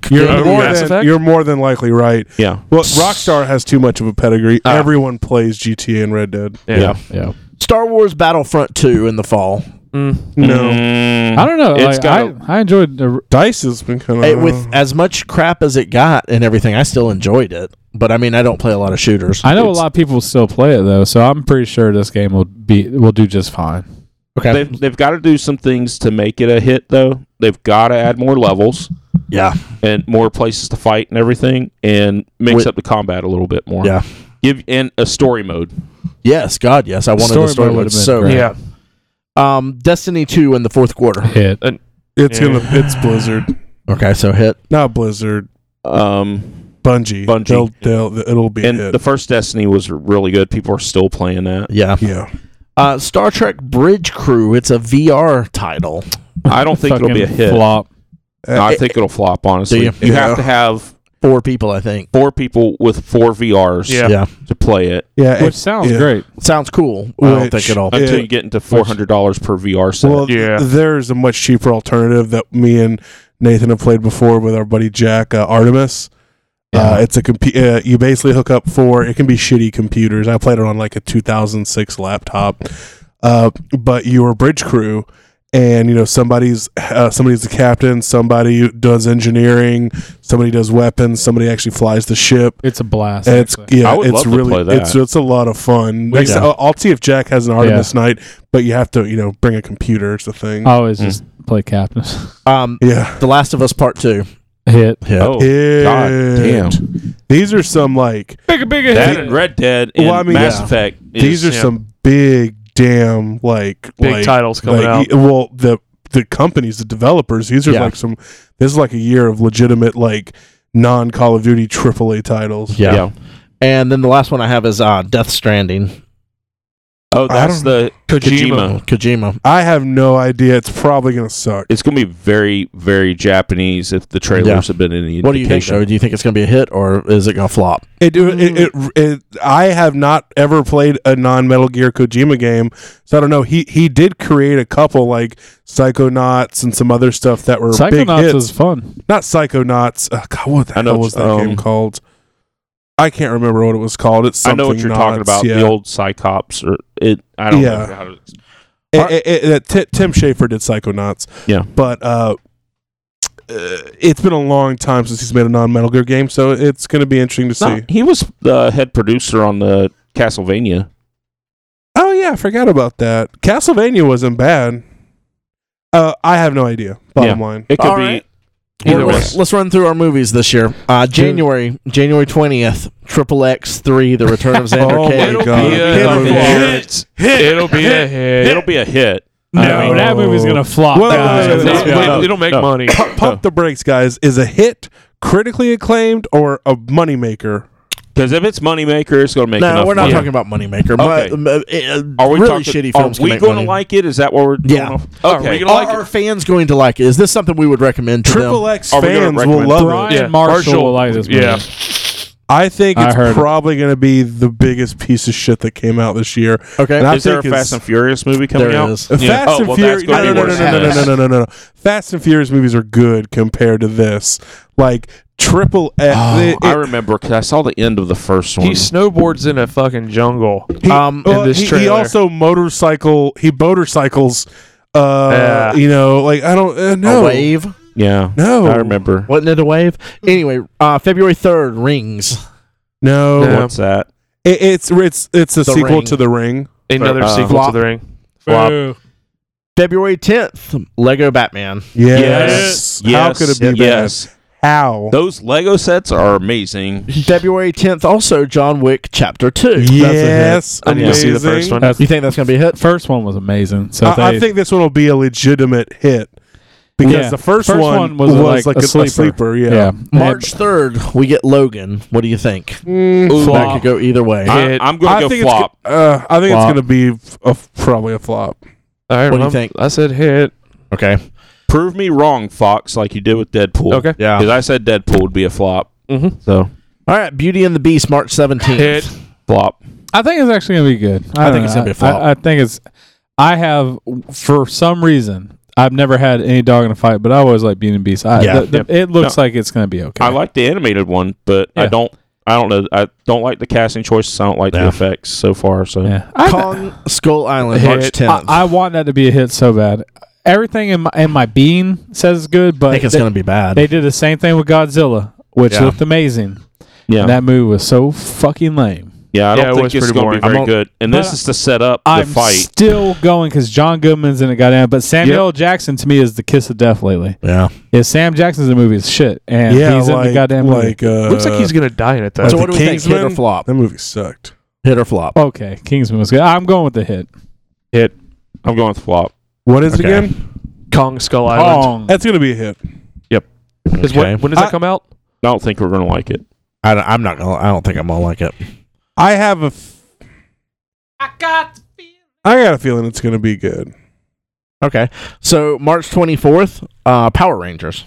Speaker 2: You're,
Speaker 5: Yeah,
Speaker 2: more
Speaker 5: Mass
Speaker 2: than,
Speaker 5: Effect?
Speaker 2: you're more than likely right.
Speaker 4: Yeah.
Speaker 2: Well, Rockstar has too much of a pedigree.
Speaker 5: Ah.
Speaker 2: Everyone plays GTA and Red Dead.
Speaker 5: Yeah.
Speaker 1: Yeah.
Speaker 3: Star Wars Battlefront Two in the fall.
Speaker 5: Mm.
Speaker 2: No,
Speaker 4: Mm.
Speaker 1: I don't know.
Speaker 4: It's
Speaker 1: Like,
Speaker 4: got
Speaker 1: I, I enjoyed the
Speaker 2: Dice has been kind of
Speaker 3: It- with as much crap as it got and everything, I still enjoyed it. But I mean, I don't play a lot of shooters.
Speaker 1: I know
Speaker 3: It's-
Speaker 1: a lot of people still play it though, so I'm pretty sure this game will be will do just fine.
Speaker 3: Okay.
Speaker 4: they've, they've got to do some things to make it a hit though they've got to add more levels
Speaker 3: yeah.
Speaker 4: and more places to fight and everything and mix
Speaker 3: With-
Speaker 4: up the combat a little bit more
Speaker 3: Yeah.
Speaker 4: give and a story mode
Speaker 3: Yes. God. Yes. I wanted
Speaker 1: Story
Speaker 3: the story
Speaker 1: mode
Speaker 3: mode
Speaker 1: would've been
Speaker 3: so.
Speaker 1: great.
Speaker 5: Yeah.
Speaker 3: Um, Destiny Two in the fourth quarter.
Speaker 1: Hit.
Speaker 2: it's
Speaker 5: Yeah.
Speaker 2: gonna it's Blizzard,
Speaker 3: Okay. So hit.
Speaker 2: not Blizzard,
Speaker 4: um
Speaker 2: Bungie.
Speaker 4: Bungie.
Speaker 2: They'll, they'll, it'll be a
Speaker 4: and
Speaker 2: hit.
Speaker 4: the first destiny was really good people are still playing that
Speaker 3: Yeah.
Speaker 2: yeah,
Speaker 3: Uh, Star Trek Bridge Crew. It's a VR title.
Speaker 4: i don't think it'll be a
Speaker 1: Fucking
Speaker 4: hit
Speaker 1: Flop.
Speaker 4: No, i think it'll flop honestly
Speaker 3: Do
Speaker 4: you,
Speaker 3: you?
Speaker 4: have
Speaker 2: Yeah.
Speaker 4: to have
Speaker 3: Four people, I think.
Speaker 4: four people with four vrs
Speaker 5: Yeah.
Speaker 3: Yeah.
Speaker 4: to play it
Speaker 2: yeah.
Speaker 1: Which
Speaker 2: it-
Speaker 1: sounds
Speaker 2: yeah.
Speaker 1: great.
Speaker 3: Sounds cool. I don't
Speaker 2: Which-
Speaker 3: think at all.
Speaker 2: Yeah.
Speaker 4: until you get into $400 per vr set
Speaker 2: Well,
Speaker 5: Yeah.
Speaker 2: there's a much cheaper alternative that me and Nathan have played before with our buddy Jack uh, Artemis. Uh, it's a compu- uh, you basically hook up for it can be shitty computers. I played it on like a 2006 laptop, uh, but you're a bridge crew, and you know somebody's uh, somebody's the captain, somebody does engineering, somebody does weapons, somebody actually flies the ship.
Speaker 1: It's a blast.
Speaker 2: And it's
Speaker 1: actually.
Speaker 2: yeah,
Speaker 4: I would
Speaker 2: it's
Speaker 4: love to
Speaker 2: really
Speaker 4: play that.
Speaker 2: it's it's a lot of fun. Next,
Speaker 3: Yeah.
Speaker 2: I'll, I'll see if Jack has an Artemis night, but you have to you know bring a computer. It's a thing.
Speaker 1: I
Speaker 4: Uh,
Speaker 1: always Oh,
Speaker 4: Hmm.
Speaker 1: just play captains.
Speaker 3: Um,
Speaker 2: yeah.
Speaker 3: The Last of Us Part Two.
Speaker 1: Hit.
Speaker 3: Hit.
Speaker 4: oh god damn
Speaker 2: These are some like
Speaker 1: Bigger, bigger
Speaker 4: that and red dead and
Speaker 2: Well, I mean,
Speaker 4: mass
Speaker 2: yeah.
Speaker 4: effect
Speaker 2: these
Speaker 4: is-
Speaker 2: are
Speaker 5: yeah.
Speaker 2: some big damn like
Speaker 5: Big
Speaker 2: like,
Speaker 5: titles coming
Speaker 2: like, oh
Speaker 5: out.
Speaker 2: y- Well, the the companies, the developers, these are
Speaker 3: Yeah.
Speaker 2: like some. This is like a year of legitimate like non Call of Duty AAA titles.
Speaker 3: Yeah. And then the last one I have is uh, Death Stranding.
Speaker 4: Oh,
Speaker 2: I
Speaker 4: that's
Speaker 2: don't-
Speaker 4: the Kojima.
Speaker 3: Oh, Kojima.
Speaker 2: I have no idea. It's probably gonna suck.
Speaker 4: It's going to be very, very Japanese if the trailers
Speaker 3: Yeah.
Speaker 4: have been any
Speaker 3: What do you think,
Speaker 4: indication.
Speaker 3: though? Do you think it's going to be a hit or is it going to flop?
Speaker 2: It, it, it, it,
Speaker 1: Mm.
Speaker 2: I have not ever played a non Metal Gear Kojima game, so I don't know. He he did create a couple like Psychonauts and some other stuff that were big
Speaker 1: Psychonauts
Speaker 2: hits.
Speaker 1: is fun.
Speaker 2: not Psychonauts. Uh, God, what the
Speaker 4: I know
Speaker 2: hell was
Speaker 4: it's-
Speaker 2: that
Speaker 4: um,
Speaker 2: game called? I can't remember what it was called. It's
Speaker 4: I
Speaker 2: something
Speaker 4: know what you're talking
Speaker 2: Knots,
Speaker 4: about.
Speaker 2: Yeah.
Speaker 4: The old Psychops or it. I don't
Speaker 2: Yeah.
Speaker 4: know how to.
Speaker 2: It- it- it- that Ti- Tim Schafer did Psychonauts.
Speaker 4: Yeah.
Speaker 2: but uh, uh, it's been a long time since he's made a non-Metal Gear game, so it's going to be interesting to
Speaker 4: No,
Speaker 2: see.
Speaker 4: he was the head producer on the Castlevania.
Speaker 2: Oh yeah, I forgot about that. Castlevania wasn't bad. Uh, I have no idea. Bottom line,
Speaker 4: It could
Speaker 3: All
Speaker 4: be
Speaker 3: right.
Speaker 4: either
Speaker 3: Well,
Speaker 4: way.
Speaker 3: let's, let's run through our movies this year. Uh, January January twentieth, Triple X three, The Return of Xander
Speaker 2: Oh
Speaker 3: Cage.
Speaker 2: my
Speaker 5: It'll
Speaker 2: God.
Speaker 5: be
Speaker 2: Hit
Speaker 5: a
Speaker 2: him.
Speaker 5: hit. It'll be a hit.
Speaker 4: It'll be a hit.
Speaker 1: No,
Speaker 4: I mean-
Speaker 1: that movie's gonna flop.
Speaker 2: Whoa,
Speaker 1: guys.
Speaker 2: whoa, whoa,
Speaker 1: Let's
Speaker 2: whoa,
Speaker 1: be
Speaker 2: whoa.
Speaker 1: honest.
Speaker 5: It'll, it'll make
Speaker 4: No.
Speaker 5: money.
Speaker 2: pump, pump the brakes, guys. Is a hit critically acclaimed or a moneymaker?
Speaker 4: Because if it's moneymaker, it's going to make.
Speaker 3: No,
Speaker 4: enough
Speaker 3: we're not
Speaker 4: money.
Speaker 3: talking about Moneymaker.
Speaker 4: Okay.
Speaker 3: But, uh, uh,
Speaker 4: Are we
Speaker 3: really
Speaker 4: talking,
Speaker 3: shitty films?
Speaker 4: Are
Speaker 3: can
Speaker 4: we
Speaker 3: make
Speaker 4: going to
Speaker 3: money.
Speaker 4: like it? Is that what we're
Speaker 3: Yeah.
Speaker 4: going?
Speaker 5: Are
Speaker 4: Okay.
Speaker 5: we gonna
Speaker 3: Are
Speaker 5: like
Speaker 3: our
Speaker 5: it?
Speaker 3: fans going to like it? Is this something we would recommend to
Speaker 2: Triple
Speaker 3: them?
Speaker 2: X
Speaker 4: Are Oh, we gonna
Speaker 2: fans will
Speaker 4: recommend-
Speaker 2: love
Speaker 1: Brian
Speaker 2: it.
Speaker 5: Yeah,
Speaker 1: Marshall,
Speaker 5: Marshall.
Speaker 1: will like this movie.
Speaker 5: Yeah.
Speaker 2: I think
Speaker 1: I
Speaker 2: it's
Speaker 1: heard it.
Speaker 2: probably going to be the biggest piece of shit that came out this year.
Speaker 3: Okay.
Speaker 2: And I
Speaker 4: is there a
Speaker 2: think it's-
Speaker 4: Fast and Furious movie coming
Speaker 3: There
Speaker 4: out?
Speaker 3: is.
Speaker 2: Fast
Speaker 4: Yeah. Oh,
Speaker 2: and
Speaker 4: well,
Speaker 2: Furious.
Speaker 4: that's gonna
Speaker 2: No,
Speaker 3: be
Speaker 2: no, no,
Speaker 3: worse
Speaker 2: no, no,
Speaker 3: than
Speaker 2: no,
Speaker 3: this.
Speaker 2: no, no, no, no. Fast and Furious movies are good compared to this. Like Triple X.
Speaker 4: Oh,
Speaker 2: it-
Speaker 4: I
Speaker 2: it-
Speaker 4: remember because I saw the end of the first one.
Speaker 5: He snowboards in a fucking jungle.
Speaker 3: Um,
Speaker 5: in this
Speaker 2: he, he
Speaker 5: trailer.
Speaker 2: also motorcycle. He motorcycles. Uh,
Speaker 5: Yeah.
Speaker 2: you know, like I don't uh,
Speaker 3: a
Speaker 2: no
Speaker 3: wave?
Speaker 4: yeah,
Speaker 2: no.
Speaker 4: I remember.
Speaker 3: Wasn't it a wave? Anyway, uh, February third, Rings.
Speaker 2: no.
Speaker 5: Yeah.
Speaker 4: What's that?
Speaker 2: It, it's it's it's a
Speaker 3: The
Speaker 2: sequel
Speaker 3: Ring.
Speaker 2: to The Ring.
Speaker 5: Another
Speaker 4: Uh,
Speaker 5: sequel
Speaker 3: Flop.
Speaker 5: to the ring.
Speaker 1: Boo.
Speaker 3: February tenth, Lego Batman.
Speaker 2: Yes. How could it be bad?
Speaker 4: yes.
Speaker 2: How?
Speaker 4: Those Lego sets are amazing.
Speaker 3: February tenth, also John Wick Chapter Two.
Speaker 2: yes.
Speaker 5: I need to see the
Speaker 2: amazing.
Speaker 5: first one.
Speaker 1: That's,
Speaker 3: You think that's going to be a hit?
Speaker 1: first one was amazing. So
Speaker 2: I, I
Speaker 1: they-
Speaker 2: think this one will be a legitimate hit because
Speaker 1: Yeah.
Speaker 2: the first,
Speaker 1: First
Speaker 2: one, was, like, a, sleeper. yeah.
Speaker 1: yeah,
Speaker 3: March third, we get Logan. What do you think?
Speaker 2: Mm,
Speaker 3: That could go either way.
Speaker 4: I,
Speaker 5: Hit.
Speaker 4: I'm going to go
Speaker 2: think
Speaker 4: flop.
Speaker 2: It's, go- uh, I think
Speaker 1: Flop.
Speaker 2: it's going to be f- a f- probably a flop.
Speaker 5: All right,
Speaker 3: What do you
Speaker 5: I'm-
Speaker 3: think?
Speaker 5: I said hit.
Speaker 3: Okay.
Speaker 4: Prove me wrong, Fox, like you did with Deadpool.
Speaker 5: Okay.
Speaker 3: Yeah.
Speaker 4: Because I said Deadpool would be a flop.
Speaker 5: Mhm.
Speaker 4: So
Speaker 3: All right. Beauty and the Beast, March seventeenth.
Speaker 5: Hit.
Speaker 4: flop.
Speaker 1: I think it's actually gonna be good.
Speaker 3: I
Speaker 1: don't
Speaker 3: think it's
Speaker 1: know.
Speaker 3: gonna be a flop.
Speaker 1: I, I think it's. I have for some reason I've never had any dog in a fight, but I always like Beauty and the Beast. I,
Speaker 3: Yeah.
Speaker 1: the- the- it looks like it's gonna be okay.
Speaker 4: I like the animated one, but I
Speaker 1: Yeah.
Speaker 4: don't. I don't know. I don't like the casting choices. I don't like
Speaker 3: Yeah.
Speaker 4: the effects so far. So
Speaker 1: Yeah. I,
Speaker 3: Kong Skull Island, March
Speaker 5: Hit.
Speaker 1: I,
Speaker 3: tenth. I,
Speaker 1: I want that to be a hit so bad. Everything in my in my being says it's good, but
Speaker 3: think it's
Speaker 1: they,
Speaker 3: going to be bad.
Speaker 1: they did the same thing with Godzilla, which
Speaker 3: Yeah.
Speaker 1: looked amazing.
Speaker 4: yeah,
Speaker 1: And that movie was so fucking lame.
Speaker 4: yeah. I
Speaker 5: Yeah, it
Speaker 4: don't
Speaker 5: was
Speaker 4: think it's
Speaker 5: pretty
Speaker 4: going to be
Speaker 5: boring.
Speaker 4: very
Speaker 1: I'm
Speaker 4: good. And
Speaker 1: but
Speaker 4: this is to set up the
Speaker 1: I'm
Speaker 4: fight.
Speaker 1: still going because John Goodman's in it. Goddamn, but Samuel L. Jackson to me is the kiss of death lately.
Speaker 3: yeah.
Speaker 1: Is Sam Jackson's in the movie is shit, and
Speaker 2: yeah,
Speaker 1: he's
Speaker 2: like,
Speaker 1: in the goddamn movie.
Speaker 2: like uh,
Speaker 5: Looks like he's gonna die in it though.
Speaker 2: the
Speaker 3: So what do we think? Hit or
Speaker 2: Kingsman?
Speaker 3: flop?
Speaker 2: That movie sucked.
Speaker 3: Hit or flop.
Speaker 1: okay, Kingsman was good. I'm going with the hit.
Speaker 4: I'm going with flop.
Speaker 2: What is
Speaker 3: Okay.
Speaker 2: it again?
Speaker 5: Kong Skull Island.
Speaker 1: Pong.
Speaker 2: That's going to be a hit.
Speaker 5: Is what-
Speaker 3: Okay.
Speaker 5: when does
Speaker 2: I-
Speaker 5: that come out?
Speaker 4: I don't think we're going to like it.
Speaker 3: I don't, I'm not going. to I don't think I'm going to like it.
Speaker 2: I have a. F- I got the feeling. I got a feeling it's going to be good.
Speaker 3: Okay. So March 24th, uh, Power Rangers.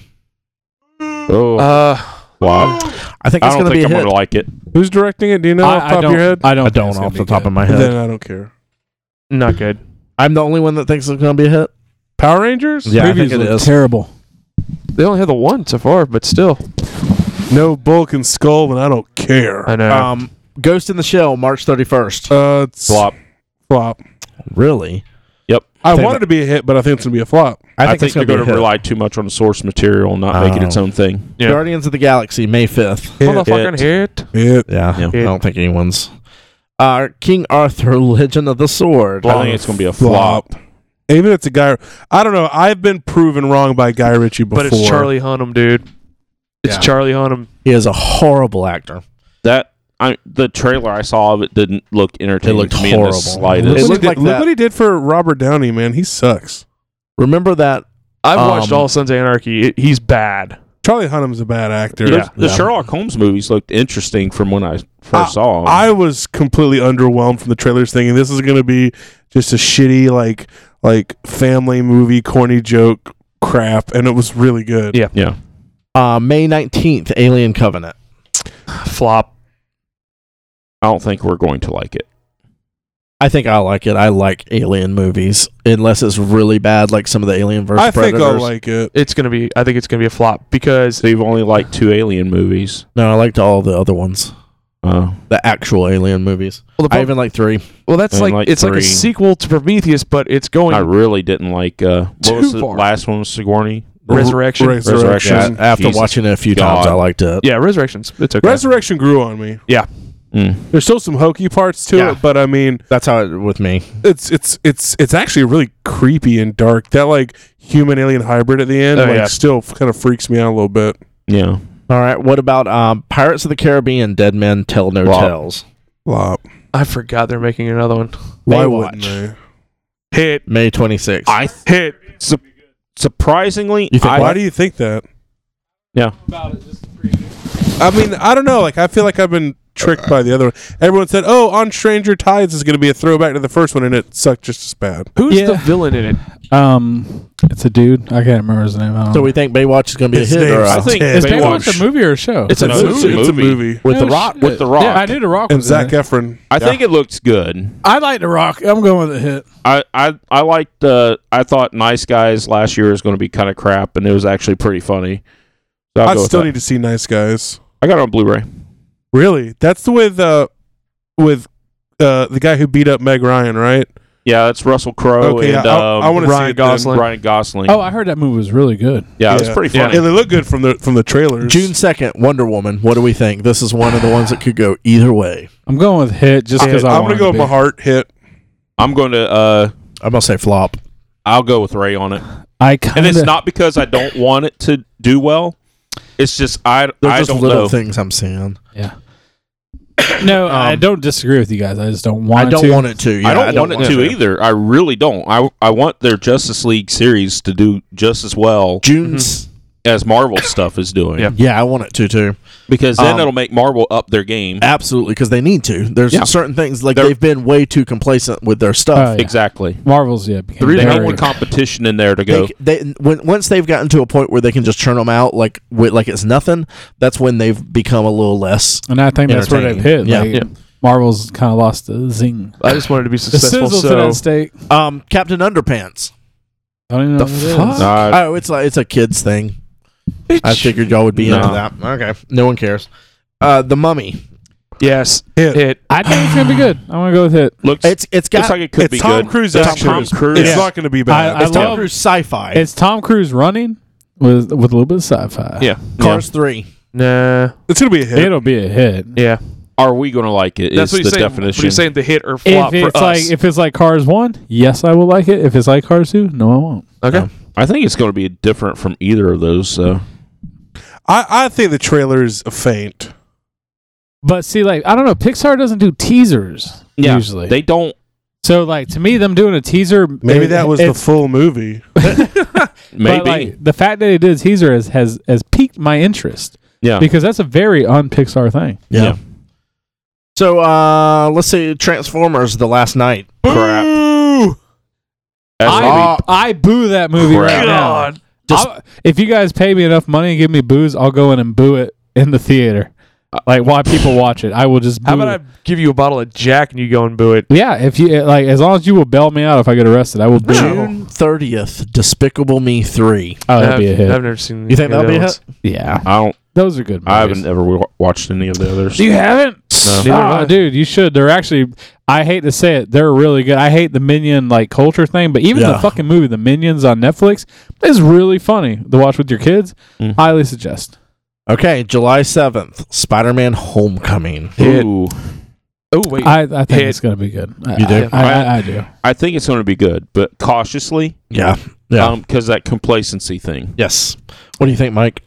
Speaker 4: Oh,
Speaker 5: Uh,
Speaker 4: flop.
Speaker 3: I think
Speaker 4: I
Speaker 3: it's going
Speaker 4: don't
Speaker 3: to be
Speaker 4: think
Speaker 3: a
Speaker 4: I'm
Speaker 3: hit.
Speaker 4: going to like it.
Speaker 2: Who's directing it? Do you know off the
Speaker 1: I,
Speaker 2: top
Speaker 1: I
Speaker 2: of
Speaker 1: don't.
Speaker 2: your head?
Speaker 1: I don't.
Speaker 3: I
Speaker 1: think
Speaker 3: don't
Speaker 1: it's
Speaker 3: off
Speaker 1: gonna
Speaker 3: the
Speaker 1: be
Speaker 3: top
Speaker 1: good.
Speaker 3: of my head.
Speaker 2: then I don't care.
Speaker 5: not good.
Speaker 3: I'm the only one that thinks it's going to be a hit.
Speaker 2: Power Rangers?
Speaker 3: Yeah, I
Speaker 1: Previews
Speaker 3: think it
Speaker 1: look
Speaker 3: is.
Speaker 1: terrible.
Speaker 5: They only had the one so far, but still,
Speaker 2: No Bulk and Skull, and I don't care.
Speaker 5: I know.
Speaker 3: Um, Ghost in the Shell, March 31st.
Speaker 2: Uh, it's
Speaker 4: Flop.
Speaker 2: Flop.
Speaker 3: Really?
Speaker 2: I
Speaker 3: Think
Speaker 2: wanted
Speaker 3: about-
Speaker 2: to be a hit, but I think it's gonna be a flop.
Speaker 4: I think,
Speaker 3: it's
Speaker 4: they're
Speaker 3: gonna
Speaker 4: going
Speaker 3: be
Speaker 4: to
Speaker 3: a hit.
Speaker 4: rely too much on the source material and not make it its
Speaker 3: Oh.
Speaker 4: own thing.
Speaker 5: Yeah.
Speaker 3: Guardians of the Galaxy, May 5th.
Speaker 5: Motherfucking hit.
Speaker 2: Hit.
Speaker 3: Yeah.
Speaker 4: Yeah.
Speaker 3: I don't think anyone's. Uh, King Arthur, Legend of the Sword.
Speaker 4: I think it's going to be a flop.
Speaker 2: Flop. Even if it's a guy. I don't know. I've been proven wrong by Guy Ritchie before.
Speaker 5: But it's Charlie Hunnam, dude. It's
Speaker 3: Yeah.
Speaker 5: Charlie Hunnam.
Speaker 3: He is a horrible actor.
Speaker 4: That I the trailer I saw of it didn't look entertaining.
Speaker 3: It looked
Speaker 4: to me in the
Speaker 3: horrible.
Speaker 4: slightest.
Speaker 2: Look,
Speaker 3: It
Speaker 2: what
Speaker 3: looked
Speaker 2: he
Speaker 3: like
Speaker 2: did, look
Speaker 3: that.
Speaker 2: what he did for Robert Downey, man. He sucks.
Speaker 3: Remember that?
Speaker 5: I've
Speaker 3: Um,
Speaker 5: watched All Sons of Anarchy. It- he's bad.
Speaker 2: Charlie Hunnam's a bad actor.
Speaker 4: There's- The
Speaker 3: Yeah.
Speaker 4: Sherlock Holmes movies looked interesting from when I first
Speaker 2: I-
Speaker 4: saw
Speaker 5: Oh.
Speaker 4: 'em.
Speaker 2: I was completely underwhelmed from the trailers thing, and this is gonna be just a shitty like like family movie corny joke crap, and it was really good.
Speaker 5: Yeah.
Speaker 4: yeah,
Speaker 3: Uh, May 19th, Alien Covenant.
Speaker 5: Flop.
Speaker 4: I don't think we're going to like it.
Speaker 3: I think I like it. I like alien movies, unless it's really bad, like some of the Alien versus
Speaker 2: I think
Speaker 3: Predators.
Speaker 2: I'll like it.
Speaker 5: It's gonna be. I think it's gonna be a flop because
Speaker 4: So you've only liked two Alien movies.
Speaker 3: no, I liked all the other ones,
Speaker 4: Uh,
Speaker 3: the actual Alien movies.
Speaker 5: well, the
Speaker 3: I
Speaker 5: prob-
Speaker 3: even like three.
Speaker 5: well that's
Speaker 4: and
Speaker 5: like,
Speaker 4: like
Speaker 5: it's like
Speaker 4: three.
Speaker 5: a sequel to Prometheus, but it's going.
Speaker 4: I really didn't like. Uh, what
Speaker 5: Too
Speaker 4: was the
Speaker 5: far.
Speaker 4: last one? Sigourney
Speaker 5: Resurrection.
Speaker 2: Resurrection.
Speaker 3: Yeah, after
Speaker 4: Jesus.
Speaker 3: watching it a few
Speaker 4: God.
Speaker 3: times, I liked it.
Speaker 5: yeah, Resurrections. It's okay.
Speaker 2: Resurrection grew on me.
Speaker 4: Mm.
Speaker 2: There's still some hokey parts to
Speaker 5: Yeah.
Speaker 2: it, but I mean,
Speaker 3: That's how it with me.
Speaker 2: it's it's it's it's actually really creepy and dark. That like human alien hybrid at the end,
Speaker 5: Oh,
Speaker 2: like
Speaker 5: yeah.
Speaker 2: still kind of freaks me out a little bit.
Speaker 4: Yeah.
Speaker 3: All right, what about um, Pirates of the Caribbean? Dead men tell no
Speaker 4: Wow.
Speaker 3: tales.
Speaker 2: Lot.
Speaker 5: I forgot they're making another one.
Speaker 2: Why
Speaker 3: Baywatch.
Speaker 2: wouldn't they?
Speaker 5: Hit
Speaker 3: May twenty sixth.
Speaker 4: I th-
Speaker 5: hit.
Speaker 4: surprisingly,
Speaker 3: You think
Speaker 4: I,
Speaker 2: Why do you think that?
Speaker 4: Yeah.
Speaker 2: I mean, I don't know. Like, I feel like I've been tricked by the other one. Everyone said, "Oh, on Stranger Tides is going to be a throwback to the first one," and it sucked just as bad.
Speaker 5: Who's
Speaker 1: Yeah.
Speaker 5: the villain in it?
Speaker 1: Um, it's a dude. I can't remember his name. I don't
Speaker 3: So
Speaker 1: know.
Speaker 3: we think Baywatch is going to be a
Speaker 2: His
Speaker 3: hit, or
Speaker 2: name's
Speaker 3: a-
Speaker 2: I think
Speaker 1: is
Speaker 2: Baywatch.
Speaker 1: Baywatch a movie or a show?
Speaker 5: It's a
Speaker 4: No, it's
Speaker 5: movie.
Speaker 4: a
Speaker 2: It's a
Speaker 4: movie.
Speaker 2: movie.
Speaker 4: with
Speaker 1: No
Speaker 4: the rock,
Speaker 1: shit.
Speaker 4: with the rock,
Speaker 1: Yeah, I knew the rock.
Speaker 2: And
Speaker 1: was
Speaker 2: Zach
Speaker 1: in it.
Speaker 2: Efron.
Speaker 4: I think it looked good.
Speaker 1: I like the rock. I'm going with the hit.
Speaker 4: I I I liked. Uh, I thought Nice Guys last year was going to be kind of crap, and it was actually pretty funny. So I'll
Speaker 2: I
Speaker 4: go with
Speaker 2: still
Speaker 4: that.
Speaker 2: need to see Nice Guys.
Speaker 4: I got it on Blu-ray.
Speaker 2: Really, that's the with uh, with uh, the guy who beat up Meg Ryan, right?
Speaker 4: Yeah, that's Russell Crowe
Speaker 2: okay,
Speaker 4: and
Speaker 2: I,
Speaker 4: um,
Speaker 2: I want to see
Speaker 5: Ryan
Speaker 2: it then.
Speaker 5: Gosling.
Speaker 4: Ryan Gosling.
Speaker 1: Oh, I heard that movie was really good.
Speaker 4: yeah, it was
Speaker 2: Yeah.
Speaker 4: pretty
Speaker 5: Yeah.
Speaker 4: funny.
Speaker 2: And they look good from the from the trailers.
Speaker 3: June second, Wonder Woman. What do we think? This is one of the ones that could go either way.
Speaker 1: I'm going with hit just because I
Speaker 2: I'm
Speaker 1: want
Speaker 2: gonna
Speaker 1: it
Speaker 2: go
Speaker 1: to
Speaker 2: with my
Speaker 1: be.
Speaker 2: heart hit.
Speaker 4: I'm going to. Uh,
Speaker 3: I'm going to say flop.
Speaker 4: I'll go with Ray on it,
Speaker 1: I
Speaker 4: and
Speaker 1: kind
Speaker 4: it's
Speaker 1: of
Speaker 4: not because I don't want it to do well. It's just I
Speaker 3: They're
Speaker 4: I
Speaker 3: just
Speaker 4: don't
Speaker 3: little
Speaker 4: know.
Speaker 3: things I'm seeing.
Speaker 1: no. I don't disagree with you guys. I just don't want.
Speaker 3: um, I don't
Speaker 1: to.
Speaker 3: want it to. Yeah,
Speaker 4: I don't want it to either. I really don't. I I want their Justice League series to do just as well
Speaker 3: June's.
Speaker 4: as Marvel stuff is doing.
Speaker 5: Yeah.
Speaker 3: Yeah, I want it to too.
Speaker 4: Because then
Speaker 3: Um,
Speaker 4: it'll make Marvel up their game.
Speaker 3: Absolutely, because they need to. There's
Speaker 4: Yeah.
Speaker 3: certain things like
Speaker 4: They're-
Speaker 3: they've been way too complacent with their
Speaker 1: Oh,
Speaker 3: stuff.
Speaker 1: yeah.
Speaker 4: Exactly.
Speaker 1: Marvel's yeah. became
Speaker 5: The reason
Speaker 4: They
Speaker 5: I
Speaker 1: very-
Speaker 4: need the competition in there to go.
Speaker 3: They, they when once they've gotten to a point where they can just churn them out like with, like it's nothing. That's when they've become a little less.
Speaker 1: and I think that's where they've hit.
Speaker 3: Entertaining. Yeah.
Speaker 1: Like, Marvel's kind of lost the zing.
Speaker 5: I just wanted to be
Speaker 1: The
Speaker 5: successful.
Speaker 1: sizzle to
Speaker 5: So
Speaker 1: that steak.
Speaker 3: Um, Captain Underpants.
Speaker 1: I don't even know what
Speaker 3: The
Speaker 1: it is.
Speaker 3: fuck?
Speaker 4: Uh,
Speaker 3: oh, it's like it's a kids thing. I figured y'all would be
Speaker 4: No.
Speaker 3: into that. Okay, no one cares. Uh, the Mummy.
Speaker 5: yes,
Speaker 2: Hit.
Speaker 5: hit.
Speaker 1: I think it's gonna be good. I'm gonna go with it.
Speaker 4: looks
Speaker 3: It's it's got
Speaker 4: looks like it could
Speaker 2: it's
Speaker 4: be
Speaker 2: Tom
Speaker 4: good.
Speaker 2: Cruise
Speaker 4: It's
Speaker 2: action.
Speaker 4: Tom Cruise.
Speaker 2: It's
Speaker 1: Yeah.
Speaker 2: not going to be bad.
Speaker 1: I
Speaker 3: it's Tom
Speaker 1: love-
Speaker 3: Cruise sci-fi.
Speaker 1: It's Tom Cruise running with with a little bit of sci-fi.
Speaker 4: Yeah.
Speaker 3: Cars three.
Speaker 5: Nah.
Speaker 2: it's going to be a hit.
Speaker 1: It'll be a hit.
Speaker 5: Yeah.
Speaker 4: Are we going to like it? Is
Speaker 5: That's what
Speaker 4: the
Speaker 5: he's saying. What
Speaker 4: definition.
Speaker 5: he's saying, the hit or
Speaker 1: If
Speaker 5: flop for
Speaker 1: it's
Speaker 5: us.
Speaker 1: like if it's like Cars One, yes, I will like it. If it's like Cars Two, no, I won't.
Speaker 5: okay.
Speaker 4: I think it's going to be different from either of those. So
Speaker 2: I, I think the trailer is a feint.
Speaker 1: But see, like I don't know, Pixar doesn't do teasers usually.
Speaker 4: they don't.
Speaker 1: so like to me, them doing a teaser,
Speaker 2: Maybe
Speaker 1: it-
Speaker 2: that was the
Speaker 1: it's-
Speaker 2: full movie.
Speaker 1: but,
Speaker 4: Maybe.
Speaker 1: like, the fact that they did a teaser has has has piqued my interest
Speaker 4: yeah.
Speaker 1: because that's a very un Pixar thing.
Speaker 3: Yeah.
Speaker 4: Yeah.
Speaker 3: So uh, let's see, Transformers: The Last Night.
Speaker 4: Crap. That's gonna
Speaker 1: I, I
Speaker 4: be-
Speaker 1: boo that movie
Speaker 4: Crap.
Speaker 1: right now.
Speaker 5: God.
Speaker 3: Just-
Speaker 1: I'll- if you guys pay me enough money and give me booze, I'll go in and boo it in the theater. Like while people watch it, I will just. Boo
Speaker 5: How about I give you a bottle of Jack and you go and boo it?
Speaker 1: Yeah, if you eh, like, as long as you will bail me out if I get arrested, I will boo. it.
Speaker 3: June thirtieth, Despicable Me three.
Speaker 1: Oh, that'd be a
Speaker 5: I've-
Speaker 1: hit.
Speaker 5: I've never seen.
Speaker 3: You think
Speaker 5: any of
Speaker 3: that'll be a
Speaker 5: the
Speaker 3: hit?
Speaker 5: ones.
Speaker 1: yeah,
Speaker 4: I don't.
Speaker 1: those are good. Movies.
Speaker 4: I haven't ever wa- watched any of the others.
Speaker 1: You haven't?
Speaker 4: No.
Speaker 5: Neither have
Speaker 1: Ah,
Speaker 5: I.
Speaker 1: dude, you should. They're actually. I hate to say it, they're really good. I hate the minion like culture thing, but even the
Speaker 3: Yeah.
Speaker 1: fucking movie, the Minions on Netflix, is really funny to watch with your kids.
Speaker 4: Mm.
Speaker 1: Highly suggest.
Speaker 3: Okay, July seventh, Spider-Man: Homecoming.
Speaker 4: Ooh.
Speaker 5: Oh wait.
Speaker 1: I, I think
Speaker 5: Hit.
Speaker 1: it's gonna be good. I,
Speaker 3: You do?
Speaker 1: I, I, I, I do.
Speaker 4: I think it's going to be good, but cautiously.
Speaker 3: Yeah. Yeah.
Speaker 4: Yeah. Because that complacency thing.
Speaker 3: Yes. What do you think, Mike?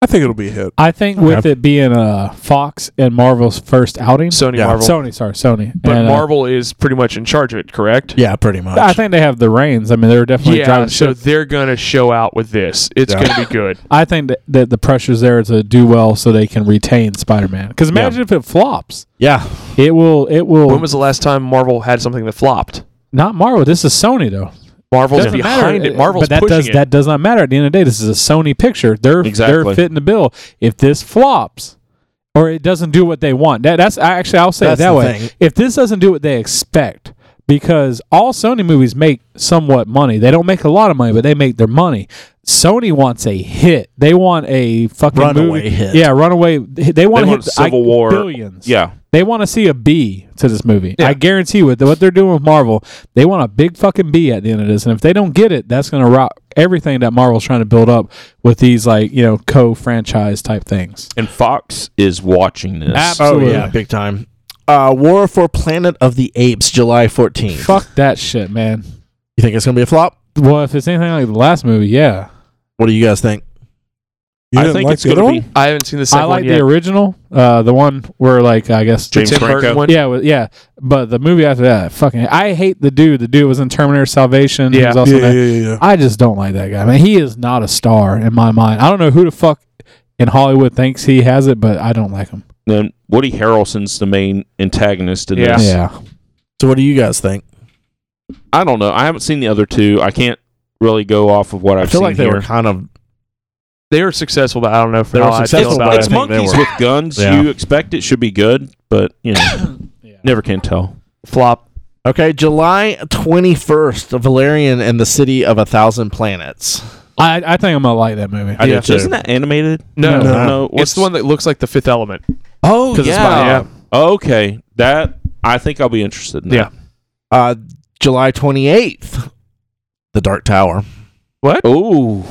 Speaker 2: I think it'll be a hit.
Speaker 1: I think with it being uh, Fox and Marvel's first outing,
Speaker 5: Sony
Speaker 3: Yeah.
Speaker 5: Marvel.
Speaker 1: Sony, sorry, Sony,
Speaker 5: but
Speaker 1: and, uh,
Speaker 5: Marvel is pretty much in charge of it, correct?
Speaker 3: Yeah, pretty much.
Speaker 1: I think they have the reins. I mean, they're definitely
Speaker 5: yeah.
Speaker 1: driving.
Speaker 5: So
Speaker 1: So
Speaker 5: they're gonna show out with this. It's
Speaker 3: Yeah.
Speaker 5: gonna be good.
Speaker 1: I think that, that the pressure's there to do well so they can retain Spider-Man. Because imagine if it flops,
Speaker 3: yeah.
Speaker 1: it will. It will.
Speaker 5: When was the last time Marvel had something that flopped?
Speaker 1: Not Marvel. This is Sony, though.
Speaker 5: Marvel's
Speaker 1: Doesn't
Speaker 5: behind
Speaker 1: matter,
Speaker 5: it. Marvel's
Speaker 1: but that
Speaker 5: pushing
Speaker 1: does
Speaker 5: it.
Speaker 1: that does not matter. At the end of the day, this is a Sony picture. They're
Speaker 4: Exactly.
Speaker 1: they're fitting the bill. If this flops, or it doesn't do what they want, that, that's I actually I'll say
Speaker 3: That's
Speaker 1: it that
Speaker 3: the
Speaker 1: way.
Speaker 3: thing.
Speaker 1: If this doesn't do what they expect, because all Sony movies make somewhat money. They don't make a lot of money, but they make their money. Sony wants a hit. They want a fucking
Speaker 3: Runaway
Speaker 1: movie.
Speaker 3: hit.
Speaker 1: Yeah, runaway. They want to
Speaker 4: want
Speaker 1: hit
Speaker 4: Civil War.
Speaker 1: billions.
Speaker 4: Yeah.
Speaker 1: They want to see a B to this movie.
Speaker 5: Yeah.
Speaker 1: I guarantee with what they're doing with Marvel, they want a big fucking B at the end of this. And if they don't get it, that's going to rock everything that Marvel's trying to build up with these like, you know, co-franchise type things.
Speaker 4: And Fox is watching this.
Speaker 1: Absolutely.
Speaker 3: Oh, yeah, big time. Uh, War for Planet of the Apes, July 14th.
Speaker 1: Fuck that shit, man.
Speaker 3: You think it's going to be a flop?
Speaker 1: Well, if it's anything like the last movie, yeah.
Speaker 3: What do you guys think?
Speaker 2: You
Speaker 4: I
Speaker 2: didn't
Speaker 4: think
Speaker 2: like
Speaker 4: it's
Speaker 2: the other
Speaker 4: gonna
Speaker 2: one?
Speaker 4: be
Speaker 5: I haven't seen the second
Speaker 1: I like
Speaker 5: one
Speaker 1: the
Speaker 5: yet.
Speaker 1: original, uh, the one where like I guess
Speaker 4: James
Speaker 5: Tim Burton
Speaker 4: Franco.
Speaker 5: one.
Speaker 1: yeah, well, yeah, but the movie after that, fucking, I hate the dude. The dude was in Terminator Salvation. He
Speaker 5: Yeah.
Speaker 1: was also in
Speaker 2: Yeah,
Speaker 1: that.
Speaker 2: yeah, yeah, yeah.
Speaker 1: I just don't like that guy, man. He is not a star in my mind. I don't know who the fuck in Hollywood thinks he has it, but I don't like him.
Speaker 4: Then Woody Harrelson's the main antagonist in
Speaker 5: Yeah.
Speaker 4: this.
Speaker 1: Yeah,
Speaker 3: So, what do you guys think?
Speaker 4: I don't know. I haven't seen the other two. I can't really go off of what I've
Speaker 3: I feel
Speaker 4: seen
Speaker 3: like they
Speaker 4: here.
Speaker 3: were kind of.
Speaker 5: They were successful, but I don't know for
Speaker 3: They were
Speaker 5: how I feel
Speaker 3: successful,
Speaker 5: about
Speaker 3: but
Speaker 5: it.
Speaker 4: it's
Speaker 3: I think they
Speaker 4: monkeys
Speaker 3: were-
Speaker 4: with guns.
Speaker 3: Yeah.
Speaker 4: You expect it should be good, but you know, never can tell.
Speaker 5: Flop.
Speaker 3: Okay, July 21st, Valerian and the City of a Thousand Planets.
Speaker 1: I, I think I'm gonna like that movie.
Speaker 4: I
Speaker 5: Yeah.
Speaker 4: did too. Isn't that animated?
Speaker 5: No,
Speaker 1: No.
Speaker 5: it's the one that looks like the Fifth Element.
Speaker 4: Oh yeah.
Speaker 3: it's
Speaker 4: Okay, that I think I'll be interested in.
Speaker 5: Yeah.
Speaker 3: Uh, July 28th, The Dark Tower.
Speaker 4: Oh,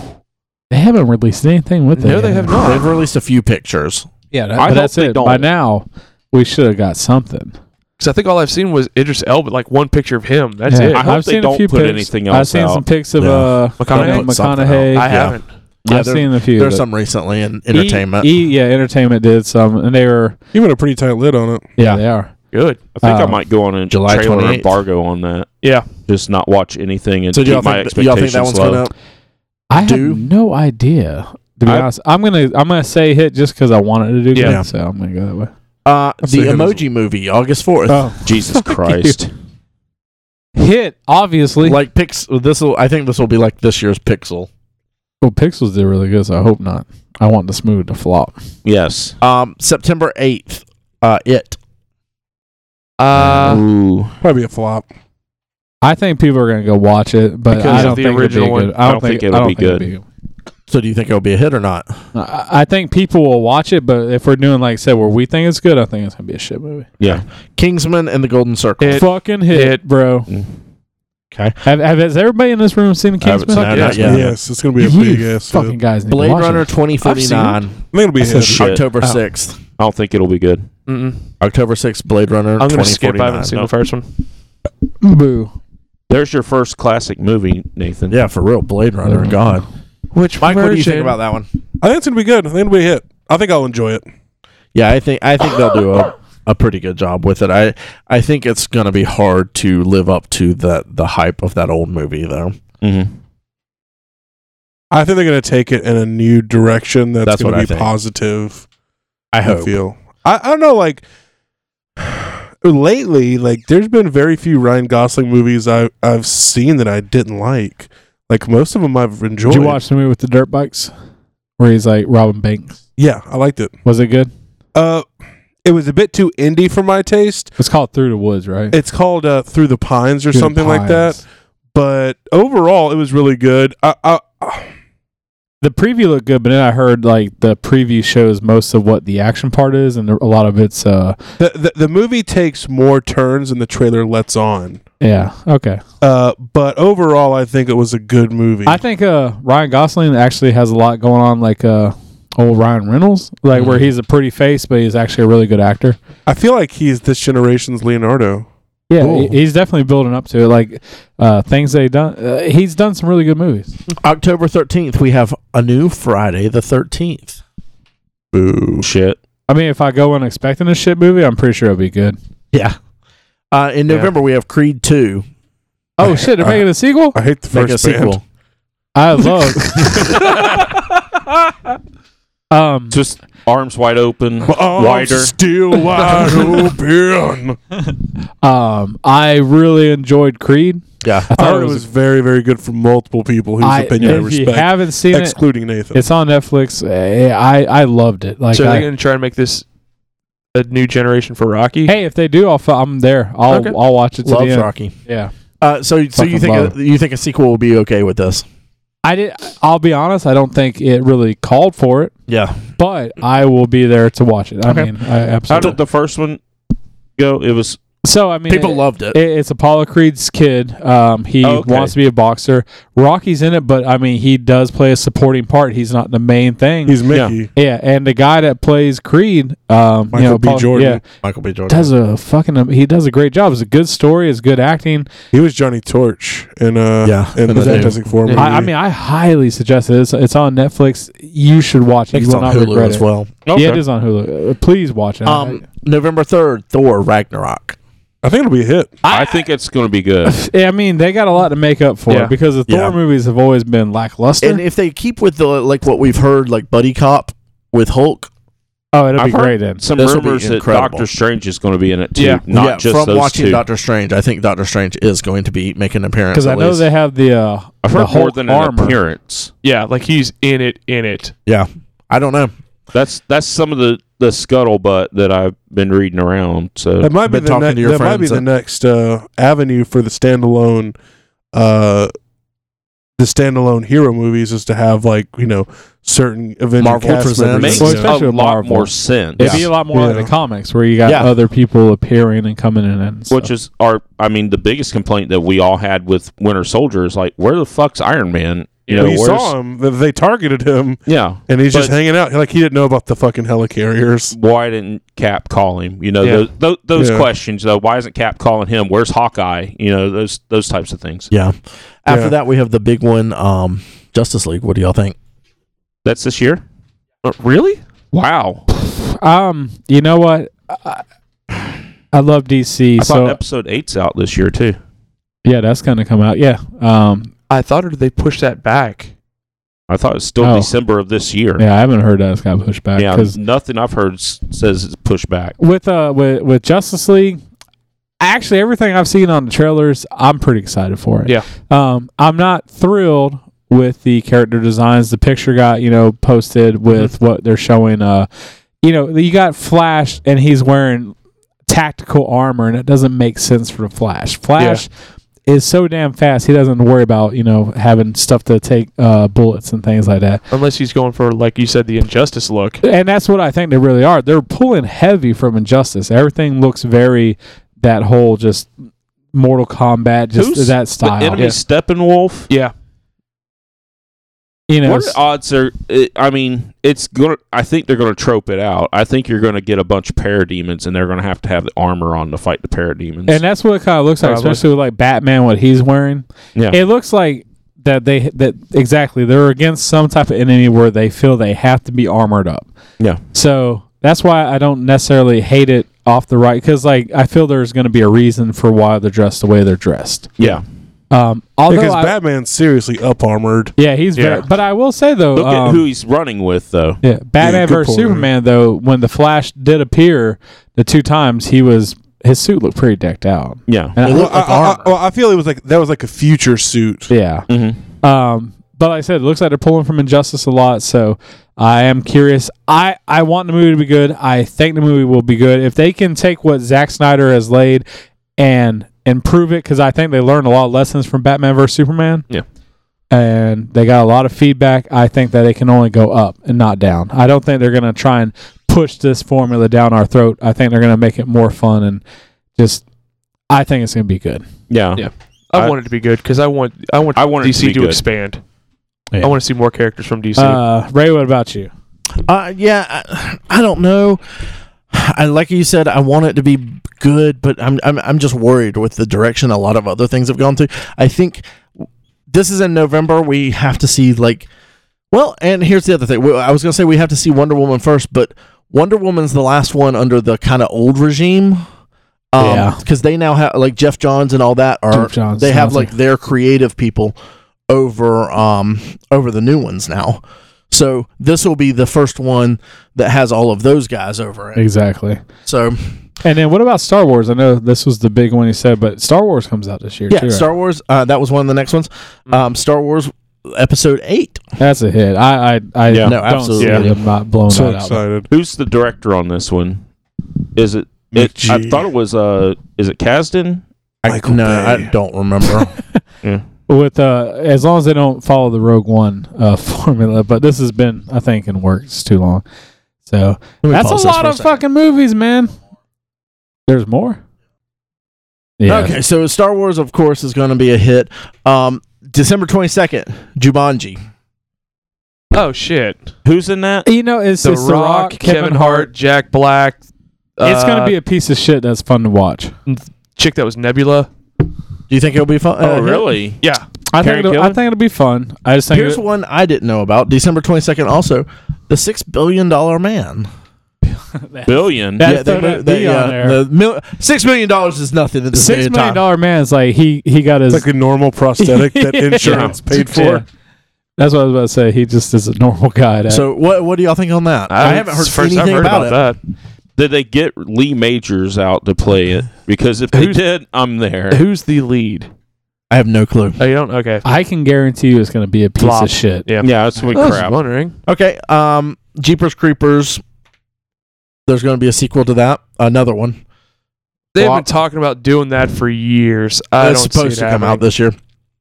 Speaker 1: They haven't released anything with it.
Speaker 5: No, they
Speaker 1: yet.
Speaker 5: have not.
Speaker 3: They've released a few pictures.
Speaker 1: Yeah, that,
Speaker 4: I
Speaker 1: but
Speaker 4: hope
Speaker 1: that's
Speaker 4: they
Speaker 1: it. By
Speaker 4: don't.
Speaker 1: now, we should have got something.
Speaker 5: Because I think all I've seen was Idris Elba, like one picture of him. That's
Speaker 1: Yeah.
Speaker 5: it.
Speaker 4: I hope they don't put
Speaker 1: pics.
Speaker 4: anything
Speaker 1: I've
Speaker 4: else
Speaker 1: seen
Speaker 4: out.
Speaker 1: some pics of
Speaker 3: Yeah.
Speaker 1: uh,
Speaker 5: McConaughey
Speaker 1: McConaughey.
Speaker 3: put something
Speaker 1: McConaughey.
Speaker 3: out.
Speaker 5: I
Speaker 1: I've
Speaker 3: Yeah.
Speaker 5: haven't.
Speaker 3: Yeah, there-
Speaker 1: seen a few.
Speaker 3: There's
Speaker 1: but
Speaker 3: some recently in entertainment.
Speaker 1: E, E- yeah, entertainment did some, and they were.
Speaker 2: You put a pretty tight lid on it.
Speaker 1: Yeah, they are.
Speaker 5: Good.
Speaker 4: I think I
Speaker 1: Uh,
Speaker 4: might go on a
Speaker 3: Oh. July
Speaker 4: trailer
Speaker 3: 28th.
Speaker 4: embargo on that.
Speaker 5: Yeah.
Speaker 4: Just not watch anything and
Speaker 3: so, do y'all
Speaker 4: keep my
Speaker 3: think, y'all think
Speaker 4: expectations
Speaker 3: that one's
Speaker 4: low.
Speaker 3: going to.
Speaker 1: I
Speaker 3: Do-
Speaker 1: have no idea. To be
Speaker 4: I-
Speaker 1: honest, I'm gonna I'm gonna say hit just because I wanted to do
Speaker 5: Yeah.
Speaker 1: good, so I'm gonna go that way.
Speaker 3: Uh,
Speaker 2: seen
Speaker 3: the
Speaker 2: him as-
Speaker 3: Emoji Movie, August 4th.
Speaker 1: Oh,
Speaker 4: Jesus Christ!
Speaker 1: hit obviously.
Speaker 3: like Pix, this will. I think this will be like this year's Pixel.
Speaker 1: well, Pixels did really good, so I hope not. I want this movie to flop.
Speaker 4: Yes.
Speaker 3: Um, September eighth. Uh, it.
Speaker 5: Uh,
Speaker 4: Ooh.
Speaker 2: Probably a flop.
Speaker 1: I think people are gonna go watch it, but
Speaker 5: Because
Speaker 1: I
Speaker 5: of
Speaker 1: don't
Speaker 5: the
Speaker 1: think it'll be
Speaker 5: original
Speaker 1: good.
Speaker 5: one?
Speaker 1: I don't think
Speaker 4: it'll
Speaker 1: I don't
Speaker 4: be
Speaker 1: think it'll be
Speaker 3: So, do you think it'll be a hit or not?
Speaker 1: good. I I think people will watch it, but if we're doing like I said, where we think it's good, I think it's gonna be a shit movie.
Speaker 4: Yeah.
Speaker 3: Kingsman and the Golden Circle.
Speaker 5: It-
Speaker 1: Fucking hit,
Speaker 5: Hit.
Speaker 1: bro.
Speaker 3: Okay.
Speaker 1: Have, have has everybody in this room seen
Speaker 4: I haven't
Speaker 1: Kingsman?
Speaker 4: seen it.
Speaker 3: Not
Speaker 5: Yeah.
Speaker 3: yet.
Speaker 2: Yes, it's gonna be a
Speaker 1: You
Speaker 2: big ass. hit. I
Speaker 1: fucking
Speaker 2: think
Speaker 1: guys. Need to
Speaker 3: Blade
Speaker 1: watch
Speaker 3: Runner
Speaker 1: It.
Speaker 3: twenty forty nine.
Speaker 2: it'll be a hit.
Speaker 4: shit.
Speaker 3: October sixth.
Speaker 4: I don't think it'll be good.
Speaker 5: mm-mm.
Speaker 3: October sixth. Blade Runner.
Speaker 5: I'm going to skip. I
Speaker 3: 2049.
Speaker 5: haven't seen the first one.
Speaker 1: Boo.
Speaker 4: There's your first classic movie, Nathan.
Speaker 3: Yeah, for real. Blade Runner.
Speaker 1: Mm.
Speaker 3: God.
Speaker 5: Which
Speaker 3: Mike, what do you think about that one?
Speaker 2: I think it's gonna be good. I think it'll be a hit. I think I'll enjoy it.
Speaker 3: Yeah, I think I think they'll do a, a pretty good job with it. I I think it's gonna be hard to live up to the the hype of that old movie though.
Speaker 4: Mm-hmm.
Speaker 2: I think they're gonna take it in a new direction. That's,
Speaker 3: That's what
Speaker 2: gonna
Speaker 3: I
Speaker 2: be
Speaker 3: think.
Speaker 2: positive.
Speaker 3: I
Speaker 2: I
Speaker 3: hope.
Speaker 2: feel. I, I don't know. Like lately, like there's been very few Ryan Gosling movies I I've seen that I didn't like. Like most of them I've enjoyed.
Speaker 1: Did you watch the movie with the dirt bikes where he's like Robin Banks?
Speaker 2: Yeah, I liked it.
Speaker 1: Was it good?
Speaker 2: Uh, it was a bit too indie for my taste.
Speaker 1: It's called Through the Woods, right?
Speaker 2: It's called uh, Through the Pines or
Speaker 1: Through the
Speaker 2: something like that.
Speaker 1: Pines.
Speaker 2: But overall, it was really good. I, I,
Speaker 1: The preview looked good, but then I heard like the preview shows most of what the action part is, and a lot of it's uh
Speaker 2: the, the the movie takes more turns than the trailer lets on.
Speaker 1: yeah okay.
Speaker 2: Uh, but overall, I think it was a good movie.
Speaker 1: I think uh Ryan Gosling actually has a lot going on, like uh old Ryan Reynolds, like
Speaker 2: Mm-hmm.
Speaker 1: where he's a pretty face, but he's actually a really good actor.
Speaker 2: I feel like he's this generation's Leonardo.
Speaker 1: Yeah,
Speaker 3: Cool.
Speaker 1: he- he's definitely building up to it. Like uh, things they done, uh, he's done some really good movies.
Speaker 3: October 13th, we have a new Friday the 13th.
Speaker 2: Boo.
Speaker 4: Shit.
Speaker 1: I mean, if I go in expecting a shit movie, I'm pretty sure it'll be good.
Speaker 3: Yeah. Uh, in
Speaker 5: Yeah.
Speaker 3: November, we have Creed 2.
Speaker 1: Oh shit, they're
Speaker 2: Uh,
Speaker 1: making a sequel.
Speaker 2: I hate the
Speaker 3: Make a
Speaker 2: first band.
Speaker 3: sequel.
Speaker 1: I love. um,
Speaker 4: Just arms wide open,
Speaker 2: My arms
Speaker 4: wider.
Speaker 2: still wide open.
Speaker 1: um, I really enjoyed Creed. I
Speaker 3: Yeah.
Speaker 2: I
Speaker 1: thought
Speaker 2: heard it was very, very good from multiple people whose
Speaker 1: I,
Speaker 2: opinion I
Speaker 1: if you
Speaker 2: respect,
Speaker 1: haven't seen it,
Speaker 2: excluding Nathan.
Speaker 1: it's on Netflix. Eh, Uh, I I loved it. Like
Speaker 5: so they're
Speaker 1: I,
Speaker 5: going to try and make this a new generation for Rocky.
Speaker 1: Hey, if they do, I'll, fi- I'm there. I'll
Speaker 5: Okay.
Speaker 1: I'll watch it to
Speaker 3: Loves
Speaker 1: the end.
Speaker 3: Rocky.
Speaker 1: Yeah,
Speaker 3: Uh, so, so
Speaker 1: Fucking
Speaker 3: you think
Speaker 1: love
Speaker 3: a, you think a sequel will be okay with this?
Speaker 1: I did. I'll be honest. I don't think it really called for it,
Speaker 3: Yeah.
Speaker 1: but I will be there to watch it. I
Speaker 3: Okay.
Speaker 1: mean, I
Speaker 4: How
Speaker 1: absolutely.
Speaker 4: did the first one go? It was
Speaker 1: so I mean,
Speaker 3: People
Speaker 1: it-
Speaker 3: loved it.
Speaker 1: It, it's Apollo Creed's kid. Um, he
Speaker 4: Oh, okay.
Speaker 1: wants to be a boxer. Rocky's in it, but I mean, he does play a supporting part. He's not the main thing.
Speaker 2: He's Mickey.
Speaker 1: yeah, and the guy that plays Creed, um, you
Speaker 2: Michael
Speaker 1: know,
Speaker 2: B.
Speaker 1: Apollo-
Speaker 2: Jordan.
Speaker 1: yeah,
Speaker 3: Michael B. Jordan.
Speaker 1: does a fucking he does a great job. It's a good story. It's good acting.
Speaker 2: He was Johnny Torch in uh
Speaker 3: Yeah,
Speaker 2: in the
Speaker 3: in the new-
Speaker 2: Fantastic Four movie.
Speaker 1: I, I mean, I highly suggest it. It's, it's on Netflix. You should watch it. You
Speaker 3: it's
Speaker 1: will
Speaker 3: on
Speaker 1: not
Speaker 3: Hulu
Speaker 1: regret
Speaker 3: as
Speaker 1: it.
Speaker 3: well.
Speaker 4: Okay.
Speaker 1: Yeah, it is on Hulu. Uh, please watch it.
Speaker 3: Um, November third, Thor Ragnarok.
Speaker 2: I think it'll be a hit.
Speaker 4: I think it's going to be good.
Speaker 1: I, I mean, they got a lot to make up for
Speaker 5: Yeah.
Speaker 1: it because the
Speaker 3: Yeah.
Speaker 1: Thor movies have always been lackluster.
Speaker 3: And if they keep with the like what we've heard, like Buddy Cop with Hulk,
Speaker 1: oh, it'll
Speaker 4: I've
Speaker 1: be
Speaker 4: heard
Speaker 1: great then.
Speaker 4: Some
Speaker 3: This will be
Speaker 4: rumors that
Speaker 3: incredible.
Speaker 4: Doctor Strange is going to be in it too.
Speaker 5: Yeah.
Speaker 4: Not
Speaker 3: yeah,
Speaker 4: just
Speaker 3: from
Speaker 4: those
Speaker 3: watching
Speaker 4: two.
Speaker 3: Doctor Strange, I think Doctor Strange is going to be making an appearance.
Speaker 1: Because I
Speaker 3: at
Speaker 1: know
Speaker 3: least.
Speaker 1: they have the uh,
Speaker 4: I've
Speaker 1: the
Speaker 4: heard more
Speaker 1: Hulk
Speaker 4: than an
Speaker 1: armor.
Speaker 4: appearance.
Speaker 5: Yeah, like he's in it, in it.
Speaker 3: yeah, I don't know.
Speaker 4: That's that's some of the the scuttlebutt that I've been reading around. So
Speaker 2: That might be
Speaker 3: been
Speaker 2: the
Speaker 3: talking
Speaker 2: ne-
Speaker 3: to your
Speaker 2: that might be
Speaker 3: friends,
Speaker 2: the
Speaker 3: uh,
Speaker 2: next uh, avenue for the standalone uh the standalone hero movies is to have like, you know, certain Avenger
Speaker 3: Marvel
Speaker 2: cast
Speaker 3: presents-
Speaker 2: members,
Speaker 4: makes
Speaker 2: you
Speaker 1: Well,
Speaker 2: know.
Speaker 1: especially
Speaker 4: a
Speaker 1: with
Speaker 4: lot
Speaker 1: Marvel.
Speaker 4: more sense.
Speaker 1: It'd be a lot more like
Speaker 2: Yeah.
Speaker 1: the comics where you got
Speaker 3: Yeah.
Speaker 1: other people appearing and coming in and stuff.
Speaker 4: Which is our, I mean, the biggest complaint that we all had with Winter Soldier is like, where the fuck's Iron Man? You know,
Speaker 2: we
Speaker 4: where's-
Speaker 2: saw him. They- They targeted him,
Speaker 4: Yeah.
Speaker 2: and he's just
Speaker 4: But-
Speaker 2: hanging out. Like he didn't know about the fucking helicarriers.
Speaker 4: Why didn't Cap call him? You know,
Speaker 5: Yeah.
Speaker 4: those, those, those
Speaker 2: Yeah.
Speaker 4: questions though. Why isn't Cap calling him? Where's Hawkeye? You know, those those types of things.
Speaker 3: Yeah. After
Speaker 2: Yeah.
Speaker 3: that, we have the big one, um, Justice League. What do y'all think?
Speaker 4: That's this year.
Speaker 5: Uh,
Speaker 4: really? Wow.
Speaker 1: um, you know what? I, I love DC.
Speaker 4: I
Speaker 1: so
Speaker 4: thought episode eight's out this year too.
Speaker 1: yeah, that's gonna come out. Yeah. Um,
Speaker 5: I thought, or did they push that back?
Speaker 4: I thought it was still
Speaker 1: Oh.
Speaker 4: December of this year.
Speaker 1: yeah, I haven't heard that it's got pushed back
Speaker 4: Yeah,
Speaker 1: 'cause
Speaker 4: nothing I've heard s- says it's pushed back.
Speaker 1: with uh with with Justice League, actually everything I've seen on the trailers, I'm pretty excited for it.
Speaker 5: Yeah.
Speaker 1: Um, I'm not thrilled with the character designs. The picture got you know posted with what they're showing. Uh, you know you got Flash and he's wearing tactical armor, and it doesn't make sense for the Flash. Flash. Is so damn fast. He doesn't worry about you know having stuff to take uh, bullets and things like that.
Speaker 5: Unless he's going for, like you said, the injustice look.
Speaker 1: And that's what I think they really are. They're pulling heavy from Injustice. Everything looks very that whole just Mortal Kombat, just
Speaker 4: Who's
Speaker 1: that
Speaker 4: The
Speaker 1: style.
Speaker 4: enemy Steppenwolf.
Speaker 5: Yeah,
Speaker 1: You know,
Speaker 4: What odds are? It, I mean, it's gonna. I think they're gonna trope it out. I think you're gonna get a bunch of parademons, and they're gonna have to have the armor on to fight the parademons.
Speaker 1: and that's what it kind of looks like,
Speaker 5: Probably.
Speaker 1: especially with like Batman, what he's wearing.
Speaker 4: Yeah.
Speaker 1: it looks like that they that exactly they're against some type of enemy where they feel they have to be armored up.
Speaker 4: Yeah.
Speaker 1: So that's why I don't necessarily hate it off the right because like I feel there's going to be a reason for why they're dressed the way they're dressed.
Speaker 4: yeah,
Speaker 1: Um, although
Speaker 2: because
Speaker 1: I-
Speaker 2: Batman's seriously up armored.
Speaker 1: yeah, he's
Speaker 5: Yeah.
Speaker 1: very. But I will say though,
Speaker 4: look at
Speaker 1: um,
Speaker 4: who he's running with, though.
Speaker 1: Yeah, Batman
Speaker 2: Yeah, good
Speaker 1: versus
Speaker 2: point.
Speaker 1: Superman though, when the Flash did appear the two times, he was his suit looked pretty decked out.
Speaker 4: Yeah,
Speaker 1: And I-
Speaker 2: Well, I, I- I- well, I feel it was like that was like a future suit.
Speaker 1: yeah.
Speaker 4: mm-hmm.
Speaker 1: Um, but like I said, it looks like they're pulling from Injustice a lot, so I am curious. I, I want the movie to be good. I think the movie will be good if they can take what Zack Snyder has laid and improve it because I think they learned a lot of lessons from Batman versus Superman.
Speaker 4: Yeah.
Speaker 1: and they got a lot of feedback. I think that it can only go up and not down. I don't think they're gonna try and push this formula down our throat. I think they're gonna make it more fun and just. I think it's gonna be good.
Speaker 4: yeah,
Speaker 5: Yeah. I,
Speaker 4: I-
Speaker 5: want it to be good because I want I want
Speaker 4: I want it to
Speaker 5: DC to,
Speaker 4: be good.
Speaker 5: expand.
Speaker 1: Yeah.
Speaker 5: I want to see more characters from DC.
Speaker 1: Uh, Ray, what about you?
Speaker 3: Uh, yeah, I, I don't know. I like you said, I want it to be good, but I'm, I'm I'm just worried with the direction a lot of other things have gone to. I think this is in November. We have to see like, well, and here's the other thing. Well, I was gonna say we have to see Wonder Woman first, but Wonder Woman's the last one under the kind of old regime. Um,
Speaker 1: Yeah.
Speaker 3: because they now have like Jeff Johns and all that are
Speaker 1: Jeff Johns,
Speaker 3: they have
Speaker 1: sounds
Speaker 3: like their creative people over um over the new ones now. So this will be the first one that has all of those guys over it.
Speaker 1: Exactly.
Speaker 3: So
Speaker 1: And then what about Star Wars? I know this was the big one he said, but Star Wars comes out this year
Speaker 3: yeah,
Speaker 1: too. right?
Speaker 3: Star Wars. Uh, that was one of the next ones. Um, Star Wars Episode Eight.
Speaker 1: That's a hit. I I, I
Speaker 4: Yeah.
Speaker 1: don't
Speaker 3: No, absolutely.
Speaker 1: see them not blowing
Speaker 2: So
Speaker 1: that out.
Speaker 2: excited!
Speaker 4: Who's the director on this one? Is it? it I
Speaker 2: McG.
Speaker 4: thought it was. Uh, is it Kasdan?
Speaker 2: Michael
Speaker 3: no,
Speaker 2: Bay.
Speaker 3: I don't remember.
Speaker 1: with uh as long as they don't follow the Rogue One uh formula, but this has been I think in works too long. So
Speaker 3: Let me
Speaker 1: that's a
Speaker 3: pause this
Speaker 1: lot
Speaker 3: for
Speaker 1: of
Speaker 3: second.
Speaker 1: fucking movies, man. There's more. Yeah.
Speaker 3: Okay, so Star Wars, of course, is going to be a hit. Um, December twenty second, Jumanji.
Speaker 5: Oh shit!
Speaker 4: Who's in that?
Speaker 1: You know, it's
Speaker 5: The
Speaker 1: it's
Speaker 5: Rock, Kevin, Hart, Jack Black. uh,
Speaker 3: uh,
Speaker 1: it's gonna be a piece of shit that's fun to watch.
Speaker 5: chick that was Nebula.
Speaker 3: Do you think it'll be uh, fun?
Speaker 4: Oh, really?
Speaker 5: Yeah,
Speaker 1: I
Speaker 4: Carrie
Speaker 1: think it'll, I
Speaker 4: Gilliam?
Speaker 1: think it'll be fun. I just think
Speaker 3: Here's
Speaker 1: it-
Speaker 3: one I didn't know about. December twenty second, also, the six billion dollar man.
Speaker 4: Billion.
Speaker 1: That- throw that
Speaker 3: they, uh,
Speaker 1: B on there.
Speaker 3: the mil- six million dollars is nothing in this day
Speaker 1: six
Speaker 3: and
Speaker 1: million
Speaker 3: time.
Speaker 1: dollar man is like he he got his
Speaker 2: It's like a normal prosthetic that insurance paid for.
Speaker 1: Yeah. That's what I was about to say. He just is a normal guy. That,
Speaker 3: So what what do y'all think on that? I, haven't heard
Speaker 5: it's the first
Speaker 3: anything
Speaker 5: I've heard
Speaker 3: about, it.
Speaker 5: that.
Speaker 4: Did they get Lee Majors out to play it? Because if they did, I'm there.
Speaker 5: Who's the lead?
Speaker 3: I have no clue.
Speaker 5: Oh, you don't? Okay.
Speaker 1: I can guarantee you it's going to be a piece
Speaker 5: Flop.
Speaker 1: of shit.
Speaker 5: Yeah.
Speaker 4: Yeah, that's what
Speaker 5: I was
Speaker 4: crap.
Speaker 5: wondering.
Speaker 3: Okay, um, Jeepers Creepers. There's going to be a sequel to that. Another one.
Speaker 5: They've
Speaker 3: Flop.
Speaker 5: been talking about doing that for years. I
Speaker 3: it's
Speaker 5: don't
Speaker 3: supposed
Speaker 5: see
Speaker 3: to
Speaker 5: it
Speaker 3: come out
Speaker 5: happening.
Speaker 3: this year.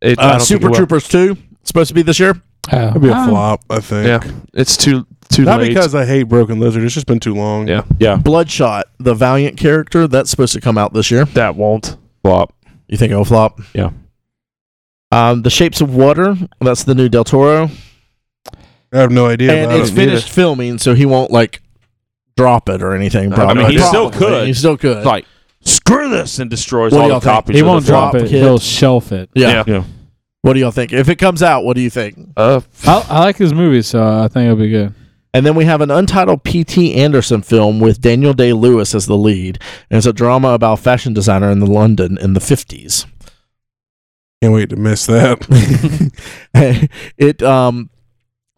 Speaker 5: It- I
Speaker 3: Uh,
Speaker 5: don't think
Speaker 3: Super
Speaker 5: it will.
Speaker 3: Troopers two supposed to be this year.
Speaker 1: Uh,
Speaker 2: It'd be a
Speaker 3: Um,
Speaker 1: I-
Speaker 2: flop, I think.
Speaker 5: Yeah, it's too too
Speaker 2: Not
Speaker 5: late.
Speaker 2: because I hate Broken Lizard. It's just been too long.
Speaker 5: Yeah.
Speaker 4: Yeah,
Speaker 3: Bloodshot, the Valiant character, that's supposed to come out this year.
Speaker 5: that won't.
Speaker 4: flop.
Speaker 3: You think it'll flop?
Speaker 4: Yeah.
Speaker 3: Um, the Shapes of Water, that's the new Del Toro,
Speaker 2: I have no idea.
Speaker 3: and
Speaker 2: about
Speaker 3: it's
Speaker 2: it.
Speaker 3: finished filming, so he won't like drop it or anything.
Speaker 4: I
Speaker 3: Probably.
Speaker 4: mean, he still
Speaker 3: Probably.
Speaker 4: could.
Speaker 3: He still could.
Speaker 4: It's like screw this and destroys
Speaker 3: What do
Speaker 4: all
Speaker 3: y'all
Speaker 4: the
Speaker 3: think?
Speaker 4: copies.
Speaker 1: He
Speaker 4: of the
Speaker 1: won't drop
Speaker 4: flop.
Speaker 1: it.
Speaker 3: kid.
Speaker 1: He'll shelf it.
Speaker 3: yeah.
Speaker 5: Yeah.
Speaker 4: Yeah.
Speaker 3: What do y'all think? If it comes out, what do you think?
Speaker 5: Uh,
Speaker 1: I, I like his movies, so I think it'll be good.
Speaker 3: And then we have an untitled P.T. Anderson film with Daniel Day Lewis as the lead, and it's a drama about fashion designer in the London in the fifties.
Speaker 2: Can't wait to miss that.
Speaker 3: it um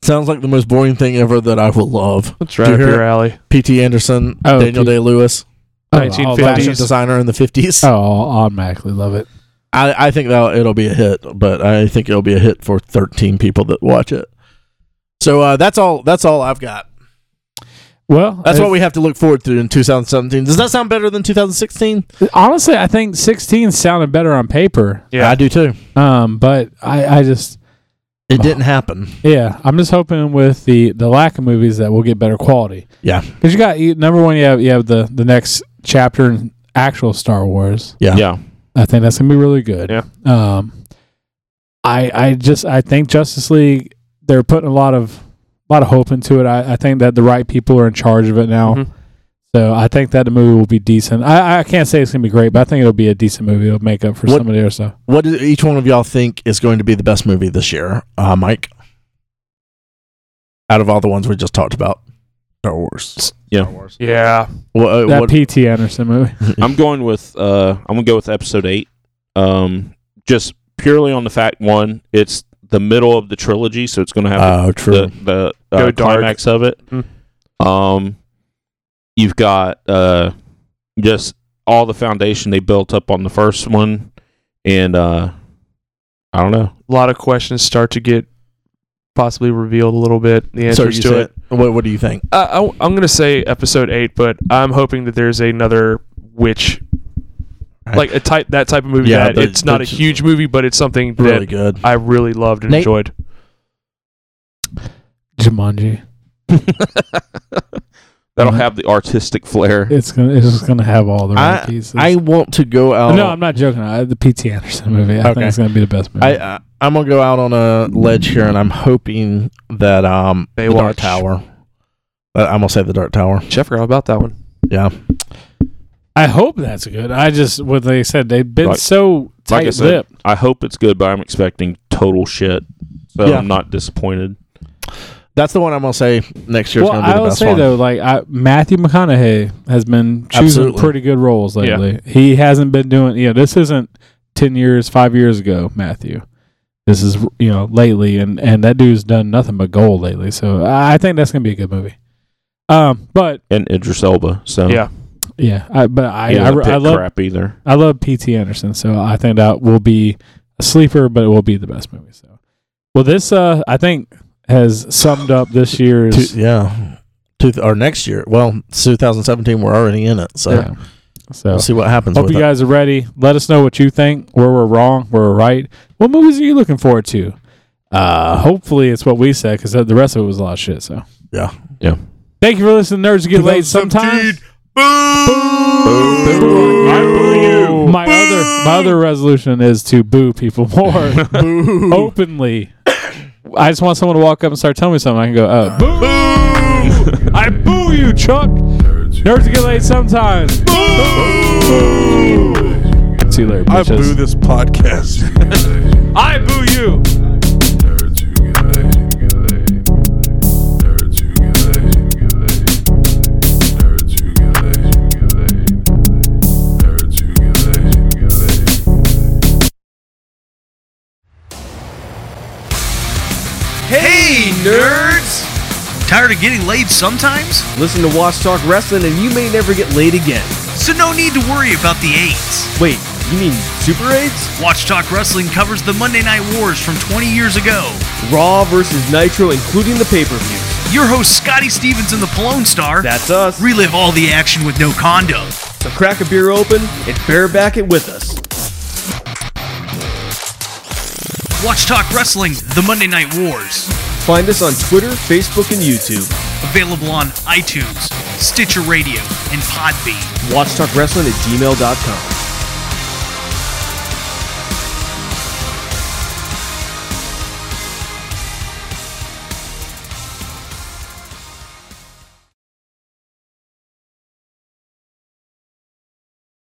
Speaker 3: sounds like the most boring thing ever that I will love.
Speaker 5: that's right
Speaker 3: you
Speaker 5: up
Speaker 3: hear
Speaker 5: your alley.
Speaker 3: P.T. Anderson,
Speaker 1: Oh,
Speaker 3: Daniel
Speaker 1: P-
Speaker 3: Day Lewis,
Speaker 1: Oh,
Speaker 5: 1950s.
Speaker 3: fashion designer in the fifties.
Speaker 1: I'll, Oh, I'll automatically love it.
Speaker 3: I, I think that it'll be a hit, but I think it'll be a hit for thirteen people that watch it. So uh, that's all. That's all I've got.
Speaker 1: Well,
Speaker 3: That's
Speaker 1: it-
Speaker 3: what we have to look forward to in 2017. Does that sound better than 2016?
Speaker 1: honestly. I think 16 sounded better on paper,
Speaker 5: Yeah.
Speaker 3: I do too.
Speaker 1: um, but I, I just
Speaker 3: It didn't happen.
Speaker 1: yeah, I'm just hoping with the the lack of movies that we'll get better quality.
Speaker 3: Yeah.
Speaker 1: because you got you, number one, you have you have the the next chapter in actual Star Wars.
Speaker 3: Yeah.
Speaker 4: Yeah.
Speaker 1: I think that's gonna be really good.
Speaker 5: Yeah.
Speaker 1: Um, I I just I think Justice League they're putting a lot of a lot of hope into it. I, I think that the right people are in charge of it now.
Speaker 3: Mm-hmm.
Speaker 5: Mhm.
Speaker 1: So I think that the movie will be decent. I, I can't say it's gonna be great, but I think it'll be a decent movie. It'll make up for
Speaker 3: What-
Speaker 1: some of the other stuff.
Speaker 3: What do each one of y'all think is going to be the best movie this year, uh, Mike? Out of all the ones we just talked about,
Speaker 2: Star Wars.
Speaker 5: Yeah.
Speaker 3: what, uh,
Speaker 1: That
Speaker 3: what-
Speaker 1: P.T. Anderson movie.
Speaker 4: I'm going with uh I'm gonna go with episode eight. Um just purely on the fact one, it's the middle of the trilogy, so it's
Speaker 5: Uh,
Speaker 4: gonna have
Speaker 3: oh,
Speaker 4: the,
Speaker 3: true.
Speaker 4: the,
Speaker 5: Go
Speaker 4: uh,
Speaker 5: dark.
Speaker 4: climax of it.
Speaker 5: Mm.
Speaker 4: Um you've got uh just all the foundation they built up on the first one and uh I don't know.
Speaker 5: A lot of questions start to get possibly revealed a little bit. The
Speaker 3: so
Speaker 5: answers
Speaker 3: you
Speaker 5: to it.
Speaker 3: said, what, what do you think?
Speaker 5: I, I, am gonna say episode eight, but I'm hoping that there's another witch,
Speaker 3: Right.
Speaker 5: like a type that type of movie.
Speaker 3: Yeah,
Speaker 5: that
Speaker 3: the-
Speaker 5: it's not
Speaker 3: the-
Speaker 5: a huge movie, but it's something
Speaker 3: Really
Speaker 5: that
Speaker 3: good.
Speaker 5: I really loved and
Speaker 3: Nate?
Speaker 5: enjoyed.
Speaker 1: Jumanji.
Speaker 4: That'll
Speaker 3: Mm-hmm.
Speaker 4: have the artistic flair.
Speaker 1: It's gonna it's just gonna have all the right
Speaker 3: I-
Speaker 1: pieces.
Speaker 3: I want to go out.
Speaker 1: no, I'm not joking. I, the P.T. Anderson movie. I
Speaker 3: Oh. Okay.
Speaker 1: think it's gonna be the best movie.
Speaker 3: I, I I'm gonna go out on a ledge here, and I'm hoping that um the
Speaker 5: Baywatch.
Speaker 3: Dark Tower. Uh, I'm gonna say the Dark Tower.
Speaker 5: Jeff, forgot about that one.
Speaker 3: Yeah,
Speaker 1: I hope that's good. I just what they said they've been
Speaker 4: Like-
Speaker 1: so
Speaker 4: like I
Speaker 1: tight
Speaker 4: said,
Speaker 1: lipped.
Speaker 4: I hope it's good, but I'm expecting total shit. So
Speaker 3: Yeah.
Speaker 4: I'm not disappointed.
Speaker 3: that's the one I'm gonna say next year's
Speaker 1: Well,
Speaker 3: gonna be
Speaker 1: I
Speaker 3: the
Speaker 1: will
Speaker 3: best
Speaker 1: say
Speaker 3: one.
Speaker 1: though, like I, Matthew McConaughey has been choosing
Speaker 3: Absolutely.
Speaker 1: pretty good roles
Speaker 5: Yeah.
Speaker 1: lately. He hasn't been doing. You know, this isn't ten years, five years ago, Matthew. This is you know lately, and and that dude's done nothing but gold lately. So I I think that's gonna be a good movie. Um, but
Speaker 4: And Idris Elba.
Speaker 3: Oh.
Speaker 4: So
Speaker 5: Yeah.
Speaker 1: yeah, I but I
Speaker 4: he
Speaker 1: I,
Speaker 4: doesn't
Speaker 1: I
Speaker 4: pick
Speaker 1: love
Speaker 4: crap either.
Speaker 1: I love P.T. Anderson, so I think that will be a sleeper, but it will be the best movie. So, well, this uh, I think has summed up this year's
Speaker 3: Two- yeah, two or next year. Well, it's 2017, we're already in it, so
Speaker 1: Yeah. So
Speaker 3: we'll see what happens.
Speaker 1: hope
Speaker 3: with
Speaker 1: you
Speaker 3: it.
Speaker 1: guys are ready. Let us know what you think, where we're wrong, where we're right. What movies are you looking forward to? Uh, hopefully it's what we said because the rest of it was a lot of shit. So
Speaker 3: Yeah.
Speaker 4: Yeah.
Speaker 1: Thank you for listening, nerds. Who Get laid sometimes. My other my other resolution is to boo people more openly. I just want someone to walk up and start telling me something. I can go, oh, boo! I boo you, Chuck. Nerds get laid sometimes. See you later,
Speaker 2: I
Speaker 1: bitches.
Speaker 2: boo this podcast.
Speaker 1: I boo you.
Speaker 8: Hey, nerds! Tired of getting laid sometimes?
Speaker 9: Listen to Watch Talk Wrestling and you may never get laid again.
Speaker 8: So, no need to worry about the AIDS.
Speaker 9: Wait, you mean Super AIDS?
Speaker 8: Watch Talk Wrestling covers the Monday Night Wars from 20 years ago.
Speaker 9: Raw versus Nitro, including the pay per views.
Speaker 8: Your host, Scotty Stevens and the Palone Star,
Speaker 9: That's us.
Speaker 8: relive all the action with no condom.
Speaker 9: So crack a beer open and bareback it with us.
Speaker 8: Watch Talk Wrestling, the Monday Night Wars.
Speaker 9: Find us on Twitter, Facebook, and YouTube.
Speaker 8: Available on iTunes, Stitcher Radio, and Podbean.
Speaker 9: WatchTalkWrestling at gmail.com.